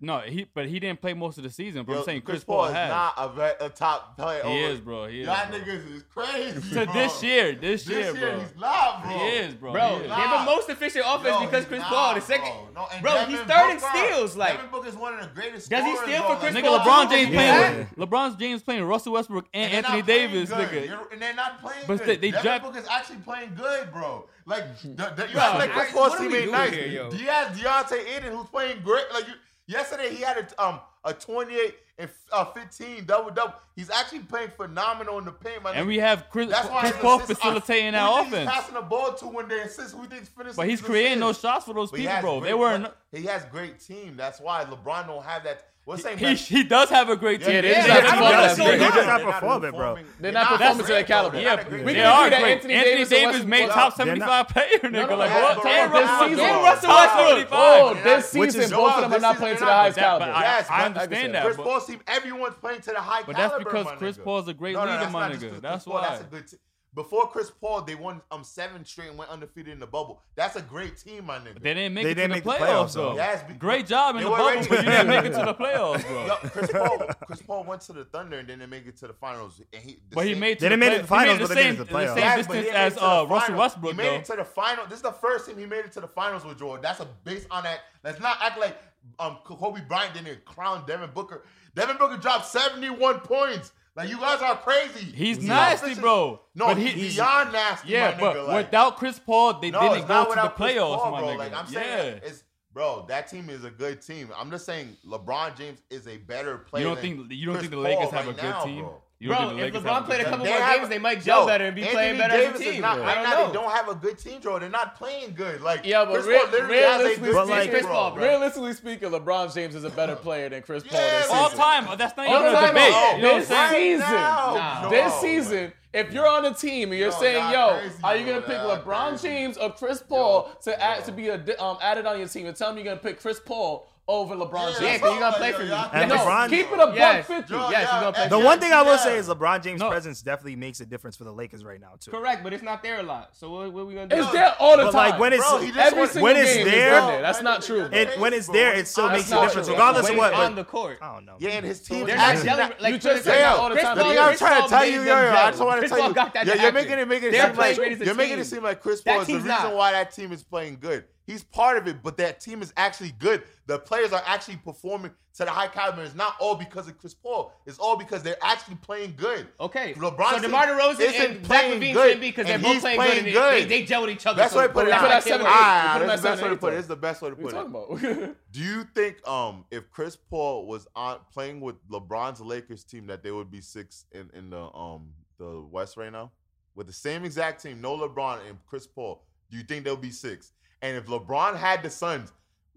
Speaker 5: No, he but he didn't play most of the season. But
Speaker 3: Yo,
Speaker 5: I'm saying Chris, Paul,
Speaker 3: is
Speaker 5: has.
Speaker 3: not a, ve- a top player.
Speaker 5: he
Speaker 3: over-
Speaker 5: is, bro. He is.
Speaker 3: Y'all
Speaker 5: bro.
Speaker 3: niggas is crazy.
Speaker 5: So
Speaker 3: bro.
Speaker 5: this year, this,
Speaker 3: this year,
Speaker 5: bro.
Speaker 3: he's not, bro.
Speaker 5: He is, bro.
Speaker 2: Bro,
Speaker 5: he is.
Speaker 3: nah.
Speaker 2: they're the most efficient offense
Speaker 3: Yo,
Speaker 2: because Chris
Speaker 3: nah,
Speaker 2: Paul. The second,
Speaker 3: no, and
Speaker 2: bro, he's
Speaker 3: Devin
Speaker 2: third in
Speaker 3: Booker-
Speaker 2: steals, like-
Speaker 3: Devin Booker's one of the greatest.
Speaker 2: Does he
Speaker 3: scorers,
Speaker 2: steal
Speaker 3: bro.
Speaker 2: for Chris
Speaker 3: Like,
Speaker 5: Nigga,
Speaker 2: Paul?
Speaker 5: LeBron James
Speaker 4: Yeah.
Speaker 5: playing with LeBron James playing with Russell Westbrook and
Speaker 3: they're
Speaker 5: Anthony
Speaker 3: not playing
Speaker 5: Davis,
Speaker 3: good.
Speaker 5: nigga.
Speaker 3: You're- and they're not playing
Speaker 5: But
Speaker 3: good.
Speaker 5: they- they
Speaker 3: Devin
Speaker 5: draft-
Speaker 3: Booker's actually playing good, bro. Like, the, the, you
Speaker 2: Bro,
Speaker 3: have like
Speaker 2: I-
Speaker 3: Chris Paul's
Speaker 2: what are we
Speaker 3: teammate
Speaker 2: doing
Speaker 3: nice.
Speaker 2: here, yo?
Speaker 3: You have Deontay Aiden who's playing great. Like you, yesterday, he had a um a 28 and uh, 15 double double. He's actually playing phenomenal in the paint. My
Speaker 5: And
Speaker 3: nigga.
Speaker 5: we have Chris,
Speaker 3: That's why
Speaker 5: Chris
Speaker 3: his
Speaker 5: Paul
Speaker 3: assists are-
Speaker 5: facilitating
Speaker 3: who you
Speaker 5: that
Speaker 3: uh, think he's
Speaker 5: offense.
Speaker 3: passing the ball to when they assist. Who you think finishing?
Speaker 5: But he's
Speaker 3: his
Speaker 5: creating no
Speaker 3: assists?
Speaker 5: shots for those
Speaker 3: But he
Speaker 5: people,
Speaker 3: has
Speaker 5: bro. They
Speaker 3: great-
Speaker 5: weren't.
Speaker 3: He has great team. That's why LeBron don't have that. What's saying?
Speaker 5: He, he does have a great team.
Speaker 3: Yeah,
Speaker 2: Yeah,
Speaker 1: not
Speaker 2: I don't
Speaker 1: performing that
Speaker 2: know what's
Speaker 1: great.
Speaker 2: going
Speaker 4: They're
Speaker 2: on.
Speaker 4: just not performing, bro.
Speaker 1: They're not performing to that caliber.
Speaker 5: Yeah,
Speaker 3: Not a great
Speaker 1: we
Speaker 5: they
Speaker 1: can
Speaker 3: team.
Speaker 1: see
Speaker 5: are
Speaker 1: that
Speaker 5: great.
Speaker 1: Anthony
Speaker 5: Anthony,
Speaker 1: Davis
Speaker 5: Davis,
Speaker 1: and Russell
Speaker 5: made top
Speaker 4: They're
Speaker 5: seventy
Speaker 4: not-
Speaker 5: five player, nigga.
Speaker 1: no,
Speaker 5: like
Speaker 1: no,
Speaker 5: what?
Speaker 1: no,
Speaker 5: And
Speaker 1: no,
Speaker 5: Russell
Speaker 1: no,
Speaker 5: Westbrook.
Speaker 1: no,
Speaker 5: And
Speaker 1: no,
Speaker 5: Russell
Speaker 1: no,
Speaker 5: Westbrook.
Speaker 1: Oh,
Speaker 5: Fine.
Speaker 1: this
Speaker 4: Which is-
Speaker 1: season,
Speaker 3: Joel,
Speaker 1: both of them are
Speaker 3: this
Speaker 1: not
Speaker 3: is-
Speaker 1: playing to the
Speaker 3: they're not-
Speaker 1: highest
Speaker 5: But that-
Speaker 1: caliber.
Speaker 5: I-
Speaker 3: Yes,
Speaker 5: I
Speaker 3: but-
Speaker 5: understand that,
Speaker 3: Chris
Speaker 5: but-
Speaker 3: Paul's team, everyone's playing to the high
Speaker 5: But that's
Speaker 3: caliber.
Speaker 5: because
Speaker 3: my
Speaker 5: Chris
Speaker 3: nigga.
Speaker 5: Paul's a great leader,
Speaker 3: that's
Speaker 5: my
Speaker 3: not
Speaker 5: nigga.
Speaker 3: just 'cause Chris
Speaker 5: That's
Speaker 3: Paul, That's
Speaker 5: why.
Speaker 3: a good team. Before Chris Paul, they won um seven straight and went undefeated in the bubble. That's a great team, my nigga.
Speaker 5: They didn't make
Speaker 4: They
Speaker 5: it
Speaker 4: didn't
Speaker 5: to
Speaker 4: make
Speaker 5: the
Speaker 4: the
Speaker 5: playoffs,
Speaker 4: playoffs,
Speaker 5: though.
Speaker 4: though.
Speaker 3: Yes, because-
Speaker 5: Great job in
Speaker 3: They
Speaker 5: the
Speaker 3: were
Speaker 5: bubble,
Speaker 3: ready.
Speaker 5: but you didn't make it to the playoffs, bro.
Speaker 3: Yo, Chris Paul, Chris Paul went to the Thunder and didn't make it to the finals. And he, the
Speaker 5: But he
Speaker 3: same-
Speaker 5: made. to
Speaker 4: They didn't make
Speaker 5: play-
Speaker 4: it to the finals,
Speaker 5: he made
Speaker 4: but
Speaker 5: the
Speaker 4: they
Speaker 5: same,
Speaker 4: made it to the
Speaker 5: the
Speaker 4: playoffs.
Speaker 5: same
Speaker 3: Yes, but he
Speaker 5: distance
Speaker 3: made
Speaker 5: as
Speaker 3: it to the
Speaker 5: uh, Russell
Speaker 3: final.
Speaker 5: Westbrook,
Speaker 3: He made
Speaker 5: though.
Speaker 3: it to the final. This is the first team he made it to the finals with Jordan. That's a based on that. Let's not act like um Kobe Bryant didn't crown Devin Booker. Devin Booker dropped 71 points. Like you guys are crazy.
Speaker 5: He's
Speaker 3: You know,
Speaker 5: nasty,
Speaker 3: this is-
Speaker 5: bro.
Speaker 3: No,
Speaker 5: But
Speaker 3: he's
Speaker 5: he-
Speaker 3: beyond nasty.
Speaker 5: Yeah,
Speaker 3: my
Speaker 5: but
Speaker 3: nigga. like,
Speaker 5: without Chris Paul, they
Speaker 3: no,
Speaker 5: didn't
Speaker 3: it's
Speaker 5: go
Speaker 3: not
Speaker 5: to the
Speaker 3: without Chris
Speaker 5: playoffs,
Speaker 3: Paul,
Speaker 5: my
Speaker 3: bro.
Speaker 5: nigga.
Speaker 3: Like I'm saying,
Speaker 5: yeah.
Speaker 3: it's bro. That team is a good team. I'm just saying LeBron James is a better player.
Speaker 5: You don't
Speaker 3: than
Speaker 5: think you don't
Speaker 3: Chris
Speaker 5: think the Lakers
Speaker 3: Paul
Speaker 5: have a
Speaker 3: right
Speaker 5: good
Speaker 3: now,
Speaker 5: team?
Speaker 3: bro.
Speaker 5: You don't
Speaker 2: Bro,
Speaker 5: think
Speaker 2: if
Speaker 5: the Lakers have
Speaker 2: LeBron
Speaker 5: a
Speaker 2: played a
Speaker 5: good
Speaker 2: couple
Speaker 5: team?
Speaker 3: They
Speaker 2: more
Speaker 3: have-
Speaker 2: games, they might gel
Speaker 3: Yo,
Speaker 2: better and be
Speaker 3: Anthony
Speaker 2: playing better
Speaker 3: Davis
Speaker 2: as a
Speaker 3: Is
Speaker 2: team.
Speaker 3: not,
Speaker 2: I
Speaker 3: right
Speaker 2: don't
Speaker 3: now,
Speaker 2: know.
Speaker 3: they don't have a good team, Joe. They're not playing good. Like,
Speaker 1: Yeah, but
Speaker 3: Chris
Speaker 1: real-
Speaker 3: Paul literally has a
Speaker 1: realistically
Speaker 3: good
Speaker 4: speaking-
Speaker 3: team,
Speaker 4: Chris
Speaker 3: bro.
Speaker 2: Paul, bro.
Speaker 1: Realistically speaking, LeBron James is a better player than Chris Paul.
Speaker 3: Yeah,
Speaker 1: this
Speaker 3: bro.
Speaker 5: all
Speaker 1: season.
Speaker 5: time. That's not
Speaker 1: All
Speaker 5: even a
Speaker 1: time,
Speaker 5: debate.
Speaker 1: bro.
Speaker 5: You know what I'm
Speaker 1: This
Speaker 5: saying?
Speaker 1: season.
Speaker 3: Now,
Speaker 2: Nah.
Speaker 1: This
Speaker 3: no.
Speaker 1: season, if you're on a team and you're
Speaker 3: Yo,
Speaker 1: saying,
Speaker 3: y'all
Speaker 1: "Yo,
Speaker 3: crazy,
Speaker 1: are you gonna
Speaker 3: bro.
Speaker 1: pick
Speaker 3: Y'all
Speaker 1: LeBron
Speaker 3: crazy.
Speaker 1: James or Chris Paul
Speaker 3: Yo,
Speaker 1: to add
Speaker 3: yo.
Speaker 1: to be a, di- um, added on your team?" And tell me you're gonna pick Chris Paul over LeBron
Speaker 3: Yeah,
Speaker 1: James.
Speaker 2: Yeah, 'cause you
Speaker 3: Like,
Speaker 2: gonna play
Speaker 3: yo,
Speaker 2: for me.
Speaker 3: y'all
Speaker 1: No,
Speaker 4: And
Speaker 3: crazy.
Speaker 4: LeBron-
Speaker 1: keep it a buck
Speaker 2: Yes.
Speaker 1: fifty.
Speaker 3: Yo,
Speaker 2: Yes,
Speaker 3: y'all-
Speaker 2: you gonna play-
Speaker 3: and
Speaker 4: The
Speaker 3: y'all-
Speaker 4: one thing I will say
Speaker 3: yeah.
Speaker 4: is LeBron James'
Speaker 5: No.
Speaker 4: presence definitely makes a difference for the Lakers right now too.
Speaker 2: Correct, but it's not there a lot. So what, what are we gonna do?
Speaker 1: It's there all the
Speaker 4: But
Speaker 1: time.
Speaker 4: like when it's
Speaker 3: Bro, he just
Speaker 1: Every
Speaker 3: won-
Speaker 1: single
Speaker 4: when it's
Speaker 1: game he's
Speaker 4: there-
Speaker 1: been there. That's not true.
Speaker 3: It-
Speaker 4: it, when it's there, it still
Speaker 1: That's
Speaker 4: makes a
Speaker 1: not
Speaker 4: difference
Speaker 1: true.
Speaker 4: regardless
Speaker 2: when
Speaker 4: of
Speaker 2: he's
Speaker 4: what.
Speaker 2: on
Speaker 4: Like,
Speaker 2: the court.
Speaker 4: I don't know.
Speaker 3: Yeah, and his team
Speaker 2: They're
Speaker 3: actually
Speaker 2: not gelling-
Speaker 3: not-
Speaker 2: like,
Speaker 1: you
Speaker 2: Chris
Speaker 1: just said
Speaker 2: Paul-
Speaker 1: that
Speaker 3: Yo,
Speaker 1: all the
Speaker 2: Chris
Speaker 1: time.
Speaker 2: Paul-
Speaker 1: Nigga,
Speaker 3: Nigga, I'm
Speaker 2: Chris
Speaker 3: trying
Speaker 2: Paul
Speaker 3: to tell
Speaker 2: made
Speaker 3: you, yo,
Speaker 2: them
Speaker 3: yo, I
Speaker 2: gel.
Speaker 3: just want to
Speaker 2: Chris
Speaker 3: tell
Speaker 2: Paul
Speaker 3: you.
Speaker 2: got that
Speaker 3: yo,
Speaker 2: to
Speaker 3: you're
Speaker 2: happen.
Speaker 3: making it make it
Speaker 2: They're
Speaker 3: sound like
Speaker 2: playing as a
Speaker 3: you're making
Speaker 2: team.
Speaker 3: it seem like Chris
Speaker 2: That
Speaker 3: Paul is the
Speaker 2: team's
Speaker 3: reason
Speaker 2: not.
Speaker 3: why that team is playing good. He's part of it, but that team is actually good. The players are actually performing to the high caliber. It's not all because of Chris Paul. It's all because they're actually playing good.
Speaker 2: Okay.
Speaker 3: LeBron
Speaker 2: so DeMar
Speaker 3: James
Speaker 2: DeRozan
Speaker 3: isn't
Speaker 2: and Zach
Speaker 3: playing
Speaker 2: Levine
Speaker 3: good,
Speaker 2: shouldn't be because they're
Speaker 3: and
Speaker 2: both
Speaker 3: he's
Speaker 2: playing,
Speaker 3: playing
Speaker 2: good.
Speaker 3: good.
Speaker 2: And they, they gel with each other.
Speaker 3: That's
Speaker 2: so
Speaker 3: why I put it
Speaker 1: put
Speaker 3: out.
Speaker 1: it out
Speaker 2: I
Speaker 1: seven eight.
Speaker 2: can't wait.
Speaker 1: You
Speaker 3: Ah,
Speaker 1: put him
Speaker 3: that's the
Speaker 1: at
Speaker 3: best way to put it.
Speaker 1: 78.
Speaker 3: It's the best way to
Speaker 1: What
Speaker 3: put
Speaker 1: are
Speaker 3: it.
Speaker 1: you talking about?
Speaker 3: Do you think um if Chris Paul was on playing with LeBron's Lakers team that they would be six in, in the um the West right now? With the same exact team, no LeBron and Chris Paul, do you think they'll be six? And if LeBron had the Suns,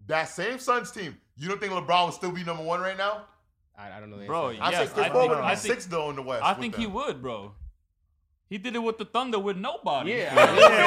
Speaker 3: that same Suns team, you don't think LeBron would still be number one right now?
Speaker 2: I, I don't know. the
Speaker 5: Bro,
Speaker 2: answer.
Speaker 5: yeah.
Speaker 3: I
Speaker 5: Yes,
Speaker 3: think Chris
Speaker 5: I
Speaker 3: Paul
Speaker 5: think-
Speaker 3: would
Speaker 5: I
Speaker 3: be
Speaker 5: think-
Speaker 3: six though in the West.
Speaker 5: I
Speaker 3: with
Speaker 5: think he
Speaker 3: them.
Speaker 5: would, bro. He did it with the Thunder with nobody.
Speaker 2: Yeah.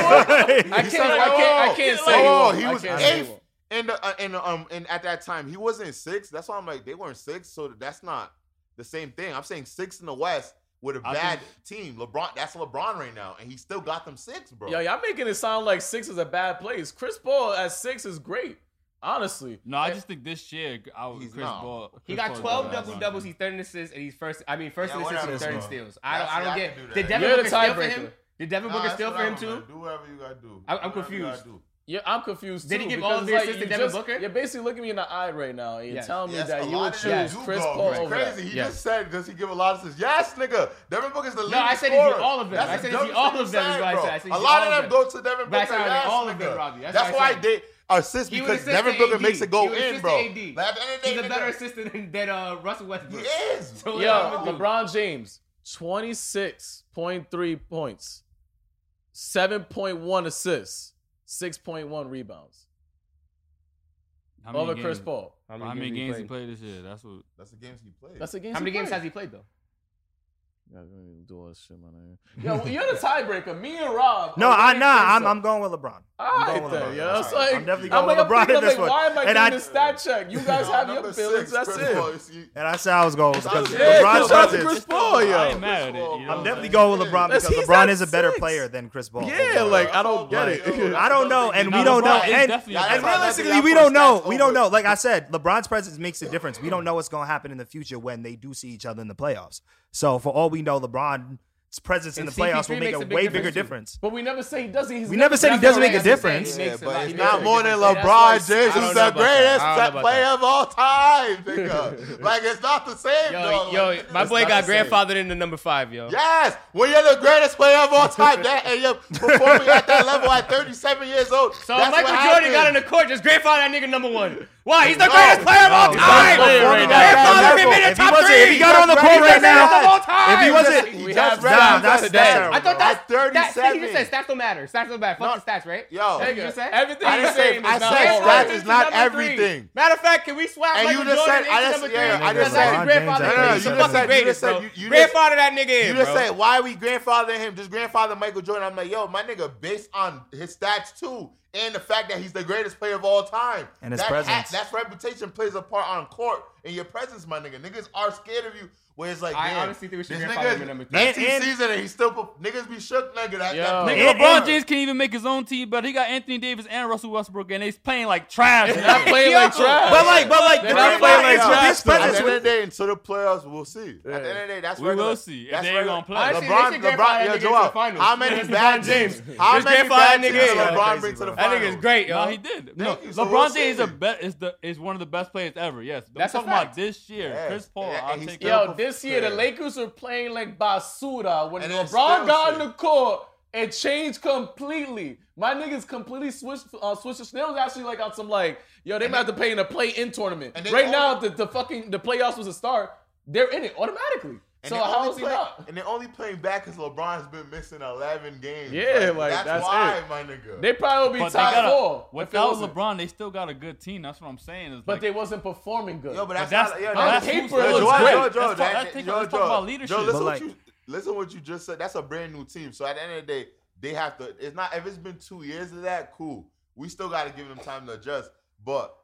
Speaker 1: I
Speaker 3: He
Speaker 1: can't.
Speaker 3: said,
Speaker 1: I can't. I
Speaker 3: "Oh,
Speaker 1: can't
Speaker 5: oh,
Speaker 1: say.
Speaker 3: oh,
Speaker 1: won't.
Speaker 3: he
Speaker 1: I
Speaker 3: was
Speaker 1: can't say
Speaker 3: eighth."
Speaker 1: won't.
Speaker 3: in the uh, in the, um and at that time he wasn't six. That's why I'm like they weren't six, so that's not the same thing. I'm saying six in the West with a
Speaker 5: I
Speaker 3: bad team. LeBron, that's LeBron right now, and he still got them six, bro.
Speaker 1: Yo, y'all making it sound like six is a bad place. Chris Paul at six is great, honestly.
Speaker 5: No, I just think this year, I would
Speaker 3: He's
Speaker 5: Chris
Speaker 3: not.
Speaker 5: Paul.
Speaker 2: He got
Speaker 5: Chris Paul is
Speaker 2: 12
Speaker 5: better than
Speaker 2: double
Speaker 5: LeBron.
Speaker 2: doubles. He's third in assists, and he's first. I mean, first in
Speaker 3: Yeah,
Speaker 2: assists and
Speaker 3: whatever,
Speaker 2: third in
Speaker 3: bro.
Speaker 2: steals. I don't.
Speaker 3: That's-
Speaker 2: I don't
Speaker 3: I
Speaker 2: get.
Speaker 3: can do that.
Speaker 2: Did Devin
Speaker 1: You're the
Speaker 2: Booker steal for
Speaker 1: tiebreaker.
Speaker 2: him? Did Devin
Speaker 3: Nah,
Speaker 2: Booker
Speaker 3: that's
Speaker 2: steal for
Speaker 3: whatever,
Speaker 2: him too?
Speaker 3: man. Do whatever you gotta do.
Speaker 2: I'm- I'm
Speaker 3: Whatever you gotta
Speaker 2: confused.
Speaker 3: do.
Speaker 1: Yeah, I'm confused
Speaker 2: Did
Speaker 1: too.
Speaker 2: he give all
Speaker 1: because
Speaker 2: of
Speaker 1: it's
Speaker 2: the assists
Speaker 1: you
Speaker 2: to Devin
Speaker 1: just-
Speaker 2: Booker?
Speaker 1: You're basically looking me in the eye right now and you're
Speaker 2: Yes.
Speaker 1: telling me
Speaker 3: Yes, a
Speaker 1: that you
Speaker 3: lot
Speaker 1: would
Speaker 3: of them
Speaker 1: choose
Speaker 3: do,
Speaker 1: Chris
Speaker 3: bro.
Speaker 1: Paul
Speaker 3: It's
Speaker 1: over
Speaker 3: crazy.
Speaker 1: that.
Speaker 3: He
Speaker 2: Yes.
Speaker 3: just said, does he give a lot of assists? Yes, nigga. Devin Booker's the leading
Speaker 2: I said he did
Speaker 3: scorer.
Speaker 2: all of them.
Speaker 3: That's
Speaker 2: I
Speaker 3: the
Speaker 2: said he did
Speaker 3: dumbest
Speaker 2: all
Speaker 3: thing
Speaker 2: of
Speaker 3: you
Speaker 2: them, is
Speaker 3: said,
Speaker 2: what I
Speaker 3: bro.
Speaker 2: said. I said he
Speaker 3: A
Speaker 2: did
Speaker 3: lot
Speaker 2: all
Speaker 3: of
Speaker 2: of
Speaker 3: them
Speaker 2: them.
Speaker 3: go to
Speaker 2: But I
Speaker 3: Devin Booker.
Speaker 2: said I did
Speaker 3: Yes,
Speaker 2: all of them,
Speaker 3: nigga.
Speaker 2: Robbie. That's
Speaker 3: That's
Speaker 2: what I
Speaker 3: why
Speaker 2: said.
Speaker 3: they assist
Speaker 2: He would
Speaker 3: because
Speaker 2: assist
Speaker 3: Devin
Speaker 2: to
Speaker 3: Booker
Speaker 2: AD.
Speaker 3: makes it
Speaker 2: He
Speaker 3: go
Speaker 2: would
Speaker 3: in,
Speaker 2: assist
Speaker 3: bro.
Speaker 2: to AD.
Speaker 3: Like, at the end of the
Speaker 2: He's
Speaker 3: day,
Speaker 2: a better
Speaker 3: nigga,
Speaker 2: assistant than, than uh, Russell Westbrook.
Speaker 3: He is.
Speaker 2: So what
Speaker 1: Yo,
Speaker 2: I'm gonna do?
Speaker 1: LeBron James, 26.3 points, 7.1 assists, 6.1 rebounds.
Speaker 5: How many
Speaker 1: Over Chris
Speaker 5: games-
Speaker 1: Paul.
Speaker 5: How many games he played this year? That's what.
Speaker 3: That's the games he played.
Speaker 1: That's the game.
Speaker 2: How many games has he played though?
Speaker 1: Yeah, we don't need to do all this shit, my nigga. Yo, well, you're the tiebreaker. Me and Rob.
Speaker 4: No,
Speaker 1: are
Speaker 4: I
Speaker 1: three
Speaker 4: nah. I'm,
Speaker 1: picks
Speaker 4: I'm going with LeBron.
Speaker 1: All
Speaker 4: I'm
Speaker 1: right,
Speaker 4: going with
Speaker 1: then.
Speaker 4: LeBron.
Speaker 1: Yo, it's
Speaker 3: All right.
Speaker 1: like,
Speaker 4: I'm definitely
Speaker 1: I'm like,
Speaker 4: going with
Speaker 1: I'm
Speaker 4: LeBron
Speaker 1: thinking,
Speaker 4: in
Speaker 1: I'm
Speaker 4: this
Speaker 1: like,
Speaker 4: one.
Speaker 1: why am I
Speaker 4: And
Speaker 1: doing
Speaker 4: I-
Speaker 1: the stat check? You guys have your
Speaker 3: Number
Speaker 1: feelings.
Speaker 3: six,
Speaker 1: that's
Speaker 3: Chris
Speaker 1: it.
Speaker 3: Paul, you see-
Speaker 4: And that's how I was
Speaker 1: Oh,
Speaker 4: going because
Speaker 3: Yeah,
Speaker 1: Yeah,
Speaker 4: LeBron's
Speaker 1: shout out to
Speaker 4: presence-
Speaker 1: Chris Paul, yo.
Speaker 5: I ain't mad at it. you know
Speaker 4: I'm
Speaker 5: what
Speaker 4: definitely
Speaker 5: saying?
Speaker 4: going with LeBron
Speaker 1: That's-
Speaker 4: because
Speaker 1: he's
Speaker 4: LeBron
Speaker 1: at
Speaker 4: is a better
Speaker 1: six.
Speaker 4: player than Chris Paul.
Speaker 1: Yeah,
Speaker 4: overall.
Speaker 1: like I don't get it.
Speaker 4: I don't know, and we
Speaker 5: Nah, LeBron
Speaker 4: don't know.
Speaker 5: is
Speaker 4: And,
Speaker 5: definitely
Speaker 4: and
Speaker 5: a better
Speaker 4: realistically,
Speaker 3: player.
Speaker 4: we don't know.
Speaker 3: Y'all
Speaker 4: We
Speaker 3: put
Speaker 4: don't know.
Speaker 3: stats
Speaker 4: Like I said, LeBron's presence makes a difference. We don't know what's going to happen in the future when they do see each other in the playoffs. So for all we know, LeBron's presence in
Speaker 2: And
Speaker 4: the playoffs
Speaker 2: CP3
Speaker 4: will make
Speaker 2: makes
Speaker 4: a
Speaker 2: a big
Speaker 4: way
Speaker 2: difference
Speaker 4: bigger
Speaker 2: too.
Speaker 4: difference.
Speaker 1: But we never say he doesn't. He's
Speaker 4: We never said he
Speaker 1: that's
Speaker 4: doesn't
Speaker 1: what
Speaker 4: make a
Speaker 1: I'm saying.
Speaker 4: difference.
Speaker 1: He
Speaker 3: Yeah,
Speaker 1: makes a lot-
Speaker 3: but
Speaker 1: he
Speaker 3: it's
Speaker 1: makes
Speaker 3: not
Speaker 1: a
Speaker 3: more than
Speaker 1: difference. That's why
Speaker 3: LeBron
Speaker 1: he's-
Speaker 3: James.
Speaker 2: I
Speaker 3: He's
Speaker 2: don't know
Speaker 3: the
Speaker 2: about
Speaker 3: greatest
Speaker 2: that. I don't know about
Speaker 3: player
Speaker 2: that.
Speaker 3: of all time, nigga. like it's not the same,
Speaker 2: Yo,
Speaker 3: dog.
Speaker 2: yo,
Speaker 3: Like,
Speaker 2: my
Speaker 3: it's
Speaker 2: boy
Speaker 3: not
Speaker 2: got
Speaker 3: the same.
Speaker 2: grandfathered into number five, yo.
Speaker 3: Yes, when you're the greatest player of all time, that and you're performing at that level at 37 years old.
Speaker 2: So
Speaker 3: that's
Speaker 2: Michael
Speaker 3: what
Speaker 2: Jordan got in
Speaker 3: happens.
Speaker 2: the court, just grandfather that nigga number one. Why? He's the
Speaker 3: No,
Speaker 2: greatest player of all
Speaker 4: no, he's
Speaker 2: time.
Speaker 1: not playing right now.
Speaker 2: Grandfather him in the
Speaker 4: If he
Speaker 2: top
Speaker 4: wasn't-
Speaker 2: three.
Speaker 4: if he got on the
Speaker 2: He's
Speaker 4: court right
Speaker 2: greatest
Speaker 4: now-
Speaker 2: of all time.
Speaker 4: if he wasn't-
Speaker 1: We
Speaker 3: He just
Speaker 1: have
Speaker 3: read
Speaker 1: Nah,
Speaker 3: out that
Speaker 4: that's- that's
Speaker 3: stat.
Speaker 4: terrible.
Speaker 2: I thought that's
Speaker 3: At 37.
Speaker 2: That, see, he just said stats don't matter. Stats don't matter. Fuck the stats, right?
Speaker 3: Yo,
Speaker 2: That's what you said?
Speaker 1: Everything
Speaker 3: I
Speaker 1: he's
Speaker 3: didn't say
Speaker 1: saying
Speaker 3: I
Speaker 1: is
Speaker 3: said
Speaker 1: not right.
Speaker 2: Grandfather
Speaker 3: stats is
Speaker 2: to
Speaker 3: not
Speaker 2: number three.
Speaker 3: everything.
Speaker 2: Matter of fact, can we swap
Speaker 3: And
Speaker 2: Michael
Speaker 3: you just
Speaker 2: Jordan
Speaker 3: said- I
Speaker 2: into number three? Because that's his grandfather. He's the fucking
Speaker 3: just- yeah, I just said-
Speaker 4: No, no, you just
Speaker 3: said- you
Speaker 2: greatest,
Speaker 3: just
Speaker 2: bro.
Speaker 3: said- you- you just-
Speaker 2: Grandfather that nigga
Speaker 3: You
Speaker 2: in,
Speaker 3: just
Speaker 2: bro.
Speaker 3: said why we grandfather him? Just grandfather Michael Jordan. I'm like, yo, my nigga, based on his stats too, and the fact that he's the greatest player of all time,
Speaker 4: And his
Speaker 3: that, That,
Speaker 4: presence.
Speaker 3: that's reputation plays a part on court and your presence, my nigga. Niggas are scared of you. Where it's like,
Speaker 2: I
Speaker 3: damn,
Speaker 2: honestly think we should
Speaker 3: this
Speaker 2: grandfather him
Speaker 3: nigga-
Speaker 2: at number three.
Speaker 3: Next
Speaker 4: And- and-
Speaker 3: season and he still perf- niggas be shook, nigga. That,
Speaker 1: Yo.
Speaker 3: that,
Speaker 5: Nigga,
Speaker 4: And-
Speaker 5: LeBron
Speaker 4: and-
Speaker 5: James can't even make his own team, but he got Anthony Davis and Russell Westbrook, and they's playing like trash.
Speaker 1: They're not playing like trash.
Speaker 4: But like, but like, the
Speaker 1: They're
Speaker 4: thing
Speaker 1: not playing
Speaker 4: about it
Speaker 1: like
Speaker 4: is
Speaker 1: trash,
Speaker 4: his
Speaker 1: though.
Speaker 3: At the
Speaker 4: presence
Speaker 3: end
Speaker 4: with
Speaker 3: of the day, until the playoffs, we'll see. At the end of the day, that's
Speaker 5: We will
Speaker 3: regular.
Speaker 5: see if
Speaker 3: That's
Speaker 5: they ain't
Speaker 3: regular.
Speaker 5: gonna play. Actually,
Speaker 2: they
Speaker 3: LeBron,
Speaker 2: should grandfather that
Speaker 3: LeBron,
Speaker 2: nigga
Speaker 3: yo,
Speaker 2: to the
Speaker 3: Joel,
Speaker 2: finals.
Speaker 3: how many
Speaker 2: That's
Speaker 3: bad
Speaker 2: LeBron James.
Speaker 3: teams? How
Speaker 2: His
Speaker 3: many
Speaker 2: grandfather that
Speaker 3: bad teams
Speaker 2: nigga
Speaker 3: did
Speaker 2: is.
Speaker 3: LeBron
Speaker 4: Crazy,
Speaker 3: bring to the
Speaker 4: bro.
Speaker 2: That
Speaker 3: finals?
Speaker 2: nigga's great, yo.
Speaker 5: No, he did. No,
Speaker 3: you, so
Speaker 5: LeBron
Speaker 3: we'll
Speaker 5: James
Speaker 3: see.
Speaker 5: is the best. Is the is one of the best players ever. Yes,
Speaker 2: That's a
Speaker 5: I'm talking about
Speaker 2: fact.
Speaker 5: this year.
Speaker 3: Yeah.
Speaker 5: Chris Paul.
Speaker 3: Yeah,
Speaker 5: I'll
Speaker 3: he's
Speaker 5: take
Speaker 3: still
Speaker 5: that.
Speaker 1: Yo, this year the
Speaker 3: Yeah.
Speaker 1: Lakers are playing like basura. When
Speaker 3: And they're
Speaker 1: LeBron
Speaker 3: still
Speaker 1: got on
Speaker 3: shit.
Speaker 1: the court, it changed completely. My niggas completely switched uh, switched. They was actually like on some like, yo, they might have to play in a play in tournament.
Speaker 3: and they
Speaker 1: Right
Speaker 3: only-
Speaker 1: now, if the, the fucking the playoffs was a start, they're in it automatically.
Speaker 3: And
Speaker 1: so
Speaker 3: they're
Speaker 1: how
Speaker 3: only
Speaker 1: is he
Speaker 3: play-
Speaker 1: not?
Speaker 3: And they're only playing back because LeBron's been missing 11 games.
Speaker 1: Yeah, like,
Speaker 3: that's,
Speaker 1: that's
Speaker 3: why,
Speaker 1: it.
Speaker 3: my nigga.
Speaker 1: They probably will be
Speaker 5: But they
Speaker 1: top
Speaker 5: got
Speaker 1: four.
Speaker 5: a,
Speaker 1: if it
Speaker 5: without
Speaker 1: wasn't.
Speaker 5: LeBron, they still got a good team. That's what I'm saying. It's
Speaker 1: but
Speaker 5: like,
Speaker 1: they wasn't performing good.
Speaker 3: Yo, but that's,
Speaker 5: that's-
Speaker 3: not, yo,
Speaker 5: on
Speaker 3: that's
Speaker 1: paper, it
Speaker 3: yo,
Speaker 1: looks
Speaker 3: Joel,
Speaker 1: great.
Speaker 3: Joel, Joel,
Speaker 5: Let's talk-
Speaker 3: that-
Speaker 5: let's take-
Speaker 3: Joel,
Speaker 5: let's talk
Speaker 3: Joel.
Speaker 5: about leadership.
Speaker 3: Joel, listen
Speaker 4: But
Speaker 3: what
Speaker 4: like-
Speaker 3: you listen what you just said. That's a brand new team. So at the end of the day, they have to. It's not if it's been two years of that. Cool. We still got to give them time to adjust. But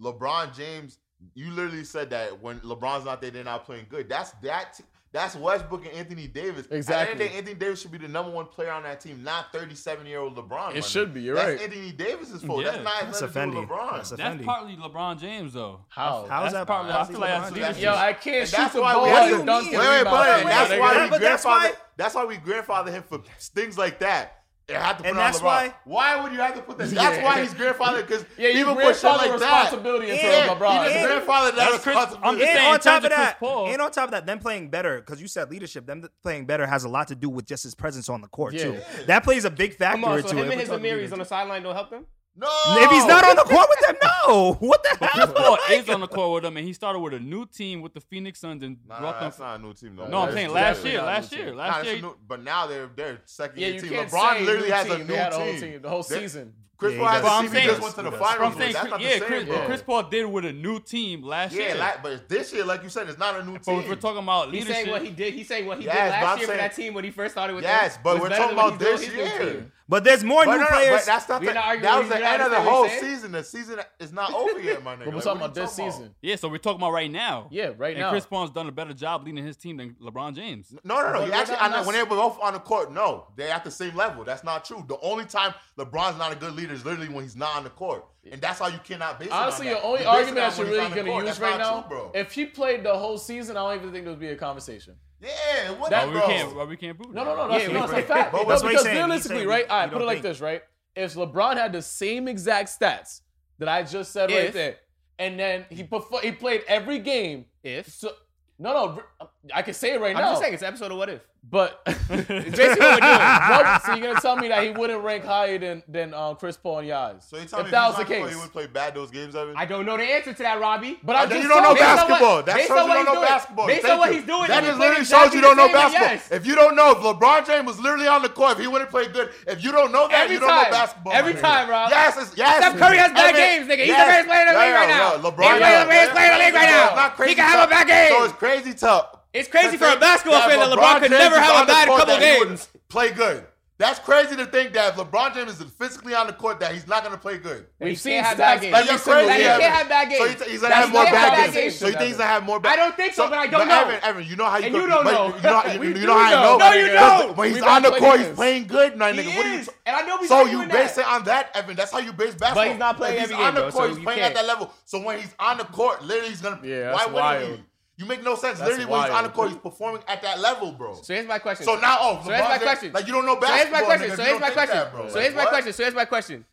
Speaker 3: LeBron James, you literally said that when LeBron's not there, they're not playing good. That's that. T- that's Westbrook and Anthony Davis. At the end of the
Speaker 1: Exactly.
Speaker 3: day, Anthony Davis should be the number one player on that team, not 37 year old LeBron.
Speaker 1: It
Speaker 3: my
Speaker 1: should
Speaker 3: nigga.
Speaker 1: be, you're
Speaker 3: that's
Speaker 1: right.
Speaker 3: Anthony Davis's fault.
Speaker 5: Yeah.
Speaker 3: That's not nothing to do
Speaker 4: That's
Speaker 3: with
Speaker 4: offending.
Speaker 3: LeBron.
Speaker 4: That's
Speaker 5: that's
Speaker 4: offending.
Speaker 5: partly LeBron James though.
Speaker 1: how?
Speaker 4: How is
Speaker 5: that's
Speaker 4: that
Speaker 5: partly
Speaker 4: partly
Speaker 5: I feel like that's
Speaker 4: LeBron
Speaker 5: leadership.
Speaker 3: James?
Speaker 1: Yo, I can't
Speaker 3: And
Speaker 1: shoot
Speaker 3: that's
Speaker 1: the
Speaker 3: why
Speaker 1: ball.
Speaker 3: we
Speaker 4: had
Speaker 1: and
Speaker 4: to-
Speaker 1: dunk
Speaker 4: Wait,
Speaker 1: it.
Speaker 3: Wait, wait,
Speaker 1: Rebound.
Speaker 3: but
Speaker 4: Yeah,
Speaker 3: that's
Speaker 4: nigga.
Speaker 3: why
Speaker 4: Yeah,
Speaker 3: we
Speaker 4: but that's
Speaker 3: grandfather.
Speaker 4: why-
Speaker 3: That's why we grandfather him for things like that. It had to put
Speaker 4: And
Speaker 3: on
Speaker 4: that's
Speaker 3: LeBron.
Speaker 4: why-
Speaker 3: why would you have to put that? That's
Speaker 1: Yeah.
Speaker 3: why he's grandfather because
Speaker 1: Yeah, you
Speaker 3: even put shit
Speaker 1: grandfather
Speaker 3: like that.
Speaker 1: responsibility into
Speaker 4: Yeah,
Speaker 3: Yeah,
Speaker 1: LeBron.
Speaker 3: He just
Speaker 4: Yeah.
Speaker 3: grandfathered that
Speaker 5: That's Chris- I'm
Speaker 3: responsibility.
Speaker 5: just
Speaker 4: and
Speaker 5: saying,
Speaker 4: on
Speaker 5: in
Speaker 4: top
Speaker 5: terms
Speaker 4: of
Speaker 5: of Chris
Speaker 4: that,
Speaker 5: Paul-
Speaker 4: and on top of that, them playing better because you said leadership. Them playing better has a lot to do with just his presence on the court
Speaker 1: Yeah.
Speaker 4: too. That plays a big factor
Speaker 2: Come on, so
Speaker 4: into
Speaker 2: him
Speaker 4: it.
Speaker 2: and
Speaker 4: We're
Speaker 2: his
Speaker 4: talking
Speaker 2: Amiris
Speaker 4: leadership.
Speaker 2: on the sideline don't help them?
Speaker 3: No,
Speaker 4: If he's not on the court with them, no. What the
Speaker 5: But
Speaker 4: hell?
Speaker 5: Chris Paul is on the court with them, and he started with a new team with the Phoenix Suns and
Speaker 3: Nah,
Speaker 5: brought them.
Speaker 3: that's not a new team. No,
Speaker 5: no, I'm
Speaker 3: That's
Speaker 5: saying
Speaker 1: it's
Speaker 5: last
Speaker 1: definitely
Speaker 5: year,
Speaker 1: not a new
Speaker 5: last year,
Speaker 1: team.
Speaker 3: Nah,
Speaker 5: last
Speaker 3: that's
Speaker 5: year.
Speaker 3: a new- but now they're they're second
Speaker 1: Yeah,
Speaker 3: year
Speaker 1: you
Speaker 3: team.
Speaker 1: can't
Speaker 3: LeBron
Speaker 1: say
Speaker 3: literally
Speaker 1: new
Speaker 3: has a
Speaker 1: team.
Speaker 3: new
Speaker 1: They had a whole
Speaker 3: team.
Speaker 1: team, the whole
Speaker 3: They-
Speaker 1: season.
Speaker 3: Chris
Speaker 4: Yeah,
Speaker 3: Paul
Speaker 4: he
Speaker 3: has a
Speaker 5: does. But
Speaker 3: team.
Speaker 5: I'm
Speaker 3: He just
Speaker 5: saying-
Speaker 3: went to the
Speaker 4: He does.
Speaker 5: But I'm
Speaker 3: finals.
Speaker 5: saying,
Speaker 3: with. That's not the
Speaker 5: yeah,
Speaker 3: same.
Speaker 5: Chris, but
Speaker 3: though.
Speaker 5: Chris Paul did with a new team last
Speaker 3: Yeah,
Speaker 5: year.
Speaker 3: like, but this year, like you said, it's not a new
Speaker 5: but
Speaker 3: team.
Speaker 5: if we're talking about
Speaker 2: He's
Speaker 5: leadership,
Speaker 2: saying what he did. He's saying what he
Speaker 3: Yes,
Speaker 2: did
Speaker 3: but I'm
Speaker 2: last year for
Speaker 3: saying-
Speaker 2: that team when he first started with
Speaker 3: Yes,
Speaker 2: them.
Speaker 3: but
Speaker 2: was
Speaker 3: we're
Speaker 2: better
Speaker 3: talking
Speaker 2: than
Speaker 3: about
Speaker 2: what he's
Speaker 3: this
Speaker 2: doing with his new
Speaker 3: year.
Speaker 2: team.
Speaker 4: But there's more
Speaker 3: But,
Speaker 4: new
Speaker 3: no, no,
Speaker 4: players.
Speaker 3: but that's not
Speaker 2: We're
Speaker 3: the,
Speaker 2: not arguing
Speaker 3: that
Speaker 2: with
Speaker 3: was
Speaker 2: you.
Speaker 3: the
Speaker 2: You
Speaker 3: end of the
Speaker 2: understand what
Speaker 3: whole
Speaker 2: I'm saying?
Speaker 3: season. The season is not over yet, my nigga.
Speaker 1: But we're
Speaker 3: Like,
Speaker 1: talking
Speaker 3: what
Speaker 1: about
Speaker 3: are you
Speaker 1: this season.
Speaker 5: Yeah, so we're talking about right now.
Speaker 1: Yeah, right
Speaker 5: and
Speaker 1: now.
Speaker 5: Chris Paul's done a better job leading his team than LeBron James.
Speaker 3: No, no, no.
Speaker 1: But
Speaker 3: You
Speaker 1: we're
Speaker 3: actually,
Speaker 1: not-
Speaker 3: I know,
Speaker 1: not-
Speaker 3: when they were both on the court, no, they're at the same level. That's not true. The only time LeBron's not a good leader is literally when he's not on the court, and that's how you cannot base. it on
Speaker 1: Honestly,
Speaker 3: that.
Speaker 1: your only
Speaker 3: You base it
Speaker 1: argument
Speaker 3: on
Speaker 1: that you're
Speaker 3: when he's
Speaker 1: really
Speaker 3: on the
Speaker 1: gonna
Speaker 3: court.
Speaker 1: use
Speaker 3: That's
Speaker 1: right
Speaker 3: not
Speaker 1: now,
Speaker 3: true, bro.
Speaker 1: if he played the whole season, I don't even think there would be a conversation.
Speaker 3: yeah, what
Speaker 1: That-
Speaker 5: But we
Speaker 3: bro?
Speaker 5: can't, but we can't prove
Speaker 1: No,
Speaker 5: that.
Speaker 1: no, no, that's, no,
Speaker 2: Yeah, we-
Speaker 1: it's a fact.
Speaker 3: but
Speaker 1: No,
Speaker 3: that's
Speaker 4: what he's
Speaker 1: because
Speaker 4: saying. He's
Speaker 1: realistically,
Speaker 4: saying
Speaker 1: right?
Speaker 4: we-
Speaker 1: All
Speaker 4: we
Speaker 1: right,
Speaker 4: don't
Speaker 1: put it like
Speaker 4: think.
Speaker 1: this, right? If LeBron had the same exact stats that I just said right
Speaker 2: If-
Speaker 1: there, and then he perfor- he played every game.
Speaker 2: If.
Speaker 1: So no, no, r- I can say it right
Speaker 2: I'm
Speaker 1: now.
Speaker 2: just saying, it's an episode of What If.
Speaker 1: but
Speaker 2: It's basically what we're doing.
Speaker 1: What- so you're gonna tell me that he wouldn't rank higher than than um, Chris Paul and Giannis?
Speaker 3: So you tell
Speaker 1: if
Speaker 3: me if
Speaker 1: that
Speaker 3: he's
Speaker 1: was the
Speaker 3: on court,
Speaker 1: case,
Speaker 3: he would play bad those games, Evan.
Speaker 2: I don't know the answer to that, Robbie.
Speaker 1: but I'm just
Speaker 3: Then you don't know
Speaker 1: telling
Speaker 2: based on what-
Speaker 3: basketball. That
Speaker 2: based
Speaker 3: shows
Speaker 2: on what
Speaker 3: you don't
Speaker 2: he's
Speaker 3: know
Speaker 2: doing.
Speaker 3: basketball.
Speaker 2: Based
Speaker 3: Thank
Speaker 2: on what
Speaker 3: you.
Speaker 2: he's doing,
Speaker 3: that
Speaker 2: he
Speaker 3: just
Speaker 2: played
Speaker 3: literally
Speaker 2: exactly
Speaker 3: shows you don't
Speaker 2: the
Speaker 3: know
Speaker 2: same, and
Speaker 3: basketball.
Speaker 2: yes.
Speaker 3: If you don't know, if LeBron James was literally on the court, if he wouldn't play good, if you don't know that,
Speaker 2: Every
Speaker 3: you don't
Speaker 2: time.
Speaker 3: know basketball.
Speaker 2: Every
Speaker 3: my nigga.
Speaker 2: time, Rob.
Speaker 3: Yes, it's, yes.
Speaker 2: Steph Curry has bad
Speaker 3: Evan,
Speaker 2: games, nigga. He's the greatest player in the league right now.
Speaker 3: LeBron,
Speaker 2: He's the
Speaker 3: yeah.
Speaker 2: greatest player in the league right
Speaker 3: So
Speaker 2: now.
Speaker 3: it's not
Speaker 2: He
Speaker 3: crazy
Speaker 2: can have a
Speaker 3: talk.
Speaker 2: bad game.
Speaker 3: So it's crazy talk.
Speaker 2: It's crazy for a basketball
Speaker 3: that
Speaker 2: fan that LeBron, could
Speaker 3: James
Speaker 2: never
Speaker 3: is
Speaker 2: have
Speaker 3: on
Speaker 2: a
Speaker 3: the
Speaker 2: bad
Speaker 3: court
Speaker 2: couple
Speaker 3: that he would
Speaker 2: games.
Speaker 3: Play good. That's crazy to think that if LeBron James is physically on the court that he's not going to play good.
Speaker 1: We've
Speaker 2: He
Speaker 1: seen
Speaker 2: can't have
Speaker 1: stats
Speaker 2: bad games.
Speaker 1: every
Speaker 3: Like, you're
Speaker 1: single
Speaker 3: crazy.
Speaker 2: Like, he
Speaker 1: year.
Speaker 2: can't have bad
Speaker 3: So
Speaker 2: games.
Speaker 3: he's, he's gonna
Speaker 2: That
Speaker 3: have
Speaker 2: he
Speaker 3: more
Speaker 2: can't have
Speaker 3: bad
Speaker 2: bad
Speaker 3: games.
Speaker 2: games.
Speaker 3: So you think he's gonna have more bad?
Speaker 2: I don't think so, but I don't know.
Speaker 3: Evan, Evan, you know how you.
Speaker 2: And
Speaker 3: go-
Speaker 2: you don't
Speaker 3: but
Speaker 2: know.
Speaker 3: You know, how- you,
Speaker 2: We
Speaker 3: you
Speaker 2: do
Speaker 3: know how I
Speaker 2: know.
Speaker 3: know.
Speaker 2: No, you
Speaker 3: Because
Speaker 2: don't.
Speaker 3: When
Speaker 1: We
Speaker 3: he's
Speaker 1: about
Speaker 3: on the
Speaker 1: to play
Speaker 3: court, he's
Speaker 1: games.
Speaker 3: playing good, my
Speaker 2: He
Speaker 3: nigga. What are you?
Speaker 2: is. And I know we
Speaker 3: So
Speaker 2: saw you
Speaker 3: you
Speaker 2: in
Speaker 3: base it
Speaker 2: that.
Speaker 3: on that, Evan. That's how you base basketball.
Speaker 2: But he's not playing
Speaker 3: If he's
Speaker 2: every game,
Speaker 3: on the
Speaker 2: though, so
Speaker 3: court, he's
Speaker 2: you
Speaker 3: playing
Speaker 2: can't.
Speaker 3: at that level. So when he's on the court, literally he's gonna.
Speaker 1: Yeah,
Speaker 3: why
Speaker 1: that's
Speaker 3: wouldn't
Speaker 1: wild.
Speaker 3: he? You make no sense.
Speaker 1: That's
Speaker 3: Literally, when he's on the
Speaker 1: wild.
Speaker 3: court, he's performing at that level, bro.
Speaker 2: So here's my question.
Speaker 3: So now, oh,
Speaker 2: So here's
Speaker 3: LeBron
Speaker 2: my
Speaker 3: James-
Speaker 2: question.
Speaker 3: Like you don't know
Speaker 2: So here's my
Speaker 3: basketball.
Speaker 2: question.
Speaker 3: nigga, if
Speaker 2: So
Speaker 3: you
Speaker 2: here's
Speaker 3: don't
Speaker 2: my
Speaker 3: think
Speaker 2: question.
Speaker 3: that, bro.
Speaker 2: so
Speaker 3: Like,
Speaker 2: here's my
Speaker 3: what?
Speaker 2: question. So here's my question.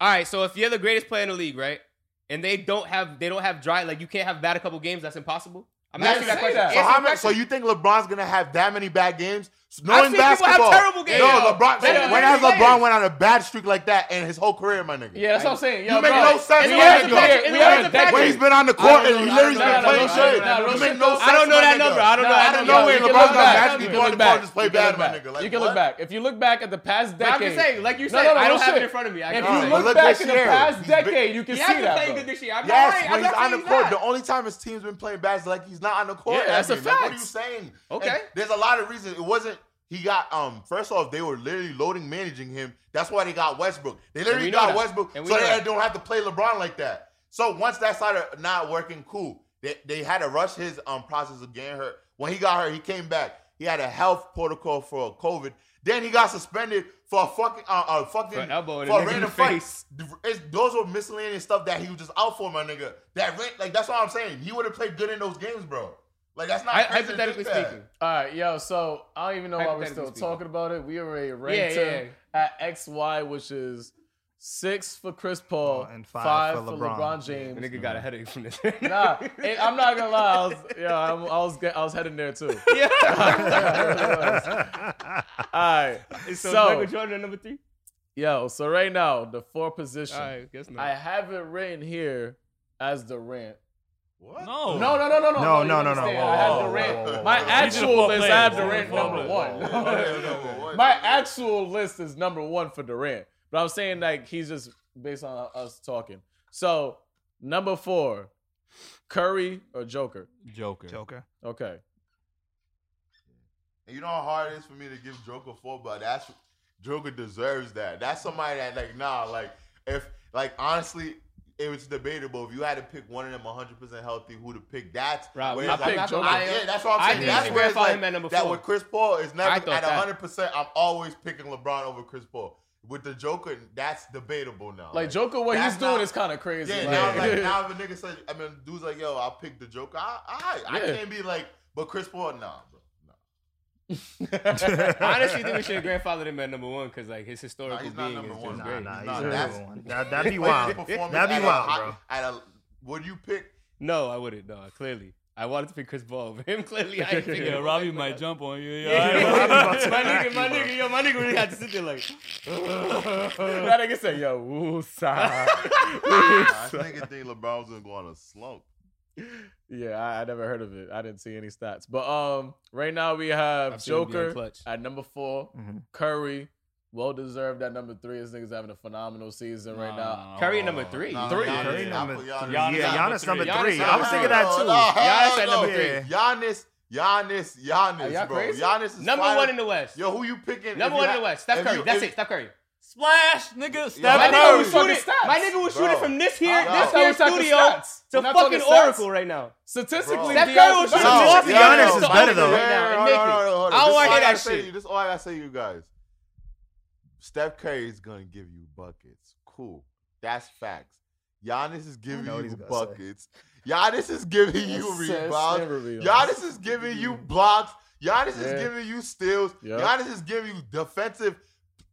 Speaker 2: All right. So if you're the greatest player in the league, right, and they don't have they don't have dry like you can't have bad a couple games. That's impossible. I'm
Speaker 1: Yes,
Speaker 2: asking that
Speaker 1: say
Speaker 2: question.
Speaker 1: that.
Speaker 3: So,
Speaker 2: Answer
Speaker 3: how
Speaker 2: the
Speaker 3: many, so
Speaker 2: question.
Speaker 3: you think LeBron's gonna have that many bad games?
Speaker 2: I've
Speaker 3: Knowing
Speaker 2: seen people have
Speaker 3: basketball,
Speaker 2: terrible games.
Speaker 3: No,
Speaker 2: Yeah.
Speaker 3: LeBron. So
Speaker 2: Better than
Speaker 3: when has
Speaker 2: everybody
Speaker 3: LeBron
Speaker 2: else.
Speaker 3: went on a bad streak like that in his whole career, my nigga?
Speaker 1: Yeah, that's what I'm saying.
Speaker 3: You
Speaker 1: Yo,
Speaker 3: make
Speaker 1: bro,
Speaker 3: no sense.
Speaker 1: We
Speaker 2: It's
Speaker 1: had a
Speaker 2: always a
Speaker 1: decade.
Speaker 2: fact.
Speaker 1: We had a
Speaker 2: It's always a fact.
Speaker 3: When
Speaker 1: decade.
Speaker 3: he's been on the court
Speaker 2: don't
Speaker 3: and
Speaker 2: know.
Speaker 3: he
Speaker 2: I
Speaker 3: literally's
Speaker 2: don't
Speaker 3: been
Speaker 2: know.
Speaker 3: playing
Speaker 2: I don't
Speaker 3: shit.
Speaker 1: know.
Speaker 3: You
Speaker 1: Real
Speaker 3: make
Speaker 1: shit,
Speaker 3: no
Speaker 1: though.
Speaker 3: sense.
Speaker 2: I don't know
Speaker 3: my
Speaker 2: that
Speaker 3: nigga.
Speaker 2: number. I don't know.
Speaker 3: I
Speaker 2: I
Speaker 3: don't
Speaker 2: don't
Speaker 3: know
Speaker 2: know.
Speaker 3: where
Speaker 1: You can
Speaker 3: LeBron's
Speaker 1: look
Speaker 3: on
Speaker 1: back.
Speaker 3: basketball
Speaker 1: You can
Speaker 3: on
Speaker 1: look
Speaker 3: the court
Speaker 1: back.
Speaker 3: just play
Speaker 1: You can
Speaker 3: bad,
Speaker 1: look
Speaker 3: my
Speaker 1: back.
Speaker 3: nigga. Like,
Speaker 1: You can
Speaker 3: what?
Speaker 1: look back. If you look back at the past
Speaker 2: But
Speaker 1: decade,
Speaker 2: I'm just saying, like you
Speaker 1: No,
Speaker 2: said,
Speaker 1: no, no,
Speaker 2: I don't
Speaker 1: no
Speaker 2: have
Speaker 1: shit.
Speaker 2: it in front of me. I
Speaker 1: If
Speaker 2: can't-
Speaker 1: you
Speaker 3: But
Speaker 1: look
Speaker 3: look
Speaker 1: back
Speaker 3: this
Speaker 1: in the
Speaker 3: year.
Speaker 1: past
Speaker 3: He's been-
Speaker 1: decade, you can
Speaker 2: He
Speaker 1: see
Speaker 2: hasn't
Speaker 1: that. though.
Speaker 2: played good this year. I'm
Speaker 3: Yes,
Speaker 2: not right.
Speaker 3: when
Speaker 2: I'm
Speaker 3: he's
Speaker 2: not
Speaker 3: on the
Speaker 2: saying
Speaker 3: court,
Speaker 2: he's
Speaker 3: the
Speaker 2: not.
Speaker 3: only time his team's been playing bad is like he's not on the court.
Speaker 1: Yeah, that's a
Speaker 3: Evan. Like, what are you
Speaker 1: fact.
Speaker 3: saying?
Speaker 2: Okay.
Speaker 3: And there's a lot of reasons. It wasn't. He got um. First off, they were literally loading managing him. That's why they got Westbrook. They
Speaker 2: we
Speaker 3: literally
Speaker 2: know
Speaker 3: got
Speaker 2: that.
Speaker 3: Westbrook, so
Speaker 2: And
Speaker 3: they
Speaker 2: we know that.
Speaker 3: don't have to play LeBron like that. So once that started not working, cool. They they had to rush his um process of getting hurt. When he got hurt, he came back. He had a health protocol for COVID. Then he got suspended for a fucking uh, a fucking
Speaker 2: For an elbow and a
Speaker 3: for
Speaker 2: nigga in
Speaker 3: a random
Speaker 2: the
Speaker 3: fight.
Speaker 2: face.
Speaker 3: It's, those were miscellaneous stuff that he was just out for, my nigga. That rent, like that's all I'm saying. He would have played good in those games, bro. Like that's not
Speaker 2: Hy-
Speaker 3: crazy to think
Speaker 2: Hypothetically
Speaker 3: that.
Speaker 2: speaking,
Speaker 1: All right, yo. So I don't even know why we're still
Speaker 2: Hypothetically speaking.
Speaker 1: talking about it. We already
Speaker 2: yeah,
Speaker 1: ranked him at XY, which is six for Chris Paul
Speaker 4: Oh,
Speaker 1: and
Speaker 4: and
Speaker 1: five,
Speaker 4: five
Speaker 1: for,
Speaker 4: for
Speaker 1: LeBron,
Speaker 4: LeBron.
Speaker 2: the
Speaker 1: James.
Speaker 2: nigga got a headache from this.
Speaker 1: Nah, it, I'm not gonna lie. I was, yo, I'm, I was, get- I was heading there too. All right.
Speaker 2: So,
Speaker 1: So-
Speaker 2: Michael Jordan at number three.
Speaker 1: Yo, so right now the four position,
Speaker 2: All right, guess not.
Speaker 1: I have it written here as Durant.
Speaker 3: What?
Speaker 5: No.
Speaker 1: No, no, no, no, no,
Speaker 4: No,
Speaker 1: you
Speaker 4: no, no, no.
Speaker 1: understand.
Speaker 4: Whoa,
Speaker 1: I
Speaker 4: whoa,
Speaker 1: have
Speaker 4: whoa,
Speaker 1: Durant.
Speaker 4: whoa, whoa, whoa.
Speaker 1: My
Speaker 4: These
Speaker 5: are the
Speaker 1: actual
Speaker 5: four
Speaker 1: list, I
Speaker 5: players.
Speaker 1: have
Speaker 5: These are the
Speaker 1: Durant
Speaker 5: four
Speaker 1: number
Speaker 5: players.
Speaker 1: one.
Speaker 3: one.
Speaker 1: My actual list is number one for Durant, but I'm saying like he's just based on us talking. So number four, Curry or Joker.
Speaker 5: Joker.
Speaker 4: Joker.
Speaker 1: Okay,
Speaker 3: You know how hard it is for me to give Joker four, but that's Joker deserves that. That's somebody that like nah, like if like honestly, it was debatable. If you had to pick one of them 100 percent healthy, who to pick? That's
Speaker 2: Rob,
Speaker 3: where
Speaker 2: I
Speaker 3: it's
Speaker 1: picked
Speaker 3: like-
Speaker 1: Joker.
Speaker 3: I- yeah, that's what
Speaker 2: I
Speaker 3: I'm saying.
Speaker 2: think you
Speaker 3: That's
Speaker 2: should
Speaker 3: where it's
Speaker 2: grandfather
Speaker 3: like
Speaker 2: him at number
Speaker 3: that
Speaker 2: four.
Speaker 3: with Chris Paul is never
Speaker 2: I
Speaker 3: at
Speaker 2: thought that.
Speaker 3: 100. percent I'm always picking LeBron over Chris Paul. With the Joker, that's debatable now.
Speaker 1: like Joker, what
Speaker 3: that's
Speaker 1: he's doing
Speaker 3: not-
Speaker 1: is kind of crazy.
Speaker 3: Yeah,
Speaker 1: like-
Speaker 3: now like now if a nigga said, I mean, dude's like, yo, I'll pick the Joker. I, I, I
Speaker 1: Yeah.
Speaker 3: can't be like, but Chris Paul, nah, bro. Nah.
Speaker 2: I honestly think we should have grandfathered him at number one because like his
Speaker 3: Nah,
Speaker 2: historical
Speaker 3: he's not
Speaker 2: being is
Speaker 3: number one.
Speaker 2: just
Speaker 4: Nah,
Speaker 2: great.
Speaker 4: nah,
Speaker 3: He's
Speaker 4: he's
Speaker 3: not.
Speaker 4: not
Speaker 3: That's-
Speaker 4: number one. That, that'd be
Speaker 3: Like,
Speaker 4: wild.
Speaker 3: his performance
Speaker 4: That'd
Speaker 3: at
Speaker 4: be
Speaker 3: a high-
Speaker 4: wild,
Speaker 3: At a, would you pick?
Speaker 2: No, I wouldn't. No, clearly, I wanted to pick Chris Paul over him. Clearly, I didn't pick
Speaker 5: Yeah,
Speaker 2: him.
Speaker 5: Robbie might jump on you. Yeah,
Speaker 2: Yeah,
Speaker 5: all right,
Speaker 4: Robbie
Speaker 5: Robbie.
Speaker 4: about to
Speaker 2: my nigga,
Speaker 4: crack
Speaker 2: my
Speaker 4: you, bro.
Speaker 2: nigga, yo, my nigga really had to sit there like. Uh.
Speaker 1: that nigga said, "Yo, woo, sigh."
Speaker 3: I nigga think LeBron was gonna go on a slump.
Speaker 1: yeah, I, I never heard of it. I didn't see any stats, but um, right now we have
Speaker 2: I've seen him be on
Speaker 1: Joker
Speaker 2: clutch. Mm-hmm.
Speaker 1: at number four,
Speaker 4: Mhm.
Speaker 1: Curry. Well deserved at number three. This nigga's having a phenomenal season right
Speaker 5: Nah,
Speaker 1: now.
Speaker 5: nah, nah,
Speaker 2: Curry
Speaker 5: nah,
Speaker 2: number
Speaker 5: nah.
Speaker 2: three.
Speaker 3: Nah,
Speaker 1: Three.
Speaker 3: Giannis,
Speaker 4: Curry
Speaker 3: I
Speaker 4: number-
Speaker 3: put Giannis.
Speaker 5: Giannis
Speaker 4: yeah,
Speaker 5: number
Speaker 4: Giannis number
Speaker 5: three.
Speaker 4: three.
Speaker 2: Giannis
Speaker 4: I was thinking that
Speaker 3: No,
Speaker 4: too.
Speaker 3: no, Oh, hell
Speaker 2: at
Speaker 3: no.
Speaker 2: number three.
Speaker 3: Giannis, Giannis,
Speaker 1: Are y'all
Speaker 3: Giannis, bro.
Speaker 1: crazy?
Speaker 3: Giannis is
Speaker 2: Number
Speaker 3: fire.
Speaker 2: one in the West.
Speaker 3: Yo, who you picking?
Speaker 2: Number
Speaker 3: if you
Speaker 2: one in
Speaker 3: ha-
Speaker 2: the West. Steph
Speaker 3: if
Speaker 2: Curry.
Speaker 3: you-
Speaker 2: That's
Speaker 3: if-
Speaker 2: it. Steph Curry.
Speaker 5: Splash, nigga.
Speaker 3: Yeah,
Speaker 2: My
Speaker 5: Steph
Speaker 1: Steph
Speaker 2: nigga
Speaker 1: Curry.
Speaker 2: was
Speaker 5: Curry.
Speaker 1: Fucking
Speaker 2: shooting.
Speaker 1: stats.
Speaker 2: My nigga was
Speaker 3: Bro.
Speaker 2: shooting from this here,
Speaker 3: Yo.
Speaker 2: this
Speaker 1: That's not
Speaker 2: here
Speaker 1: even talking
Speaker 2: studio
Speaker 1: stats. We're
Speaker 2: to
Speaker 1: not
Speaker 2: fucking
Speaker 1: talking stats.
Speaker 2: Oracle right now.
Speaker 1: Statistically,
Speaker 3: Bro.
Speaker 2: Steph
Speaker 1: Dion-
Speaker 2: Curry was
Speaker 1: No,
Speaker 2: shooting
Speaker 3: no,
Speaker 2: off
Speaker 3: no,
Speaker 2: the
Speaker 3: no,
Speaker 2: Giannis
Speaker 3: no,
Speaker 2: is
Speaker 3: no,
Speaker 2: better
Speaker 3: no,
Speaker 2: though.
Speaker 3: no,
Speaker 2: Right now,
Speaker 3: no,
Speaker 2: and
Speaker 3: no, no,
Speaker 2: naked.
Speaker 3: no, hold on.
Speaker 2: I don't
Speaker 3: This
Speaker 2: wanna
Speaker 3: is all
Speaker 2: hear
Speaker 3: I
Speaker 2: that
Speaker 3: gotta say
Speaker 2: shit.
Speaker 3: to you. This is all I gotta say to you guys. Steph Curry is gonna give you buckets. Cool. That's facts. Giannis is giving
Speaker 4: know what he's
Speaker 3: you
Speaker 4: gonna say.
Speaker 3: buckets. Giannis is giving you
Speaker 1: Assists and
Speaker 3: rebounds.
Speaker 1: rebounds.
Speaker 3: Giannis is giving you blocks. Giannis
Speaker 1: Yeah.
Speaker 3: is giving you steals.
Speaker 1: Yep.
Speaker 3: Giannis is giving you defensive.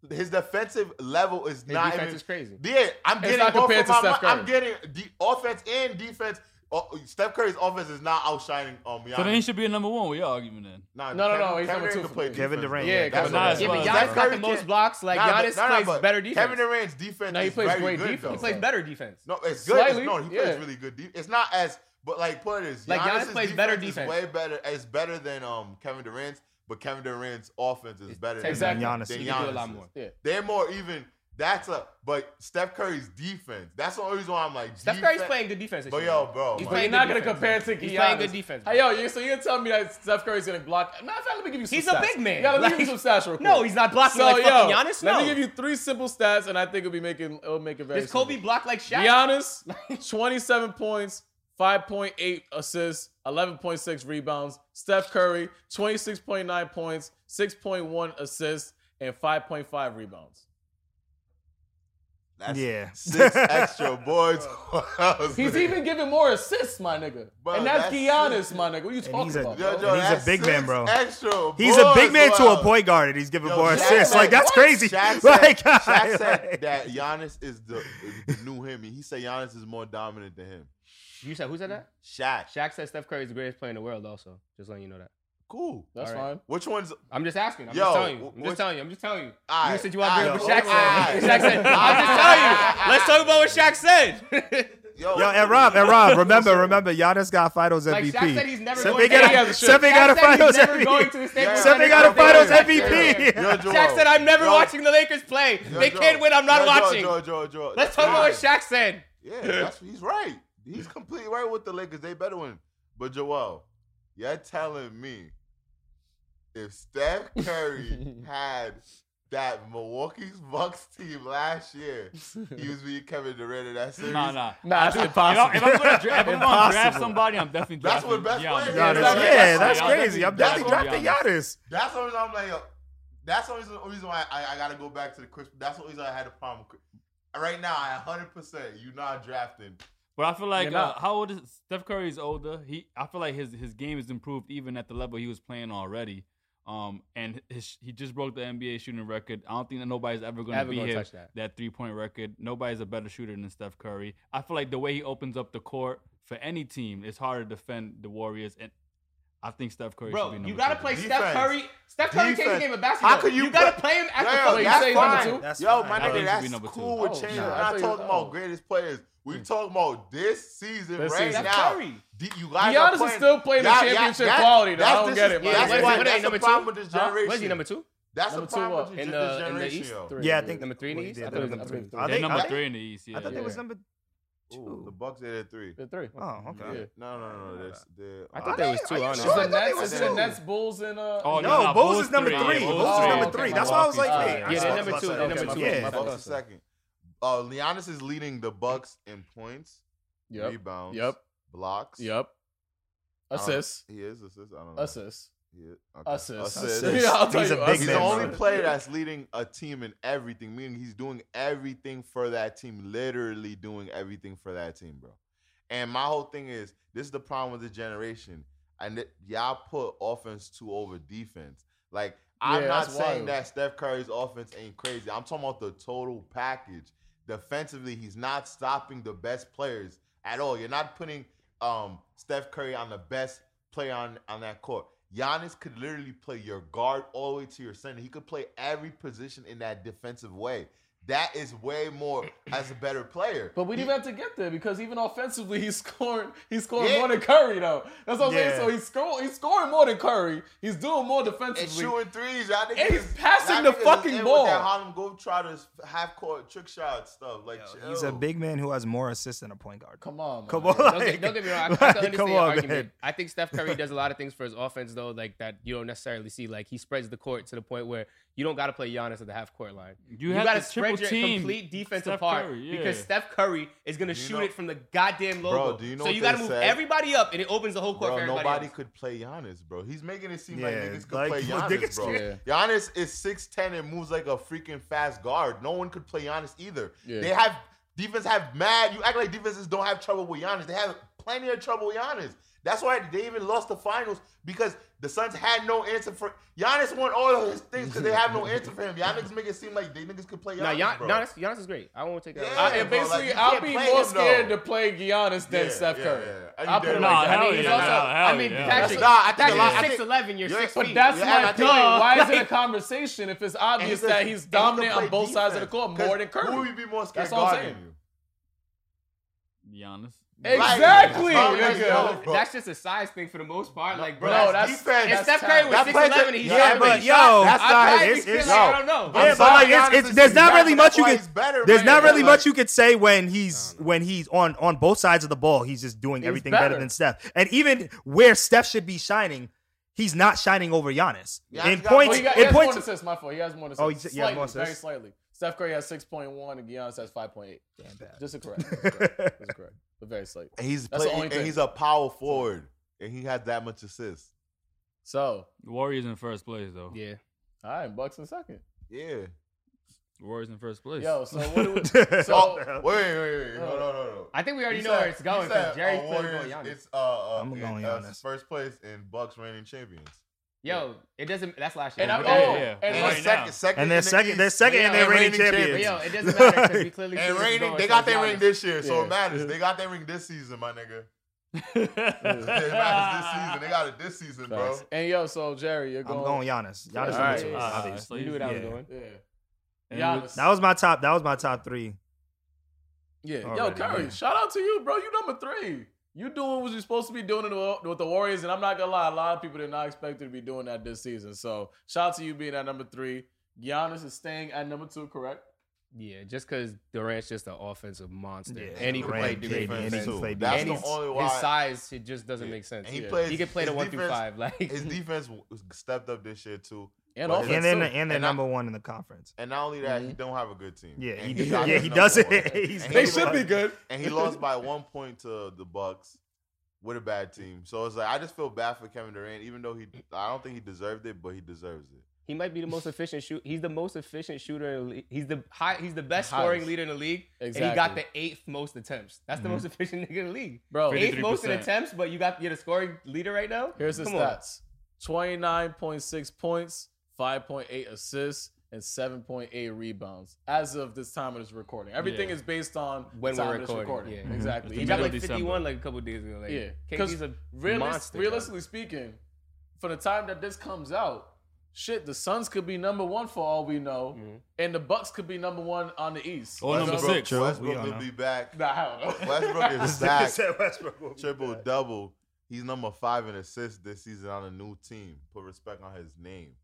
Speaker 3: His defensive level is
Speaker 2: His
Speaker 3: not
Speaker 2: defense
Speaker 3: even
Speaker 2: is crazy.
Speaker 3: yeah, I'm
Speaker 1: It's
Speaker 3: getting
Speaker 1: not
Speaker 3: both
Speaker 1: compared
Speaker 3: of
Speaker 1: to
Speaker 3: my,
Speaker 1: Steph
Speaker 3: mi- I'm
Speaker 1: Curry.
Speaker 3: getting the offense and defense. Oh, Steph Curry's offense is not outshining um.
Speaker 5: So then he
Speaker 3: Giannis.
Speaker 5: should be a number one. What y'all arguing then?
Speaker 3: Nah,
Speaker 1: No, no, no,
Speaker 3: Kevin-
Speaker 1: he's
Speaker 3: Kevin
Speaker 1: number
Speaker 3: Durant
Speaker 1: two
Speaker 3: can
Speaker 1: for
Speaker 3: play
Speaker 1: me.
Speaker 4: Kevin
Speaker 3: defense,
Speaker 4: Durant.
Speaker 1: Yeah,
Speaker 3: bro. That's
Speaker 1: Kevin
Speaker 3: what
Speaker 1: Durant.
Speaker 3: it
Speaker 2: Yeah, but
Speaker 3: is. Steph
Speaker 2: Giannis got the
Speaker 3: Curry
Speaker 2: most
Speaker 3: can't-
Speaker 2: blocks. Like
Speaker 3: Nah, but-
Speaker 2: Giannis
Speaker 3: nah, nah,
Speaker 2: plays
Speaker 3: but
Speaker 2: better defense.
Speaker 3: Kevin Durant's defense.
Speaker 1: No, he
Speaker 3: is
Speaker 1: plays
Speaker 3: very
Speaker 1: great
Speaker 3: good,
Speaker 1: defense,
Speaker 2: He
Speaker 3: though.
Speaker 2: plays better defense.
Speaker 3: No, it's good. It's-
Speaker 1: Slightly,
Speaker 3: no, he
Speaker 1: yeah.
Speaker 3: plays really good. De- it's not as, but like put it as
Speaker 2: Like, Giannis
Speaker 3: Giannis's
Speaker 2: plays better
Speaker 3: is
Speaker 2: defense.
Speaker 3: way better. It's better than um Kevin Durant's, but Kevin Durant's offense is better
Speaker 2: Exactly.
Speaker 3: than
Speaker 4: Giannis.
Speaker 3: than
Speaker 2: He can do a lot
Speaker 3: Giannis's.
Speaker 2: more.
Speaker 1: Yeah.
Speaker 3: They're more even. That's a but Steph Curry's defense. That's the only reason why I'm like
Speaker 2: Steph Curry's
Speaker 3: defense-
Speaker 2: playing good defense. this
Speaker 3: But
Speaker 2: year.
Speaker 3: yo, bro,
Speaker 2: He's
Speaker 1: But
Speaker 3: like-
Speaker 1: you're
Speaker 2: playing good
Speaker 1: not gonna
Speaker 2: defense.
Speaker 1: compare it to Giannis.
Speaker 2: He's playing good defense.
Speaker 1: Hey, yo, you, so you're telling me that Steph Curry's gonna block? Matter of fact, let me give you some
Speaker 2: He's a
Speaker 1: stats.
Speaker 2: big man.
Speaker 1: Yeah, let me
Speaker 2: Like-
Speaker 1: give you some stats real quick.
Speaker 2: No, he's not blocking
Speaker 1: So,
Speaker 2: like
Speaker 1: yo,
Speaker 2: fucking Giannis.
Speaker 1: let
Speaker 2: No.
Speaker 1: me give you three simple stats, and I think it'll be making it'll make it very.
Speaker 2: Does Kobe
Speaker 1: simple.
Speaker 2: block like Shaq?
Speaker 1: Giannis, 27 points, 5.8 assists, 11.6 rebounds. Steph Curry, 26.9 points, 6.1 assists, and 5.5 rebounds.
Speaker 3: that's
Speaker 4: Yeah.
Speaker 3: six extra boards.
Speaker 1: He's even giving more assists, my nigga.
Speaker 3: Bro,
Speaker 1: and that's,
Speaker 3: that's
Speaker 1: Giannis,
Speaker 3: sick.
Speaker 1: my nigga. What you talking
Speaker 4: he's a-
Speaker 1: about?
Speaker 3: Yo,
Speaker 1: bro?
Speaker 3: yo,
Speaker 4: And he's a
Speaker 3: that's
Speaker 4: big man,
Speaker 3: six
Speaker 4: bro.
Speaker 3: Extra
Speaker 4: He's a big man to a
Speaker 3: boards, wow.
Speaker 4: point guard, and he's giving
Speaker 3: Yo,
Speaker 4: more
Speaker 3: Shaq
Speaker 4: assists.
Speaker 3: said-
Speaker 4: Like that's
Speaker 3: what?
Speaker 4: crazy.
Speaker 3: Shaq said,
Speaker 4: like,
Speaker 3: Shaq
Speaker 4: like-
Speaker 3: said that Giannis is the, is the new him. He said Giannis is more dominant than him.
Speaker 2: You said who said that?
Speaker 3: Shaq,
Speaker 2: Shaq said Steph Curry's the greatest player in the world. Also, just letting you know that.
Speaker 3: cool.
Speaker 1: That's
Speaker 2: All right.
Speaker 1: fine.
Speaker 3: Which one's
Speaker 2: I'm just asking. I'm
Speaker 3: Yo,
Speaker 2: just telling you. I'm
Speaker 3: wh-
Speaker 2: just
Speaker 3: what-
Speaker 2: telling you. I'm just telling you.
Speaker 3: Aight,
Speaker 2: you said you want to
Speaker 3: aight,
Speaker 2: agree with
Speaker 3: yo,
Speaker 2: Shaq
Speaker 3: aight.
Speaker 2: said. Shaq said. I'm just telling you. Let's talk about what Shaq said.
Speaker 4: Yo, and Rob, and Rob, remember, remember, Giannis got Finals
Speaker 2: like
Speaker 4: MVP.
Speaker 2: Shaq said, he's never
Speaker 4: Sepe
Speaker 2: going.
Speaker 1: got
Speaker 2: to
Speaker 1: a-
Speaker 2: the Finals.
Speaker 1: Sepe
Speaker 2: Shaq
Speaker 4: got a
Speaker 2: said he's
Speaker 4: Finals
Speaker 2: never
Speaker 4: MVP.
Speaker 2: Going to the Staples
Speaker 3: Yeah.
Speaker 2: Center
Speaker 4: Sepe got a
Speaker 2: Finals
Speaker 4: Finals
Speaker 2: MVP.
Speaker 4: MVP.
Speaker 3: Yo,
Speaker 2: Shaq
Speaker 3: Joel.
Speaker 2: said, "I'm never
Speaker 3: Yo,
Speaker 2: watching the Lakers play.
Speaker 3: yo,
Speaker 2: They
Speaker 3: Joel.
Speaker 2: can't win. I'm not
Speaker 3: Yo, Joel,
Speaker 2: watching."
Speaker 3: Joel, Joel, Joel.
Speaker 2: Let's talk about what
Speaker 3: That's
Speaker 2: Shaq said.
Speaker 3: Yeah, that's, he's right. He's completely right with the Lakers. They better win. But Joel, you're telling me if Steph Curry had that Milwaukee Bucks team last year, he was being Kevin Durant in that series.
Speaker 5: Nah, nah.
Speaker 1: Nah, that's
Speaker 5: If I'm,
Speaker 1: impossible.
Speaker 5: if I'm gonna, dra- if I'm gonna draft
Speaker 4: Impossible.
Speaker 5: somebody, I'm definitely
Speaker 3: That's
Speaker 5: drafting
Speaker 3: what best
Speaker 5: Giannis.
Speaker 3: player
Speaker 4: Giannis.
Speaker 3: is.
Speaker 4: Yeah,
Speaker 3: Exactly.
Speaker 4: that's
Speaker 5: I'll
Speaker 4: crazy. I'm
Speaker 3: definitely
Speaker 4: definitely drafting
Speaker 5: Giannis.
Speaker 4: Giannis.
Speaker 3: That's the reason I'm like, yo, that's the reason, reason why I, I gotta go back to the Chris. That's the reason I had a problem. with Chris. Right now, I 100 percent you not drafting.
Speaker 5: But I feel like
Speaker 1: You're
Speaker 5: uh,
Speaker 1: not.
Speaker 5: how old is Steph Curry is older. He I feel like his his game has improved even at the level he was playing already. Um, and his, he just broke the NBA shooting record. I don't think that nobody's ever going to
Speaker 2: Never
Speaker 5: be
Speaker 2: gonna
Speaker 5: here.
Speaker 2: touch that.
Speaker 5: That, three point record. Nobody's a better shooter than Steph Curry. I feel like the way he opens up the court for any team, it's hard to defend the Warriors. And I think Steph Curry. should
Speaker 2: Bro,
Speaker 5: be
Speaker 2: you
Speaker 5: number
Speaker 2: gotta
Speaker 5: two.
Speaker 2: play Steph
Speaker 3: Defense.
Speaker 2: Curry. Steph Curry can't
Speaker 3: Defense.
Speaker 2: game of basketball.
Speaker 3: How could you
Speaker 2: gotta
Speaker 3: put-
Speaker 2: play him as
Speaker 3: Yo,
Speaker 2: the
Speaker 1: you
Speaker 2: fucking
Speaker 1: say he's
Speaker 3: that's
Speaker 2: number
Speaker 1: number
Speaker 3: fine.
Speaker 1: two?
Speaker 4: That's
Speaker 3: Yo,
Speaker 4: fine.
Speaker 3: my
Speaker 5: I think
Speaker 3: nigga,
Speaker 5: he'd be
Speaker 3: that's
Speaker 5: number two.
Speaker 3: cool with
Speaker 1: Oh,
Speaker 3: change.
Speaker 4: nah.
Speaker 3: We're
Speaker 1: I
Speaker 3: not
Speaker 1: thought you-
Speaker 3: talking about
Speaker 1: oh.
Speaker 3: greatest players. We talking about this season
Speaker 1: This
Speaker 3: right
Speaker 1: season.
Speaker 2: That's
Speaker 3: now.
Speaker 2: Curry.
Speaker 3: D- You guys are
Speaker 1: Giannis is still playing the
Speaker 3: Y'all- y'all-
Speaker 1: championship
Speaker 3: that-
Speaker 1: quality, though. I
Speaker 3: that's
Speaker 1: don't
Speaker 3: dis-
Speaker 1: get it,
Speaker 3: yeah,
Speaker 1: man.
Speaker 3: that's
Speaker 2: Where's
Speaker 3: why-
Speaker 2: he- where's he
Speaker 3: that's the
Speaker 2: number two?
Speaker 3: problem with this
Speaker 2: Huh?
Speaker 3: generation.
Speaker 2: Where's he number two?
Speaker 3: That's
Speaker 1: Number
Speaker 3: the
Speaker 1: two
Speaker 3: problem
Speaker 1: what?
Speaker 3: with this
Speaker 2: In
Speaker 3: this
Speaker 2: the- in the
Speaker 3: generation,
Speaker 2: East?
Speaker 3: yo.
Speaker 1: Three.
Speaker 4: Yeah, I think
Speaker 2: Number three in the
Speaker 4: Wait,
Speaker 2: East? I
Speaker 4: they
Speaker 2: thought it
Speaker 4: did
Speaker 2: was
Speaker 4: number
Speaker 2: number
Speaker 4: three.
Speaker 1: three.
Speaker 4: I
Speaker 5: They're
Speaker 4: think-
Speaker 5: number
Speaker 4: I
Speaker 5: three in the East. Yeah.
Speaker 4: I
Speaker 1: Yeah.
Speaker 4: thought that was number
Speaker 3: Ooh,
Speaker 4: two.
Speaker 3: the Bucks are at three.
Speaker 1: The three.
Speaker 4: Oh, okay.
Speaker 1: Yeah.
Speaker 3: No, no, no, no. That's, they're-
Speaker 2: I thought
Speaker 3: uh,
Speaker 2: there was two.
Speaker 4: Are you
Speaker 2: honestly.
Speaker 4: sure?
Speaker 1: Is
Speaker 4: I
Speaker 1: the
Speaker 4: thought they
Speaker 1: Nets,
Speaker 4: was
Speaker 1: is the
Speaker 4: two.
Speaker 1: Nets Bulls in uh
Speaker 5: Oh,
Speaker 4: No,
Speaker 5: nah,
Speaker 4: Bulls is number three.
Speaker 5: Yeah,
Speaker 4: Bulls
Speaker 5: Bulls
Speaker 4: is
Speaker 5: three.
Speaker 4: number three. That's why I was like,
Speaker 5: Milwaukee's
Speaker 1: wait,
Speaker 5: three.
Speaker 1: I
Speaker 2: Yeah,
Speaker 1: saw
Speaker 2: they're
Speaker 1: that.
Speaker 2: number two.
Speaker 1: Okay,
Speaker 2: They're
Speaker 1: my
Speaker 2: number
Speaker 1: fault,
Speaker 2: two.
Speaker 1: my
Speaker 2: My
Speaker 4: fault.
Speaker 2: fault.
Speaker 3: Bucks is second. Uh, Giannis is leading the Bucks in points,
Speaker 1: Yep.
Speaker 3: rebounds,
Speaker 1: Yep.
Speaker 3: blocks.
Speaker 1: Yep.
Speaker 3: I don't-
Speaker 1: Assists.
Speaker 3: He is assists. I don't know.
Speaker 1: Assists.
Speaker 3: Yeah, okay.
Speaker 1: Assists.
Speaker 4: Assists.
Speaker 1: Yeah, I'll tell
Speaker 4: He's
Speaker 1: you.
Speaker 4: a big
Speaker 3: He's
Speaker 4: man,
Speaker 3: the only
Speaker 4: bro.
Speaker 3: player that's leading a team in everything, meaning he's doing everything for that team, literally doing everything for that team, bro. And my whole thing is this is the problem with the generation. And it- y'all put offense too over defense. Like, I'm
Speaker 1: Yeah,
Speaker 3: not
Speaker 1: that's
Speaker 3: saying
Speaker 1: wild.
Speaker 3: that Steph Curry's offense ain't crazy. I'm talking about the total package. Defensively, he's not stopping the best players at all. You're not putting um, Steph Curry on the best player on, on that court. Giannis could literally play your guard all the way to your center. He could play every position in that defensive way. That is way more as a better player.
Speaker 1: But we didn't even have to get there because even offensively, he's scoring. He's scoring
Speaker 3: Yeah.
Speaker 1: more than Curry, though. That's what I'm
Speaker 4: Yeah.
Speaker 1: saying. So he's scoring. He's scoring more than Curry. He's doing more
Speaker 3: and
Speaker 1: defensively.
Speaker 3: shooting threes. Y'all niggas,
Speaker 1: And he's
Speaker 3: is-
Speaker 1: passing
Speaker 3: y'all
Speaker 1: the
Speaker 3: niggas is
Speaker 1: fucking
Speaker 3: in with
Speaker 1: ball.
Speaker 3: That Harlem Globetrotters half court trick shot stuff. Like
Speaker 4: Yo, He's a
Speaker 3: chill.
Speaker 4: big man who has more assists than a point guard.
Speaker 1: Come on,
Speaker 4: Come
Speaker 1: man.
Speaker 4: on.
Speaker 2: Don't get, don't get me wrong. I, I can
Speaker 4: Like,
Speaker 2: understand
Speaker 4: come
Speaker 2: your
Speaker 4: on,
Speaker 2: argument.
Speaker 4: man.
Speaker 2: I think Steph Curry does a lot of things for his offense, though, like that you don't necessarily see. Like he spreads the court to the point where you don't got to play Giannis at the half court line.
Speaker 5: You have
Speaker 2: got to
Speaker 5: to
Speaker 2: spread your
Speaker 5: triple team
Speaker 2: complete defense
Speaker 5: Steph
Speaker 2: apart
Speaker 5: Curry,
Speaker 2: because
Speaker 5: yeah.
Speaker 2: Steph Curry is gonna
Speaker 3: Do you
Speaker 2: shoot
Speaker 3: know-
Speaker 2: it from the goddamn logo.
Speaker 3: Bro, do you know
Speaker 2: so
Speaker 3: what
Speaker 2: you gotta
Speaker 3: they
Speaker 2: move
Speaker 3: said?
Speaker 2: everybody up, and it opens the whole court for
Speaker 3: Bro,
Speaker 2: everybody.
Speaker 3: nobody
Speaker 2: else.
Speaker 3: could play Giannis, bro. He's making it seem like
Speaker 4: Yeah,
Speaker 3: niggas could
Speaker 4: like,
Speaker 3: play
Speaker 4: what
Speaker 3: Giannis,
Speaker 4: niggas
Speaker 3: bro.
Speaker 1: can-
Speaker 3: Giannis is 6'10 and moves like a freaking fast guard. No one could play Giannis either.
Speaker 1: Yeah.
Speaker 3: They have defense have mad. You act like defenses don't have trouble with Giannis. They have plenty of trouble with Giannis. That's why they even lost the finals because the Suns had no answer for Giannis won all of his things because they have no answer for him. Y'all niggas make it seem like they niggas could play Giannis.
Speaker 2: Now, Gian-
Speaker 3: bro.
Speaker 2: Giannis, Giannis is great. I won't take that.
Speaker 3: Yeah.
Speaker 1: I,
Speaker 2: away.
Speaker 1: and
Speaker 3: bro, like,
Speaker 1: basically,
Speaker 3: you
Speaker 1: I'll
Speaker 3: can't
Speaker 1: be
Speaker 3: play
Speaker 1: more
Speaker 3: him,
Speaker 1: scared
Speaker 3: though.
Speaker 1: to play Giannis than
Speaker 3: Yeah,
Speaker 1: Steph
Speaker 3: yeah,
Speaker 1: Curry.
Speaker 3: yeah, yeah.
Speaker 1: I'll put it
Speaker 3: Nah,
Speaker 1: like "Oh, that. I
Speaker 5: hell
Speaker 1: mean, he's
Speaker 5: yeah,
Speaker 1: also-
Speaker 5: hell, hell
Speaker 1: I mean,
Speaker 5: yeah.
Speaker 1: Patrick,
Speaker 3: Nah, I think a
Speaker 2: Patrick,
Speaker 3: lot. I
Speaker 2: you're
Speaker 3: think-
Speaker 2: six eleven. You're
Speaker 3: Yeah,
Speaker 2: six
Speaker 3: but
Speaker 2: feet.
Speaker 1: That's
Speaker 3: Yeah, and
Speaker 1: my
Speaker 3: I
Speaker 1: point.
Speaker 3: think-
Speaker 1: Why is it a
Speaker 2: Like-
Speaker 1: conversation if it's
Speaker 3: And
Speaker 1: obvious
Speaker 3: a-
Speaker 1: that
Speaker 3: and
Speaker 1: he's
Speaker 3: he can
Speaker 1: dominant
Speaker 3: play
Speaker 1: on both sides of the
Speaker 3: defense.
Speaker 1: court
Speaker 3: 'Cause
Speaker 1: more than
Speaker 3: Who
Speaker 1: Curry?
Speaker 3: would you be more scared
Speaker 1: That's all I'm
Speaker 3: guarding
Speaker 1: saying.
Speaker 3: you?
Speaker 5: Giannis.
Speaker 1: Exactly,
Speaker 3: Like,
Speaker 1: nigga.
Speaker 3: yo, bro.
Speaker 2: That's just a size thing for the most part. Like, bro,
Speaker 1: no, that's-
Speaker 2: that's,
Speaker 3: defense.
Speaker 2: if
Speaker 1: that's
Speaker 2: Steph Curry
Speaker 1: talent.
Speaker 2: was
Speaker 3: That
Speaker 2: six
Speaker 3: plays
Speaker 2: eleven,
Speaker 3: it-
Speaker 2: he's
Speaker 3: yeah,
Speaker 2: seven.
Speaker 3: but
Speaker 2: He's
Speaker 4: yo,
Speaker 2: not-
Speaker 4: that's
Speaker 2: I'm
Speaker 4: not
Speaker 2: glad
Speaker 4: his-
Speaker 2: you
Speaker 4: it's-
Speaker 2: feel
Speaker 4: it's-
Speaker 2: like,
Speaker 3: no.
Speaker 2: I don't know.
Speaker 4: Yeah,
Speaker 3: I'm
Speaker 4: but
Speaker 3: sorry,
Speaker 4: like, it's-
Speaker 3: Giannis
Speaker 4: it's-
Speaker 3: is
Speaker 4: there's not
Speaker 3: back.
Speaker 4: really
Speaker 3: That's
Speaker 4: much you
Speaker 3: why
Speaker 4: can-
Speaker 3: he's better,
Speaker 4: There's
Speaker 3: man.
Speaker 4: not really
Speaker 3: Like,
Speaker 4: much you could say when he's when he's on on both sides of the ball. He's just doing
Speaker 1: He's
Speaker 4: everything
Speaker 1: better.
Speaker 4: better. than Steph. And even where Steph should be shining, he's not shining over Giannis.
Speaker 3: Giannis
Speaker 4: in
Speaker 3: got-
Speaker 1: Well,
Speaker 4: points,
Speaker 1: he, got, he
Speaker 4: in
Speaker 1: has more
Speaker 4: points,
Speaker 1: assists. My fault. He has more assists.
Speaker 4: Oh,
Speaker 1: Oh,
Speaker 4: he
Speaker 1: he,
Speaker 4: said-
Speaker 1: slightly,
Speaker 4: yeah, more
Speaker 1: very
Speaker 4: assists.
Speaker 1: slightly. Steph Curry has six point one, and Giannis has five point eight.
Speaker 4: Damn bad.
Speaker 1: Just a correct. That's correct. That's correct. But very slight.
Speaker 3: He's
Speaker 1: That's the
Speaker 3: play,
Speaker 1: only
Speaker 3: and
Speaker 1: thing.
Speaker 3: he's a power forward, and he had that much assist.
Speaker 1: So,
Speaker 5: Warriors in first place though.
Speaker 2: Yeah.
Speaker 1: all right, Bucks in second.
Speaker 3: Yeah.
Speaker 5: Warriors in first place.
Speaker 1: Yo, so what do we,
Speaker 3: Oh,
Speaker 1: So-
Speaker 3: wait, wait, wait. No, no, no, no.
Speaker 2: Oh. I think we already
Speaker 3: He
Speaker 2: know
Speaker 3: said-
Speaker 2: where it's
Speaker 3: he
Speaker 2: going
Speaker 3: said,
Speaker 2: because Jerry
Speaker 3: uh,
Speaker 2: said we're
Speaker 3: Warriors,
Speaker 2: going Giannis.
Speaker 3: It's uh, uh,
Speaker 4: I'm going
Speaker 3: in, uh,
Speaker 4: Giannis.
Speaker 3: first place in Bucks reigning champions.
Speaker 2: Yo, it doesn't. That's last year.
Speaker 1: and I'm
Speaker 2: But
Speaker 1: oh,
Speaker 5: Yeah,
Speaker 2: that-
Speaker 5: yeah.
Speaker 1: and
Speaker 5: And
Speaker 1: like,
Speaker 5: right now.
Speaker 3: second, second,
Speaker 4: And they're
Speaker 3: in the
Speaker 4: second-
Speaker 3: East.
Speaker 4: they're second
Speaker 2: and they're
Speaker 4: reigning
Speaker 2: But
Speaker 4: champions.
Speaker 2: yo, it doesn't matter because we clearly see
Speaker 3: And
Speaker 2: where it's
Speaker 3: reigning,
Speaker 2: going,
Speaker 3: they
Speaker 2: so
Speaker 3: got
Speaker 2: it's
Speaker 3: their
Speaker 2: Giannis.
Speaker 3: ring this year, so
Speaker 1: Yeah.
Speaker 3: it matters. They got their ring this season, my nigga. It matters this season.
Speaker 5: All
Speaker 3: They got it this season, bro.
Speaker 1: Facts. And yo, so Jerry, you're
Speaker 4: I'm
Speaker 1: going.
Speaker 4: going Giannis. Giannis
Speaker 1: All
Speaker 4: number
Speaker 1: right.
Speaker 4: two,
Speaker 1: All
Speaker 5: right. So
Speaker 4: obviously.
Speaker 2: You knew what I was
Speaker 4: Yeah.
Speaker 2: doing.
Speaker 1: Yeah.
Speaker 5: And
Speaker 1: Giannis.
Speaker 5: with-
Speaker 4: That was my top. That was my top three.
Speaker 1: Yeah,
Speaker 4: Already,
Speaker 1: yo, Curry,
Speaker 4: yeah.
Speaker 1: shout out to you, bro. You number three. You doing what you're supposed to be doing in the- with the Warriors, and I'm not gonna lie, a lot of people did not expect you to be doing that this season. So shout out to you being at number three. Giannis is staying at number two, correct?
Speaker 2: Yeah, just because Durant's just an offensive monster,
Speaker 4: Yeah,
Speaker 2: and he can play
Speaker 4: Durant,
Speaker 2: defense.
Speaker 4: KD, and he can
Speaker 3: too.
Speaker 4: play
Speaker 3: That's
Speaker 2: and
Speaker 3: the
Speaker 2: he's-
Speaker 3: only
Speaker 2: his
Speaker 3: why
Speaker 2: size it just doesn't
Speaker 3: Yeah.
Speaker 2: make sense.
Speaker 3: And he
Speaker 1: Yeah.
Speaker 3: plays.
Speaker 2: He can play
Speaker 3: his
Speaker 2: the one through
Speaker 3: defense-
Speaker 2: five. Like
Speaker 3: His defense w- stepped up this year too,
Speaker 1: And
Speaker 3: Well,
Speaker 1: offense
Speaker 4: And then
Speaker 1: too.
Speaker 4: and they're
Speaker 3: And I-
Speaker 4: number one in the conference.
Speaker 3: and not only that, he don't have a good team.
Speaker 4: Yeah,
Speaker 3: And
Speaker 4: he,
Speaker 3: got
Speaker 4: yeah,
Speaker 3: his
Speaker 4: he
Speaker 3: number
Speaker 4: doesn't.
Speaker 3: one.
Speaker 4: He's
Speaker 3: And
Speaker 1: they
Speaker 3: he
Speaker 1: should be good.
Speaker 3: and he lost by one point to the Bucks with a bad team. So it's like I just feel bad for Kevin Durant, even though he I don't think he deserved it, but he deserves it.
Speaker 2: he might be the most efficient shoot. He's the most efficient shooter. In the league. He's the high. He's the best
Speaker 1: Highest.
Speaker 2: scoring leader in the league. And he got
Speaker 1: Exactly. Mm-hmm.
Speaker 2: the eighth most attempts. That's the most efficient nigga in the league.
Speaker 1: Bro,
Speaker 2: Eighth most in
Speaker 5: 53%.
Speaker 2: attempts, but you got you're the scoring leader right now.
Speaker 1: here's his
Speaker 2: Come on.
Speaker 1: stats: 29.6 points, 5.8 assists, and 7.8 rebounds as of this time of this recording. Everything
Speaker 5: Yeah.
Speaker 1: is based on the
Speaker 2: When we're
Speaker 1: time of this
Speaker 2: recording, yeah. Mhm.
Speaker 1: Exactly.
Speaker 5: It's
Speaker 2: He
Speaker 1: Even
Speaker 2: got
Speaker 5: middle
Speaker 2: like
Speaker 5: of December.
Speaker 2: 51 like a couple days ago. Like,
Speaker 1: Yeah,
Speaker 2: KD's a
Speaker 1: realis-
Speaker 2: monster.
Speaker 1: realistically speaking, from the time that this comes out, shit, the Suns could be number one for all we know,
Speaker 2: Mhm.
Speaker 1: and the Bucks could be number one on the East.
Speaker 5: Or number
Speaker 1: Westbrook-
Speaker 5: six.
Speaker 4: True. We
Speaker 3: Westbrook
Speaker 4: don't
Speaker 3: will
Speaker 4: know.
Speaker 3: be back.
Speaker 1: Nah, I don't know.
Speaker 3: Westbrook is
Speaker 4: They
Speaker 3: back.
Speaker 4: said Westbrook will be
Speaker 3: Triple
Speaker 4: back.
Speaker 3: double. He's number five in assists this season on a new team. Put respect on his name.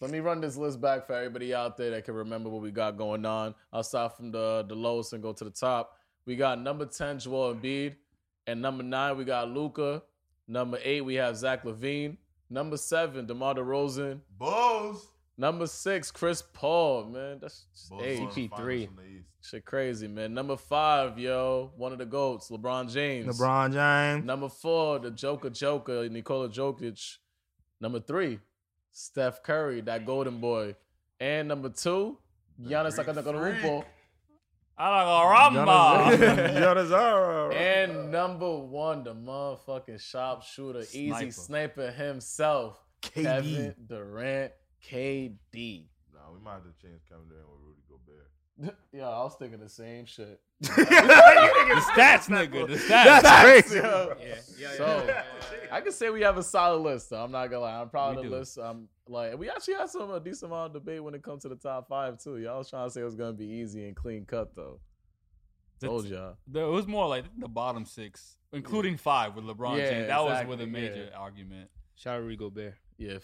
Speaker 1: Let me run this list back for everybody out there that can remember what we got going on. I'll start from the, the lowest and go to the top. We got number 10, Joel Embiid. And number nine, we got Luca. Number eight, we have Zach Levine. Number seven, DeMar DeRozan.
Speaker 3: Bulls.
Speaker 1: Number six, Chris Paul, man. That's
Speaker 3: Bulls
Speaker 1: hey,
Speaker 3: won the finals
Speaker 2: CP3.
Speaker 3: from the East.
Speaker 1: Shit crazy, man. Number five, yo, one of the GOATs, LeBron James.
Speaker 4: LeBron James.
Speaker 1: Number four, the Joker Joker, Nikola Jokic. Number three, Steph Curry, that golden boy. And number two, Giannis
Speaker 3: Greek
Speaker 1: Antetokounmpo.
Speaker 5: Alagaramba.
Speaker 1: And number one, the motherfucking sharpshooter, easy
Speaker 5: Sniper.
Speaker 1: sniper himself, Kevin
Speaker 4: KD.
Speaker 1: Durant, KD.
Speaker 3: Nah, we might have to change Kevin Durant with Rudy Gobert.
Speaker 1: yeah, I was thinking the same shit.
Speaker 5: The stats, nigga. The stats.
Speaker 4: That's crazy.
Speaker 2: yeah, yeah, yeah.
Speaker 1: So- I can say we have a solid list, though. I'm not gonna lie. I'm proud
Speaker 5: We
Speaker 1: of the
Speaker 5: do.
Speaker 1: list. I'm like we actually had some a decent amount of debate when it comes to the top five too. Y'all was trying to say it was gonna be easy and clean cut though. Told y'all.
Speaker 5: There- it was more like the bottom six, including five with LeBron
Speaker 1: Yeah,
Speaker 5: James. That was
Speaker 1: exactly,
Speaker 5: with a major
Speaker 1: yeah.
Speaker 5: argument.
Speaker 2: Shout out Rigo Bear.
Speaker 1: Yeah.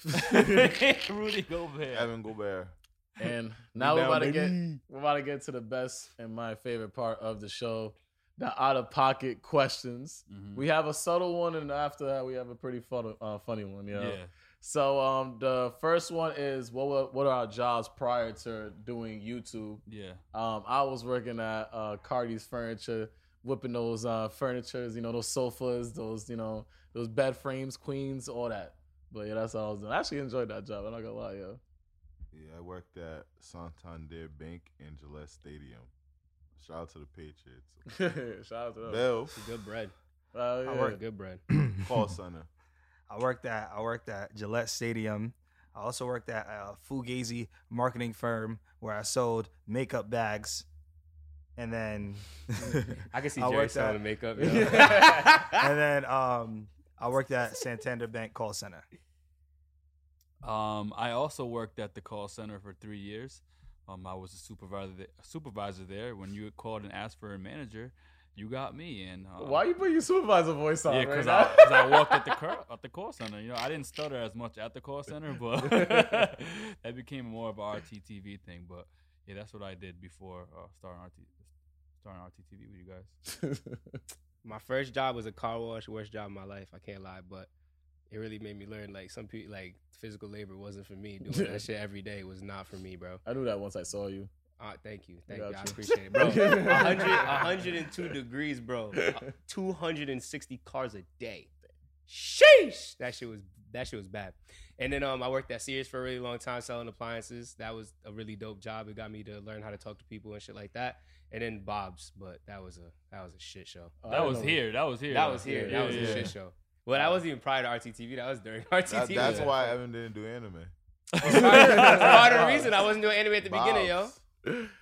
Speaker 5: Rudy Gobert.
Speaker 3: Evan Gobert.
Speaker 1: and now we're about to get
Speaker 5: baby.
Speaker 1: we're about to get to the best and my favorite part of the show, the out of pocket questions.
Speaker 5: Mhm.
Speaker 1: We have a subtle one, and after that, we have a pretty fun, uh, funny one.
Speaker 5: Yeah.
Speaker 1: Yeah. So um, the first one is what were, what are our jobs prior to doing YouTube?
Speaker 5: Yeah.
Speaker 1: Um, I was working at uh, Cardi's Furniture, whipping those uh, furnitures, you know, those sofas, those you know, those bed frames, queens, all that. But yeah, that's all I was doing. I actually enjoyed that job. I'm not gonna lie, yo.
Speaker 3: Yeah, I worked at Santander Bank and Gillette Stadium. Shout out to the Patriots.
Speaker 1: Shout out to them.
Speaker 3: Bill,
Speaker 2: Good bread.
Speaker 1: Uh, yeah.
Speaker 2: I work good bread.
Speaker 3: call center.
Speaker 4: I worked at I worked at Gillette Stadium. I also worked at a Fugazi marketing firm where I sold makeup bags, and then
Speaker 2: I can see
Speaker 4: I
Speaker 2: Jerry
Speaker 4: worked
Speaker 2: selling
Speaker 4: at-
Speaker 2: makeup.
Speaker 4: and then um I worked at Santander Bank call center.
Speaker 5: Um, I also worked at the call center for three years. Um, I was a supervisor th- supervisor there. When you called and asked for a manager, you got me. And uh,
Speaker 1: Why you put your supervisor voice on?
Speaker 5: Yeah,
Speaker 1: right
Speaker 5: because
Speaker 1: now?
Speaker 5: I, 'cause I walked at the cur- at the call center. You know, I didn't stutter as much at the call center, but that became more of a RTTV thing. But yeah, that's what I did before uh, starting RT starting RTTV with you guys.
Speaker 2: my first job was a car wash, worst job of my life. I can't lie, but it really made me learn like some people like physical labor wasn't for me. Doing that shit every day was not for me, bro.
Speaker 1: I knew that once I saw you.
Speaker 2: Uh, thank you, thank
Speaker 1: Got
Speaker 2: you. I
Speaker 1: you.
Speaker 2: appreciate it, bro. 100, 102 degrees, bro. Uh, 260 cars a day. Sheesh, that shit was that shit was bad. And then um, I worked at Sears for a really long time selling appliances. That was a really dope job. It got me to learn how to talk to people and shit like that. And then Bob's, but that was a that was a shit show.
Speaker 1: Oh, I
Speaker 5: That
Speaker 1: didn't
Speaker 5: was
Speaker 1: know-
Speaker 5: here. That was here.
Speaker 2: That was here.
Speaker 5: Yeah,
Speaker 2: that was
Speaker 5: yeah.
Speaker 2: a shit show. Well, that wasn't even prior to RTTV. That was during RTTV.
Speaker 3: That- that's
Speaker 5: Yeah.
Speaker 3: why Evan didn't do anime.
Speaker 2: Part, part of the reason I wasn't doing anime at the beginning, yo.
Speaker 3: Bob's.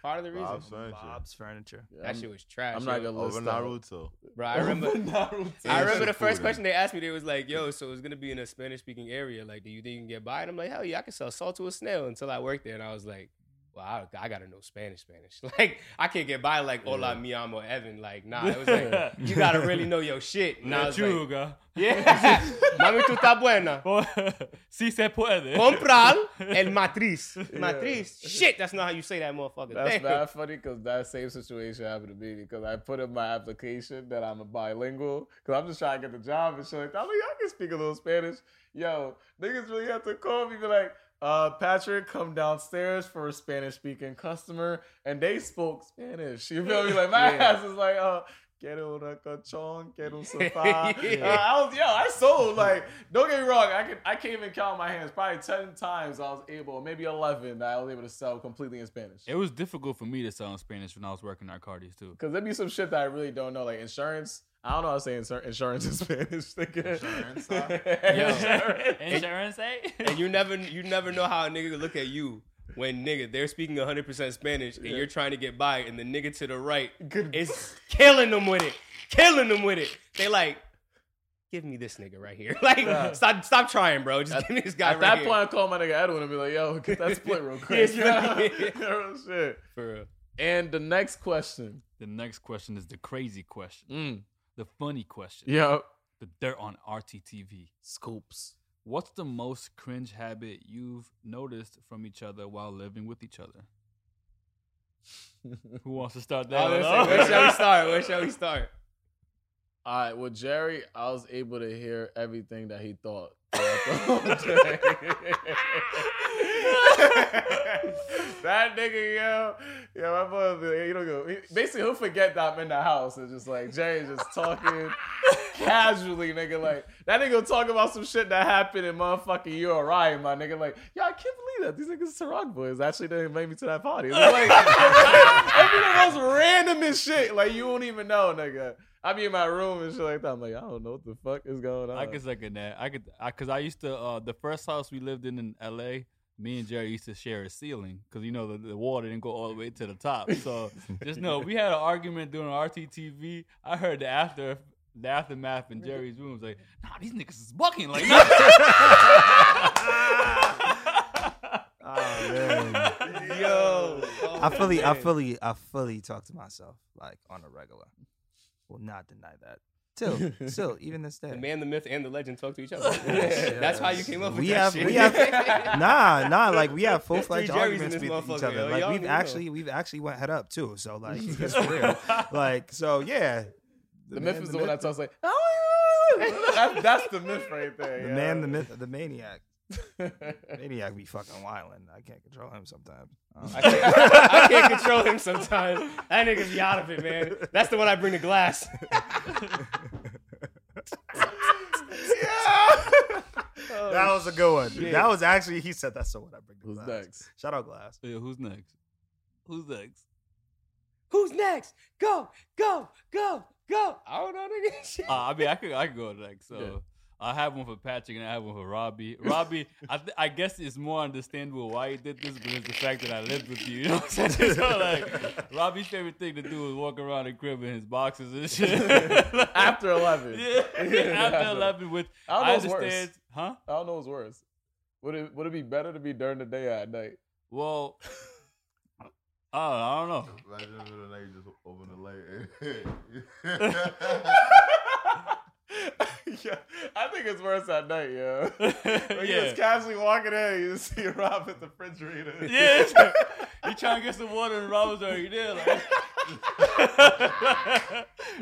Speaker 2: Part of the reason.
Speaker 3: Bob's furniture.
Speaker 4: Bob's furniture.
Speaker 1: Yeah,
Speaker 2: That
Speaker 1: I'm-
Speaker 2: shit was trash.
Speaker 1: I'm not
Speaker 2: yo.
Speaker 1: gonna
Speaker 3: Over
Speaker 1: list all-
Speaker 3: Naruto.
Speaker 2: Bro, I remember.
Speaker 1: Naruto.
Speaker 2: I
Speaker 3: Asian
Speaker 2: remember the first
Speaker 3: food.
Speaker 2: question they asked me. They was like, "Yo, so it's gonna be in a Spanish-speaking area. Like, do you think you can get by?" And I'm like, "Hell yeah, I can sell salt to a snail." Until I worked there, and I was like, "Well, I, I gotta know Spanish, Spanish. Like, I can't get by like hola, mi amo, Evan. Like, nah. It was like you gotta really know your shit." And I was like,
Speaker 5: Lechuga.
Speaker 2: "Yeah, mami, tú estás buena."
Speaker 5: Si se puede.
Speaker 2: Comprar el matriz. Matriz. Shit, that's not how you say that, motherfucker.
Speaker 1: That's
Speaker 2: Damn.
Speaker 1: bad funny because that same situation happened to me because I put in my application that I'm a bilingual because I'm just trying to get the job and shit. Like that. I'm like, I can speak a little Spanish. Yo, niggas really have to call me be like, uh, Patrick, come downstairs for a Spanish speaking customer. And they spoke Spanish. You feel me? Like, my
Speaker 2: Yeah.
Speaker 1: ass is like, uh, Quiero una colchón, quiero un sofá. Uh,
Speaker 2: Yeah.
Speaker 1: I was, yo, I sold. Like, don't get me wrong, I could, I can't even count my hands. Probably ten times I was able, maybe eleven, that I was able to sell completely in Spanish.
Speaker 5: It was difficult for me to sell in Spanish when I was working at Cardi's too.
Speaker 1: Because there'd be some shit that I really don't know, like insurance. I don't know how to say insur- insurance in Spanish.
Speaker 3: Insurance,
Speaker 1: Insurance,
Speaker 3: huh?
Speaker 1: insurance.
Speaker 5: Insurance, eh?
Speaker 2: And you never you never know how a nigga could look at you when nigga they're speaking 100% Spanish and you're trying to get by and the nigga to the right
Speaker 1: Good.
Speaker 2: is killing them with it. Killing them with it. They like give me this nigga right here. Like
Speaker 1: Yeah.
Speaker 2: stop stop trying, bro. Just give me this guy
Speaker 1: At
Speaker 2: right
Speaker 1: that
Speaker 2: here.
Speaker 1: point, I call my nigga Edwin and be like, "Yo, get that split real quick."
Speaker 2: Yeah, split.
Speaker 1: Real shit.
Speaker 2: For real.
Speaker 1: And the next question.
Speaker 5: The next question is the crazy question,
Speaker 1: Mm.
Speaker 5: the funny question,
Speaker 1: Yo,
Speaker 5: the dirt on RTTV.
Speaker 1: scoops.
Speaker 5: What's the most cringe habit you've noticed from each other while living with each other? Who wants to start
Speaker 1: Oh,
Speaker 5: that?
Speaker 2: I was
Speaker 5: one
Speaker 2: gonna
Speaker 5: off?
Speaker 2: say, where shall we start? Where shall we start?
Speaker 1: All right, well, Jerry, I was able to hear everything that he thought. that nigga, yo, yeah, my boy, be like, you don't go. he- Basically, he'll forget that I'm in the house. It's just like Jerry's just talking casually, nigga. Like that nigga talk about some shit that happened in motherfucking URI, my nigga. Like, yo, I can't believe that these niggas Ciroc boys actually didn't invite me to that party. It's like, it'd be the most randomest shit. Like you won't even know, nigga. I be in my room and shit like that. I'm like, I don't know what the fuck is going on.
Speaker 5: I can second that. I could, I, cause I used to uh, the first house we lived in in L.A. Me and Jerry used to share a ceiling because you know the, the water didn't go all the way to the top. So just know we had an argument during RTTV. I heard the after the aftermath in Jerry's room was like, "Nah, these niggas is bucking." Like,
Speaker 4: Oh, man.
Speaker 2: Yo.
Speaker 4: I fully, I fully, I fully talk to myself like on a regular. Will not deny that. Still, still, even this day.
Speaker 2: The man, the myth, and the legend talk to each other.
Speaker 1: Yeah.
Speaker 2: That's how you came up with
Speaker 4: We
Speaker 2: that
Speaker 4: have-
Speaker 2: shit.
Speaker 4: we have- nah, nah. Like we have full fledged
Speaker 2: Three Jerrys in
Speaker 4: arguments
Speaker 2: this
Speaker 4: with each
Speaker 2: motherfucker,
Speaker 4: other.
Speaker 2: yo. Y'all
Speaker 4: Like we've
Speaker 2: niggas
Speaker 4: actually, we've actually went head up too. So like, it's for real. Like so, yeah.
Speaker 1: the myth
Speaker 4: man,
Speaker 1: is the, one
Speaker 4: myth-
Speaker 1: that talks like, "Oh, yeah, yeah, yeah." that's, that's the myth right there.
Speaker 4: The
Speaker 1: yo.
Speaker 4: man, the myth, the maniac. Maniac be fucking wildin'. I can't control him sometimes. Um,
Speaker 2: I can't, I can't control him sometimes. That nigga be out of it, man. That's the one I bring the glass.
Speaker 1: Oh,
Speaker 4: that was a good one.
Speaker 2: shit.
Speaker 4: That was actually he said that's the one I bring. to
Speaker 1: Who's
Speaker 4: glass.
Speaker 1: next?
Speaker 4: Shout out glass.
Speaker 5: yeah, who's next? Who's next?
Speaker 2: Who's next? Go, go, go, go. I don't know, nigga. Shit.
Speaker 5: Uh, I mean, I could I could go next. So
Speaker 1: Yeah.
Speaker 5: I have one for Patrick and I have one for Robbie. Robbie, I th- I guess it's more understandable why you did this because the fact that I lived with you. You know what I'm saying? So like, Robbie's favorite thing to do is walk around the crib in his boxes and shit. Like,
Speaker 1: After eleven,
Speaker 5: yeah, after eleven with
Speaker 1: I don't know
Speaker 5: I
Speaker 1: what's
Speaker 5: understand,
Speaker 1: worse.
Speaker 5: huh?
Speaker 1: I don't know what's worse. Would it would it be better to be during the day or at night?
Speaker 5: Well, Oh, I don't know.
Speaker 3: Imagine in the middle of the night, you just open the
Speaker 1: yeah, I think it's worse at night, yo. When you
Speaker 5: yeah.
Speaker 1: just casually walking in, you just see Rob at the refrigerator.
Speaker 5: yeah. it's- You trying to get some water and Robin's already there. Like,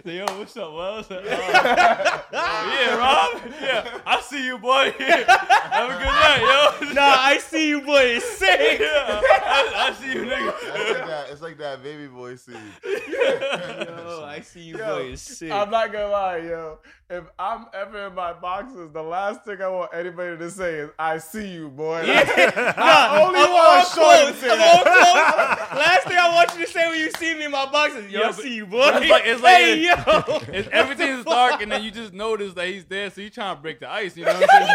Speaker 5: Say, yo, what's up? What else? yeah, Rob. Yeah, I see you, boy. Have a good night, yo.
Speaker 2: Nah, I see you, boy. It's sick.
Speaker 5: Yeah, I, I see you,
Speaker 3: It's like
Speaker 5: nigga.
Speaker 3: that, it's like that baby boy scene.
Speaker 2: Yo, I see you,
Speaker 1: Yo,
Speaker 2: boy. It's sick.
Speaker 1: I'm not gonna lie, yo. If I'm ever in my boxes, the last thing I want anybody to say is "I see you, boy."
Speaker 2: Yeah.
Speaker 1: I only
Speaker 2: I'm all
Speaker 1: want short
Speaker 2: close. I'm all close. Last thing I want you to say when you see me in my box is, yo, I
Speaker 5: Yeah, but-
Speaker 2: see you, boy.
Speaker 5: it's like- it's like-
Speaker 2: hey, yo.
Speaker 5: It's, everything's dark, and then you just notice that he's there, so you trying to break the ice. You know what I'm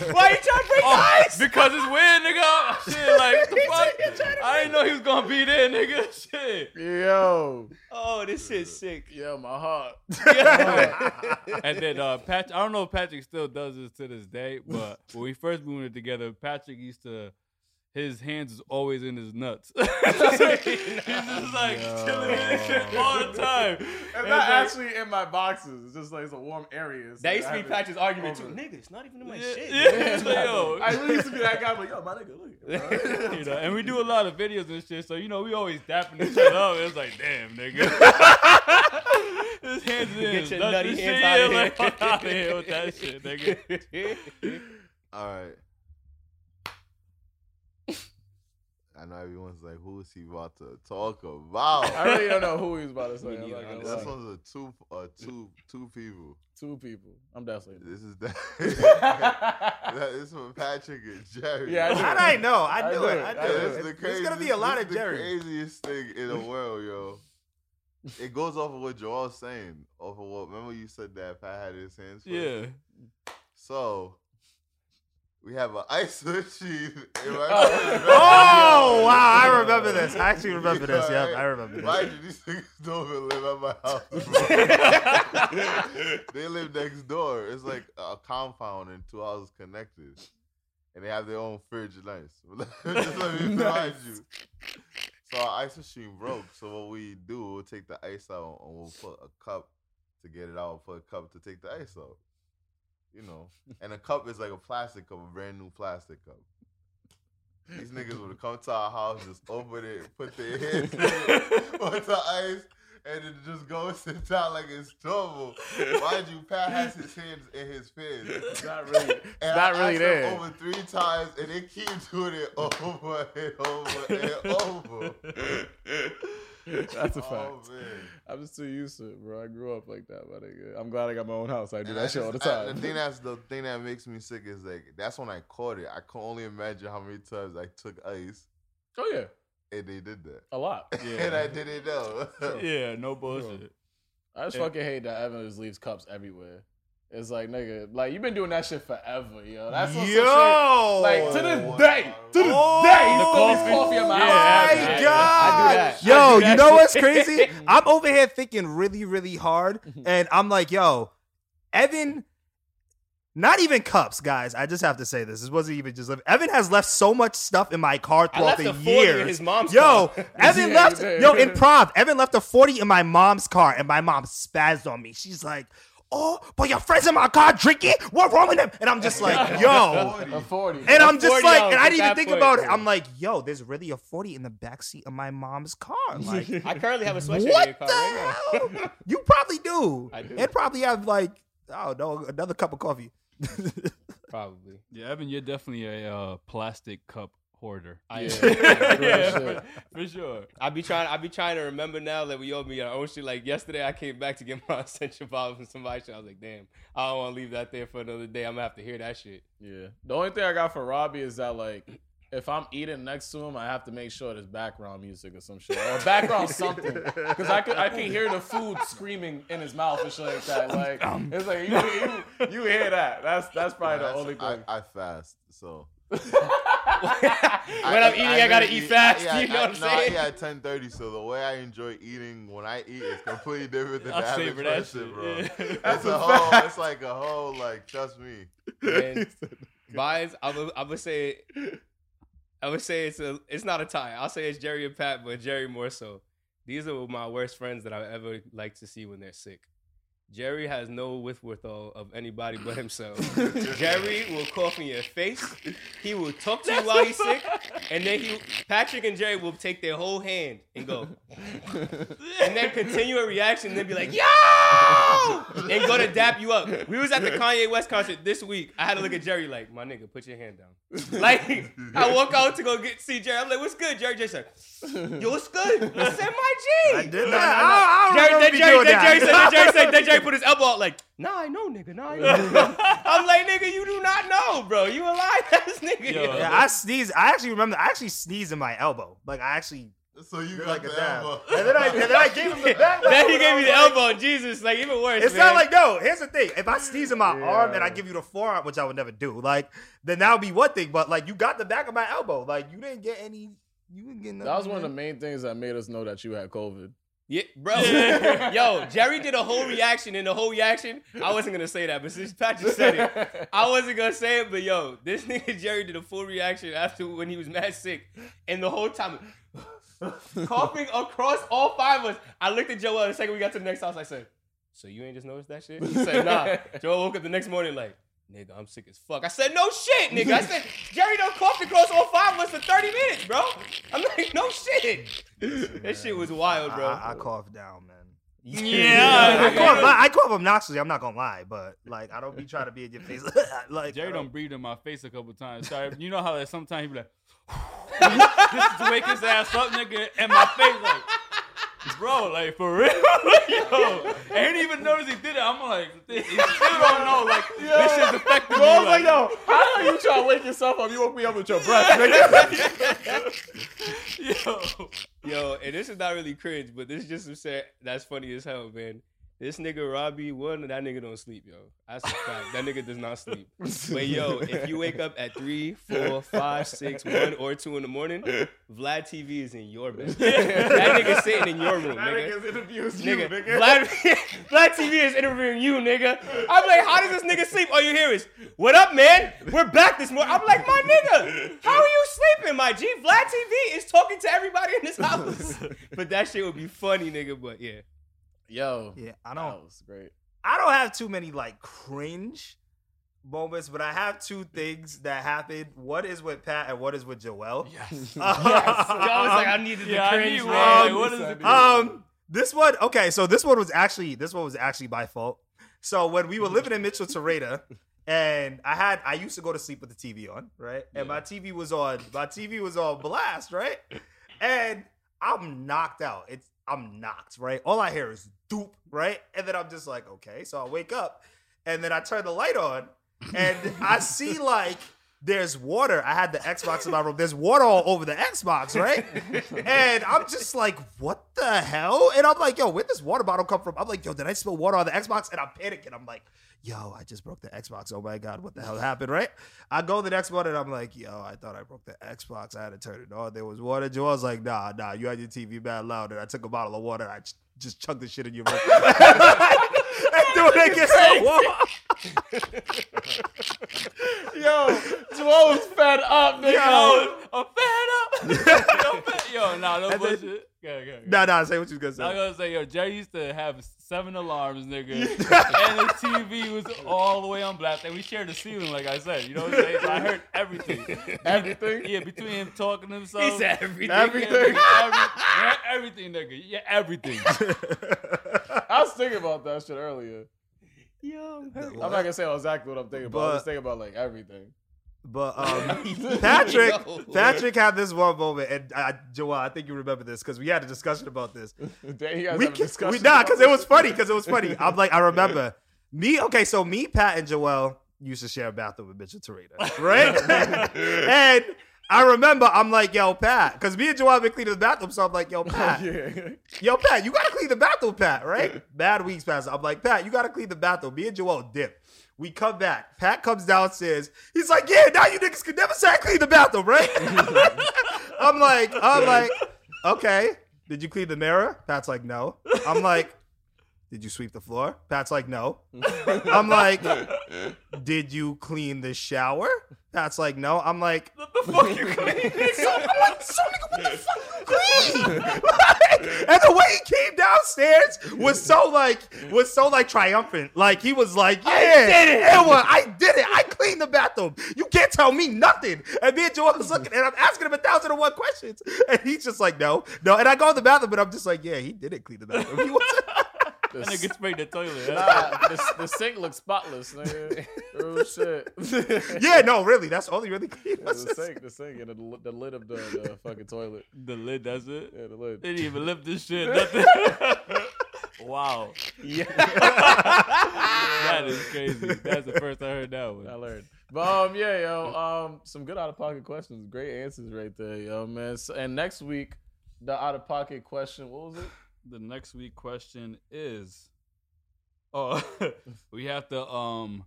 Speaker 5: saying?
Speaker 2: Why you trying to break
Speaker 5: Oh,
Speaker 2: the ice?
Speaker 5: because it's weird, nigga. Shit, like what the fuck? I didn't know he was gonna be there, nigga. Shit.
Speaker 1: Yo,
Speaker 2: Oh, this shit's sick.
Speaker 1: yo, my heart.
Speaker 5: And then uh, Patrick, I don't know if Patrick still does this to this day, but when we first moved in together, Patrick used to. His hands is always in his nuts. He's just like chilling in his shit all the time.
Speaker 1: It's
Speaker 5: like-
Speaker 1: not actually in my boxes. It's just like it's a warm area. so
Speaker 2: That used to be
Speaker 1: I
Speaker 2: Patrick's argument too.
Speaker 1: Over.
Speaker 2: Nigga, it's not even in my
Speaker 5: yeah,
Speaker 2: shit. bro.
Speaker 5: yeah, so, yo.
Speaker 1: haven't- I literally used to be that guy, but yo, my nigga, look. at it, bro.
Speaker 5: you know, and we do a lot of videos and shit, so you know we always dapping each other up. It's like, damn, nigga, his hands in his
Speaker 2: your
Speaker 5: nuts
Speaker 2: nutty
Speaker 5: and shit,
Speaker 2: hands
Speaker 5: yeah,
Speaker 2: outta
Speaker 5: like,
Speaker 2: here.
Speaker 5: fuck outta here with that shit, nigga.
Speaker 3: All right. I know everyone's like, who is he about to talk
Speaker 1: I
Speaker 3: about?
Speaker 1: really don't know who he was about to say.
Speaker 2: Me
Speaker 1: I'm
Speaker 2: neither,
Speaker 1: not gonna
Speaker 2: honestly.
Speaker 3: this
Speaker 1: lie.
Speaker 3: one's a two, a two, two people.
Speaker 1: Two people. I'm definitely.
Speaker 3: This is that. that is for Patrick and Jerry.
Speaker 1: Yeah, I do.
Speaker 4: How did I know? I
Speaker 1: I
Speaker 4: knew
Speaker 1: knew
Speaker 4: it.
Speaker 1: it.
Speaker 4: I
Speaker 1: I
Speaker 4: knew
Speaker 1: knew
Speaker 4: it.
Speaker 1: it.
Speaker 4: It's- There's gonna be a
Speaker 3: this
Speaker 4: lot
Speaker 3: is
Speaker 4: of
Speaker 3: the
Speaker 4: Jerry.
Speaker 3: craziest thing in the world, yo. It goes off of what Joel's saying. Off of what? Remember you said that Pat had his hands. full?
Speaker 5: Yeah,
Speaker 3: So we have an ice machine. In my
Speaker 4: Oh wow! I remember this. I actually remember this. Yep, I remember this.
Speaker 3: Mind you, these niggas don't even live at my house. bro. they live next door. It's like a compound and two houses connected. And they have their own fridge and ice. Just let me remind you. So our ice machine broke. So what we do, we'll take the ice out and we'll put a cup to get it out, put a cup to take the ice out. You know. And a cup is like a plastic cup, a brand new plastic cup. These niggas would come to our house, just open it, put their hands in it, with the ice, and then just go and sit down like it's normal. Mind you, Pat has his hands in his pants.
Speaker 1: It's not really. It's
Speaker 3: And
Speaker 1: not
Speaker 3: I
Speaker 1: really
Speaker 3: asked
Speaker 1: there.
Speaker 3: Them over three times, and they keep doing it over and over and over.
Speaker 1: That's a fact.
Speaker 3: Oh man.
Speaker 1: I'm just too used to it, bro. I grew up like that, my nigga. I'm glad I got my own house. I do
Speaker 3: And I
Speaker 1: that shit all the
Speaker 3: just- I-
Speaker 1: time.
Speaker 3: the thing that's the thing that makes me sick is like that's when I caught it. I can only imagine how many times I took ice
Speaker 1: oh yeah,
Speaker 3: and they did that,
Speaker 1: a lot.
Speaker 3: and
Speaker 5: yeah,
Speaker 3: I didn't know.
Speaker 5: yeah. No bullshit.
Speaker 1: I just
Speaker 5: Yeah.
Speaker 1: fucking hate that Evan just leaves cups everywhere. It's like nigga, like you've been doing that shit forever, yo. That's what's yo.
Speaker 4: Yo!
Speaker 1: Like to
Speaker 3: the-
Speaker 1: this day, to this
Speaker 4: Oh!
Speaker 1: day, you still leaves
Speaker 5: coffee.
Speaker 1: coffee in my
Speaker 5: Yeah,
Speaker 1: house.
Speaker 5: I- I- I
Speaker 4: my
Speaker 5: do
Speaker 4: God.
Speaker 1: that.
Speaker 4: Yo,
Speaker 2: I do
Speaker 4: you
Speaker 2: that
Speaker 4: know
Speaker 2: shit.
Speaker 4: what's crazy? I'm over here thinking really, really hard,
Speaker 2: Mm-hmm.
Speaker 4: and I'm like, yo, Evan. Not even cups, guys. I just have to say this. This wasn't even just. Evan has left so much stuff in my car
Speaker 2: I
Speaker 4: throughout
Speaker 2: left
Speaker 4: the
Speaker 2: a 40 in
Speaker 4: years.
Speaker 2: his mom's
Speaker 4: Yo,
Speaker 2: car.
Speaker 4: Evan
Speaker 1: Yeah,
Speaker 4: left.
Speaker 1: you did.
Speaker 4: Yo, in prom, Evan left a 40 in my mom's car, and my mom spazzed on me. She's like, Oh, but your friends in my car drinking? What wrong with them? And I'm just like, Yo.
Speaker 3: Oh,
Speaker 1: A forty.
Speaker 4: And I'm
Speaker 2: A
Speaker 4: just
Speaker 2: 40
Speaker 4: like,
Speaker 2: out
Speaker 4: and I
Speaker 2: at
Speaker 4: didn't even
Speaker 2: that
Speaker 4: think
Speaker 2: point.
Speaker 4: about it. I'm like, Yo, there's really a 40 in the backseat of my mom's car. Like,
Speaker 2: I currently have a sweatshirt in your
Speaker 4: what
Speaker 2: car
Speaker 4: the
Speaker 2: right
Speaker 4: hell? you probably do.
Speaker 2: I do.
Speaker 4: And probably have like, I don't know, another cup of coffee.
Speaker 2: now. Probably.
Speaker 5: Yeah, Evan, you're definitely a uh, plastic cup hoarder.
Speaker 2: I
Speaker 5: yeah,
Speaker 1: shit.
Speaker 5: for, for sure.
Speaker 2: I be trying. I be trying to remember now that we all be our own shit. Like yesterday, I came back to get my essential bottles from somebody. Shit. I was like, damn, I don't want to leave that there for another day. I'm gonna have to hear that shit.
Speaker 1: Yeah. The only thing I got for Robbie is that like if I'm eating next to him, I have to make sure there's background music or some shit. Or background something. Because I can I can hear the food screaming in his mouth and shit like that. Like it's like you, you, you hear that. That's that's probably the
Speaker 3: That's-
Speaker 1: only thing.
Speaker 3: I, I fast, so
Speaker 2: when I'm eating, I, gotta eat fast.
Speaker 3: yeah,
Speaker 2: you know
Speaker 3: I,
Speaker 2: what I'm saying?
Speaker 3: No, I eat at ten thirty, so the way I enjoy eating when I eat is completely different than
Speaker 5: I
Speaker 3: the average
Speaker 5: savor that
Speaker 3: person,
Speaker 5: shit,
Speaker 3: bro.
Speaker 5: yeah.
Speaker 3: It's a whole. It's like a whole. Like trust me.
Speaker 2: Man, Vines, I'm gonna say I would say it's a it's not a tie. I'll say it's Jerry and Pat, but Jerry more so. These are my worst friends that I ever like to see when they're sick. Jerry has no withwithal of anybody but himself. Jerry will cough in your face. He will talk to you while he's sick, and then he Patrick and Jerry will take their whole hand and go, and then continue a reaction, and then be like, "Yo!" and go to dap you up. We was at the Kanye West concert this week. I had to look at Jerry like, "My nigga, put your hand down." Like, I walk out to go get see Jerry. I'm like, "What's good, Jerry?" Jerry's like, "Yo, what's good?" I said, "My G."
Speaker 4: I did
Speaker 3: No,
Speaker 4: not.
Speaker 3: no,
Speaker 4: I, I
Speaker 2: Jerry,
Speaker 4: don't
Speaker 2: then
Speaker 4: remember
Speaker 2: Jerry,
Speaker 4: doing
Speaker 2: then
Speaker 4: that.
Speaker 2: Jerry said, then Jerry said, then Jerry put his elbow out like, nah, I know, nigga, nah, I know. I'm like, nigga, you do not know, bro. You a lie ass nigga.
Speaker 5: Yo.
Speaker 4: Yeah, I sneezed. I actually remember. I actually sneezed in my elbow. Like I actually.
Speaker 3: So you
Speaker 4: Look
Speaker 3: got
Speaker 4: like
Speaker 3: the
Speaker 4: a dab.
Speaker 3: elbow.
Speaker 4: And then I and then I gave him the back.
Speaker 2: then he
Speaker 4: rub,
Speaker 2: gave
Speaker 4: and
Speaker 2: me
Speaker 4: I
Speaker 2: the
Speaker 4: was like-
Speaker 2: elbow, Jesus, like even worse.
Speaker 4: It's
Speaker 2: man.
Speaker 4: not like no. Here's the thing: if I sneeze in my
Speaker 2: Yeah.
Speaker 4: arm and I give you the forearm, which I would never do, like then that would be one thing. But like you got the back of my elbow, like you didn't get any. You didn't get nothing.
Speaker 1: That was one of the
Speaker 4: man.
Speaker 1: main things that made us know that you had COVID.
Speaker 2: Yeah, bro.
Speaker 1: Yeah.
Speaker 2: Yo, Jerry did a whole reaction, and the whole reaction, I wasn't gonna say that, but since Patrick said it, I wasn't gonna say it, but yo, this nigga Jerry did a full reaction after when he was mad sick, and the whole time coughing across all five of us. I looked at Joel the second we got to the next house. I said, "So you ain't just noticed that shit?" He said, "Nah." Joel woke up the next morning like, "Nigga, I'm sick as fuck." I said, "No shit, nigga." I said, "Jerry done coughed across all five of us for thirty minutes, bro." I'm like, "No shit." That shit was wild, bro.
Speaker 4: I, I cough down, man.
Speaker 5: Yeah.
Speaker 4: I cough. I cough obnoxiously. I'm not gonna lie, but like I don't be trying to be in your face. like
Speaker 5: Jerry
Speaker 4: I
Speaker 5: done breathed in my face a couple times. Sorry, you know how that sometimes he be like, this is to wake his ass up, nigga, and my face like, bro, like for real, yo. I didn't even notice he did it. I'm like, he still don't know, like this shit's affecting me.
Speaker 1: Bro, I was like,
Speaker 5: like,
Speaker 1: yo, how are you trying to wake yourself up? You woke me up with your breath. nigga.
Speaker 5: yo.
Speaker 2: Yo, and this is not really cringe, but this is just some shit that's funny as hell, man. This nigga Robbie one, that nigga don't sleep, yo. That's a fact. that nigga does not sleep. But yo, if you wake up at three, four, five, six, one, or two in the morning, Vlad TV is in your bed. that nigga sitting in your room, nigga. Nigga, Vlad, Vlad TV is interviewing you, nigga. I'm like, how does this nigga sleep? All you hear is, "What up, man? We're back this morning." I'm like, my nigga, how are you sleeping, my G? Vlad TV is talking to everybody in this house. But that shit would be funny, nigga. But yeah,
Speaker 1: Yo,
Speaker 4: Yeah, I don't.
Speaker 1: that was great.
Speaker 4: I don't have too many like cringe moments, but I have two things that happened. What is with Pat and what is with Joel?
Speaker 5: Yes.
Speaker 2: I was like, I needed the
Speaker 5: Yeah, I
Speaker 2: cringe,
Speaker 5: knew
Speaker 2: man.
Speaker 5: it. What is it?
Speaker 4: um, this one, okay, so this one was actually this one was actually my fault. So when we were living in Mitchell Terreta, and I had I used to go to sleep with the TV on, right? And my TV was on, my TV was on blast, right? And I'm knocked out. It's I'm knocked, right? All I hear is doop, right? And then I'm just like, okay. So I wake up and then I turn the light on and I see like there's water. I had the Xbox in my room. There's water all over the Xbox, right? And I'm just like, what the hell? And I'm like, yo, where this water bottle come from? I'm like, yo, did I spill water on the Xbox? And I'm panicking. I'm like, yo, I just broke the Xbox. Oh my God, what the hell happened, right? I go the next morning. I'm like, yo, I thought I broke the Xbox. I had to turn it on. There was water. Joel's like, nah, nah, you had your TV bad loud. And I took a bottle of water and I ch- just chugged the shit in your mouth. and threw it against the wall.
Speaker 1: Yo, Joel was fed up, nigga.
Speaker 5: Yo, I'm fed up. yo, fed, yo, nah, no
Speaker 4: And then-
Speaker 5: bullshit. Go, go, go.
Speaker 4: Nah, nah, say what you was gonna say.
Speaker 5: I was gonna say, yo, Jerry used to have seven alarms, nigga, and the TV was all the way on blast, and we shared the ceiling, like I said. You know what I'm saying? So I heard everything.
Speaker 1: Everything?
Speaker 5: Yeah, between him talking to himself.
Speaker 2: He said everything.
Speaker 1: Everything.
Speaker 5: Yeah, everything, nigga. Yeah, everything.
Speaker 1: I was thinking about that shit earlier.
Speaker 2: Yo, I'm hurt.
Speaker 1: I'm not gonna say exactly what I'm thinking about. I was
Speaker 4: But-
Speaker 1: thinking about like everything.
Speaker 4: But um, Patrick,
Speaker 2: Yo.
Speaker 4: Patrick had this one moment, and uh, Joel, I think you remember this because we had a discussion about this.
Speaker 1: Damn, you guys
Speaker 4: we,
Speaker 1: have a discussion.
Speaker 4: we nah, because it
Speaker 1: about
Speaker 4: was funny. Because it was funny. I'm like, I remember me. Okay, so me, Pat, and Joel used to share a bathroom with Mitchell Torita, right? and I remember, I'm like, yo, Pat, because me and Joel have been cleaning the bathroom, so I'm like,
Speaker 1: Oh,
Speaker 4: yo, Pat,
Speaker 1: this? Yeah.
Speaker 4: yo, Pat, you gotta clean the bathroom, Pat, right? Bad weeks pass. I'm like, Pat, you gotta clean the bathroom. Me and Joel dip. We come back. Pat comes downstairs. He's like, yeah, now you niggas can never say I clean the bathroom, right? I'm like, I'm like, okay. Did you clean the mirror? Pat's like, no. I'm like, did you sweep the floor? Pat's like, no. I'm like, did you clean the shower? Pat's like, no. I'm like,
Speaker 2: What the fuck you clean?
Speaker 4: so, I'm like, so nigga, what the fuck you clean? Like, and the way he came downstairs was so like was so like triumphant. Like he was like, yeah,
Speaker 2: did it."
Speaker 4: yeah, well, I did it. I cleaned the bathroom. You can't tell me nothing. And me and Joel was looking, and I'm asking him a thousand and one questions, and he's just like, no, no. And I go in the bathroom, but I'm just like, yeah, he didn't clean the bathroom. He wasn't.
Speaker 5: That nigga sprayed the toilet.
Speaker 1: Nah, the, the sink looks spotless, nigga. Real shit.
Speaker 4: yeah, no, really. That's all he really cleaned.
Speaker 1: the
Speaker 4: Was his-
Speaker 1: sink, the sink, and the, li- the lid of the, the fucking toilet.
Speaker 5: the lid, that's it.
Speaker 1: Yeah, the lid.
Speaker 5: They didn't even lift this shit. Nothing. wow. That is crazy. That's the first I heard that
Speaker 1: I
Speaker 5: one.
Speaker 1: learned. But um, yeah, yo, um, some good out of pocket questions. Great answers right there, yo, man. So, and next week, the out of pocket question, what was it?
Speaker 5: The next week question is Oh we have to um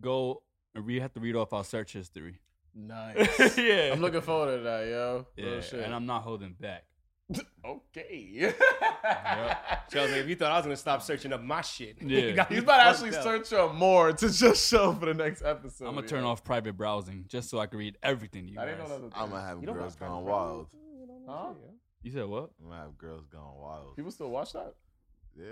Speaker 5: go and we have to read off our search history.
Speaker 1: Nice.
Speaker 5: yeah.
Speaker 1: I'm looking forward to that, yo. Real
Speaker 5: yeah,
Speaker 1: shit.
Speaker 5: and I'm not holding back.
Speaker 1: okay.
Speaker 2: Chelsea, if you thought I was gonna stop searching up my shit,
Speaker 5: Yeah.
Speaker 2: you got me
Speaker 1: He's about to actually
Speaker 2: fucked up.
Speaker 1: search up more to just show for the next episode.
Speaker 5: I'm gonna
Speaker 1: yo.
Speaker 5: turn off private browsing just so I can read everything to you
Speaker 1: I didn't know
Speaker 5: guys.
Speaker 1: that was a
Speaker 3: I'm
Speaker 1: thing.
Speaker 3: gonna have
Speaker 2: You don't
Speaker 3: girls
Speaker 2: have private
Speaker 3: gone wild.
Speaker 1: Huh?
Speaker 5: You said what?
Speaker 3: I'm gonna have girls gone wild.
Speaker 1: People still watch that?
Speaker 3: Yeah.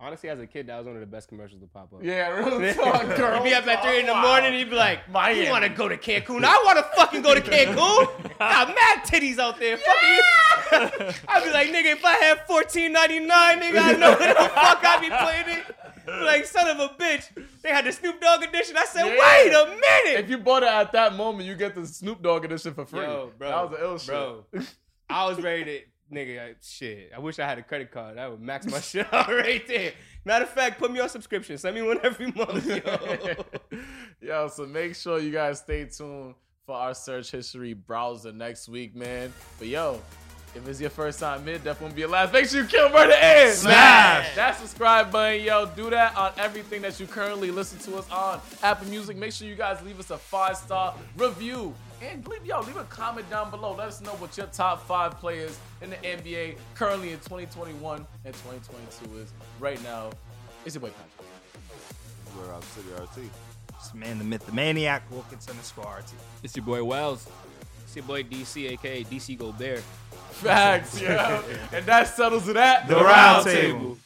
Speaker 2: Honestly, as a kid, that was one of the best commercials to pop up.
Speaker 1: Yeah, real talk, girl.
Speaker 2: You'd be up at
Speaker 1: Oh,
Speaker 2: three in the
Speaker 1: wow.
Speaker 2: morning. You'd be like,
Speaker 1: Miami.
Speaker 2: "You want to go to Cancun? I want to fucking go to Cancun. Got mad titties out there. Fuck you." I'd be like, "Nigga, if I had fourteen ninety nine, nigga, I know what the fuck I'd be playing it." Be like, son of a bitch. They had the Snoop Dogg edition. I said,
Speaker 1: Yeah.
Speaker 2: "Wait a minute."
Speaker 1: If you bought it at that moment, you get the Snoop Dogg edition for free.
Speaker 2: Yo, bro,
Speaker 1: that was an ill shit.
Speaker 2: bro. I was ready to nigga I- shit. I wish I had a credit card. That would max my shit out right there. Matter of fact, put me on subscription. Send me one every month, yo.
Speaker 1: Yo, so make sure you guys stay tuned for our search history browser next week, man. But yo, if it's your first time mid, that won't be your last. Make sure you kill murder and
Speaker 4: Smash!
Speaker 1: that subscribe button, yo. Do that on everything that you currently listen to us on Apple Music. Make sure you guys leave us a five star review and leave yo leave a comment down below. Let us know what your top five players in the NBA currently in 2021 and 2022 is right now. It's your boy Patrick.
Speaker 3: We're out City RT.
Speaker 4: This man, the myth, the maniac, Wilkinson, the squad team.
Speaker 5: It's your boy Wells.
Speaker 2: It's your boy DC, aka DC Gobert.
Speaker 1: Facts, yo. and that settles it at
Speaker 4: The round table.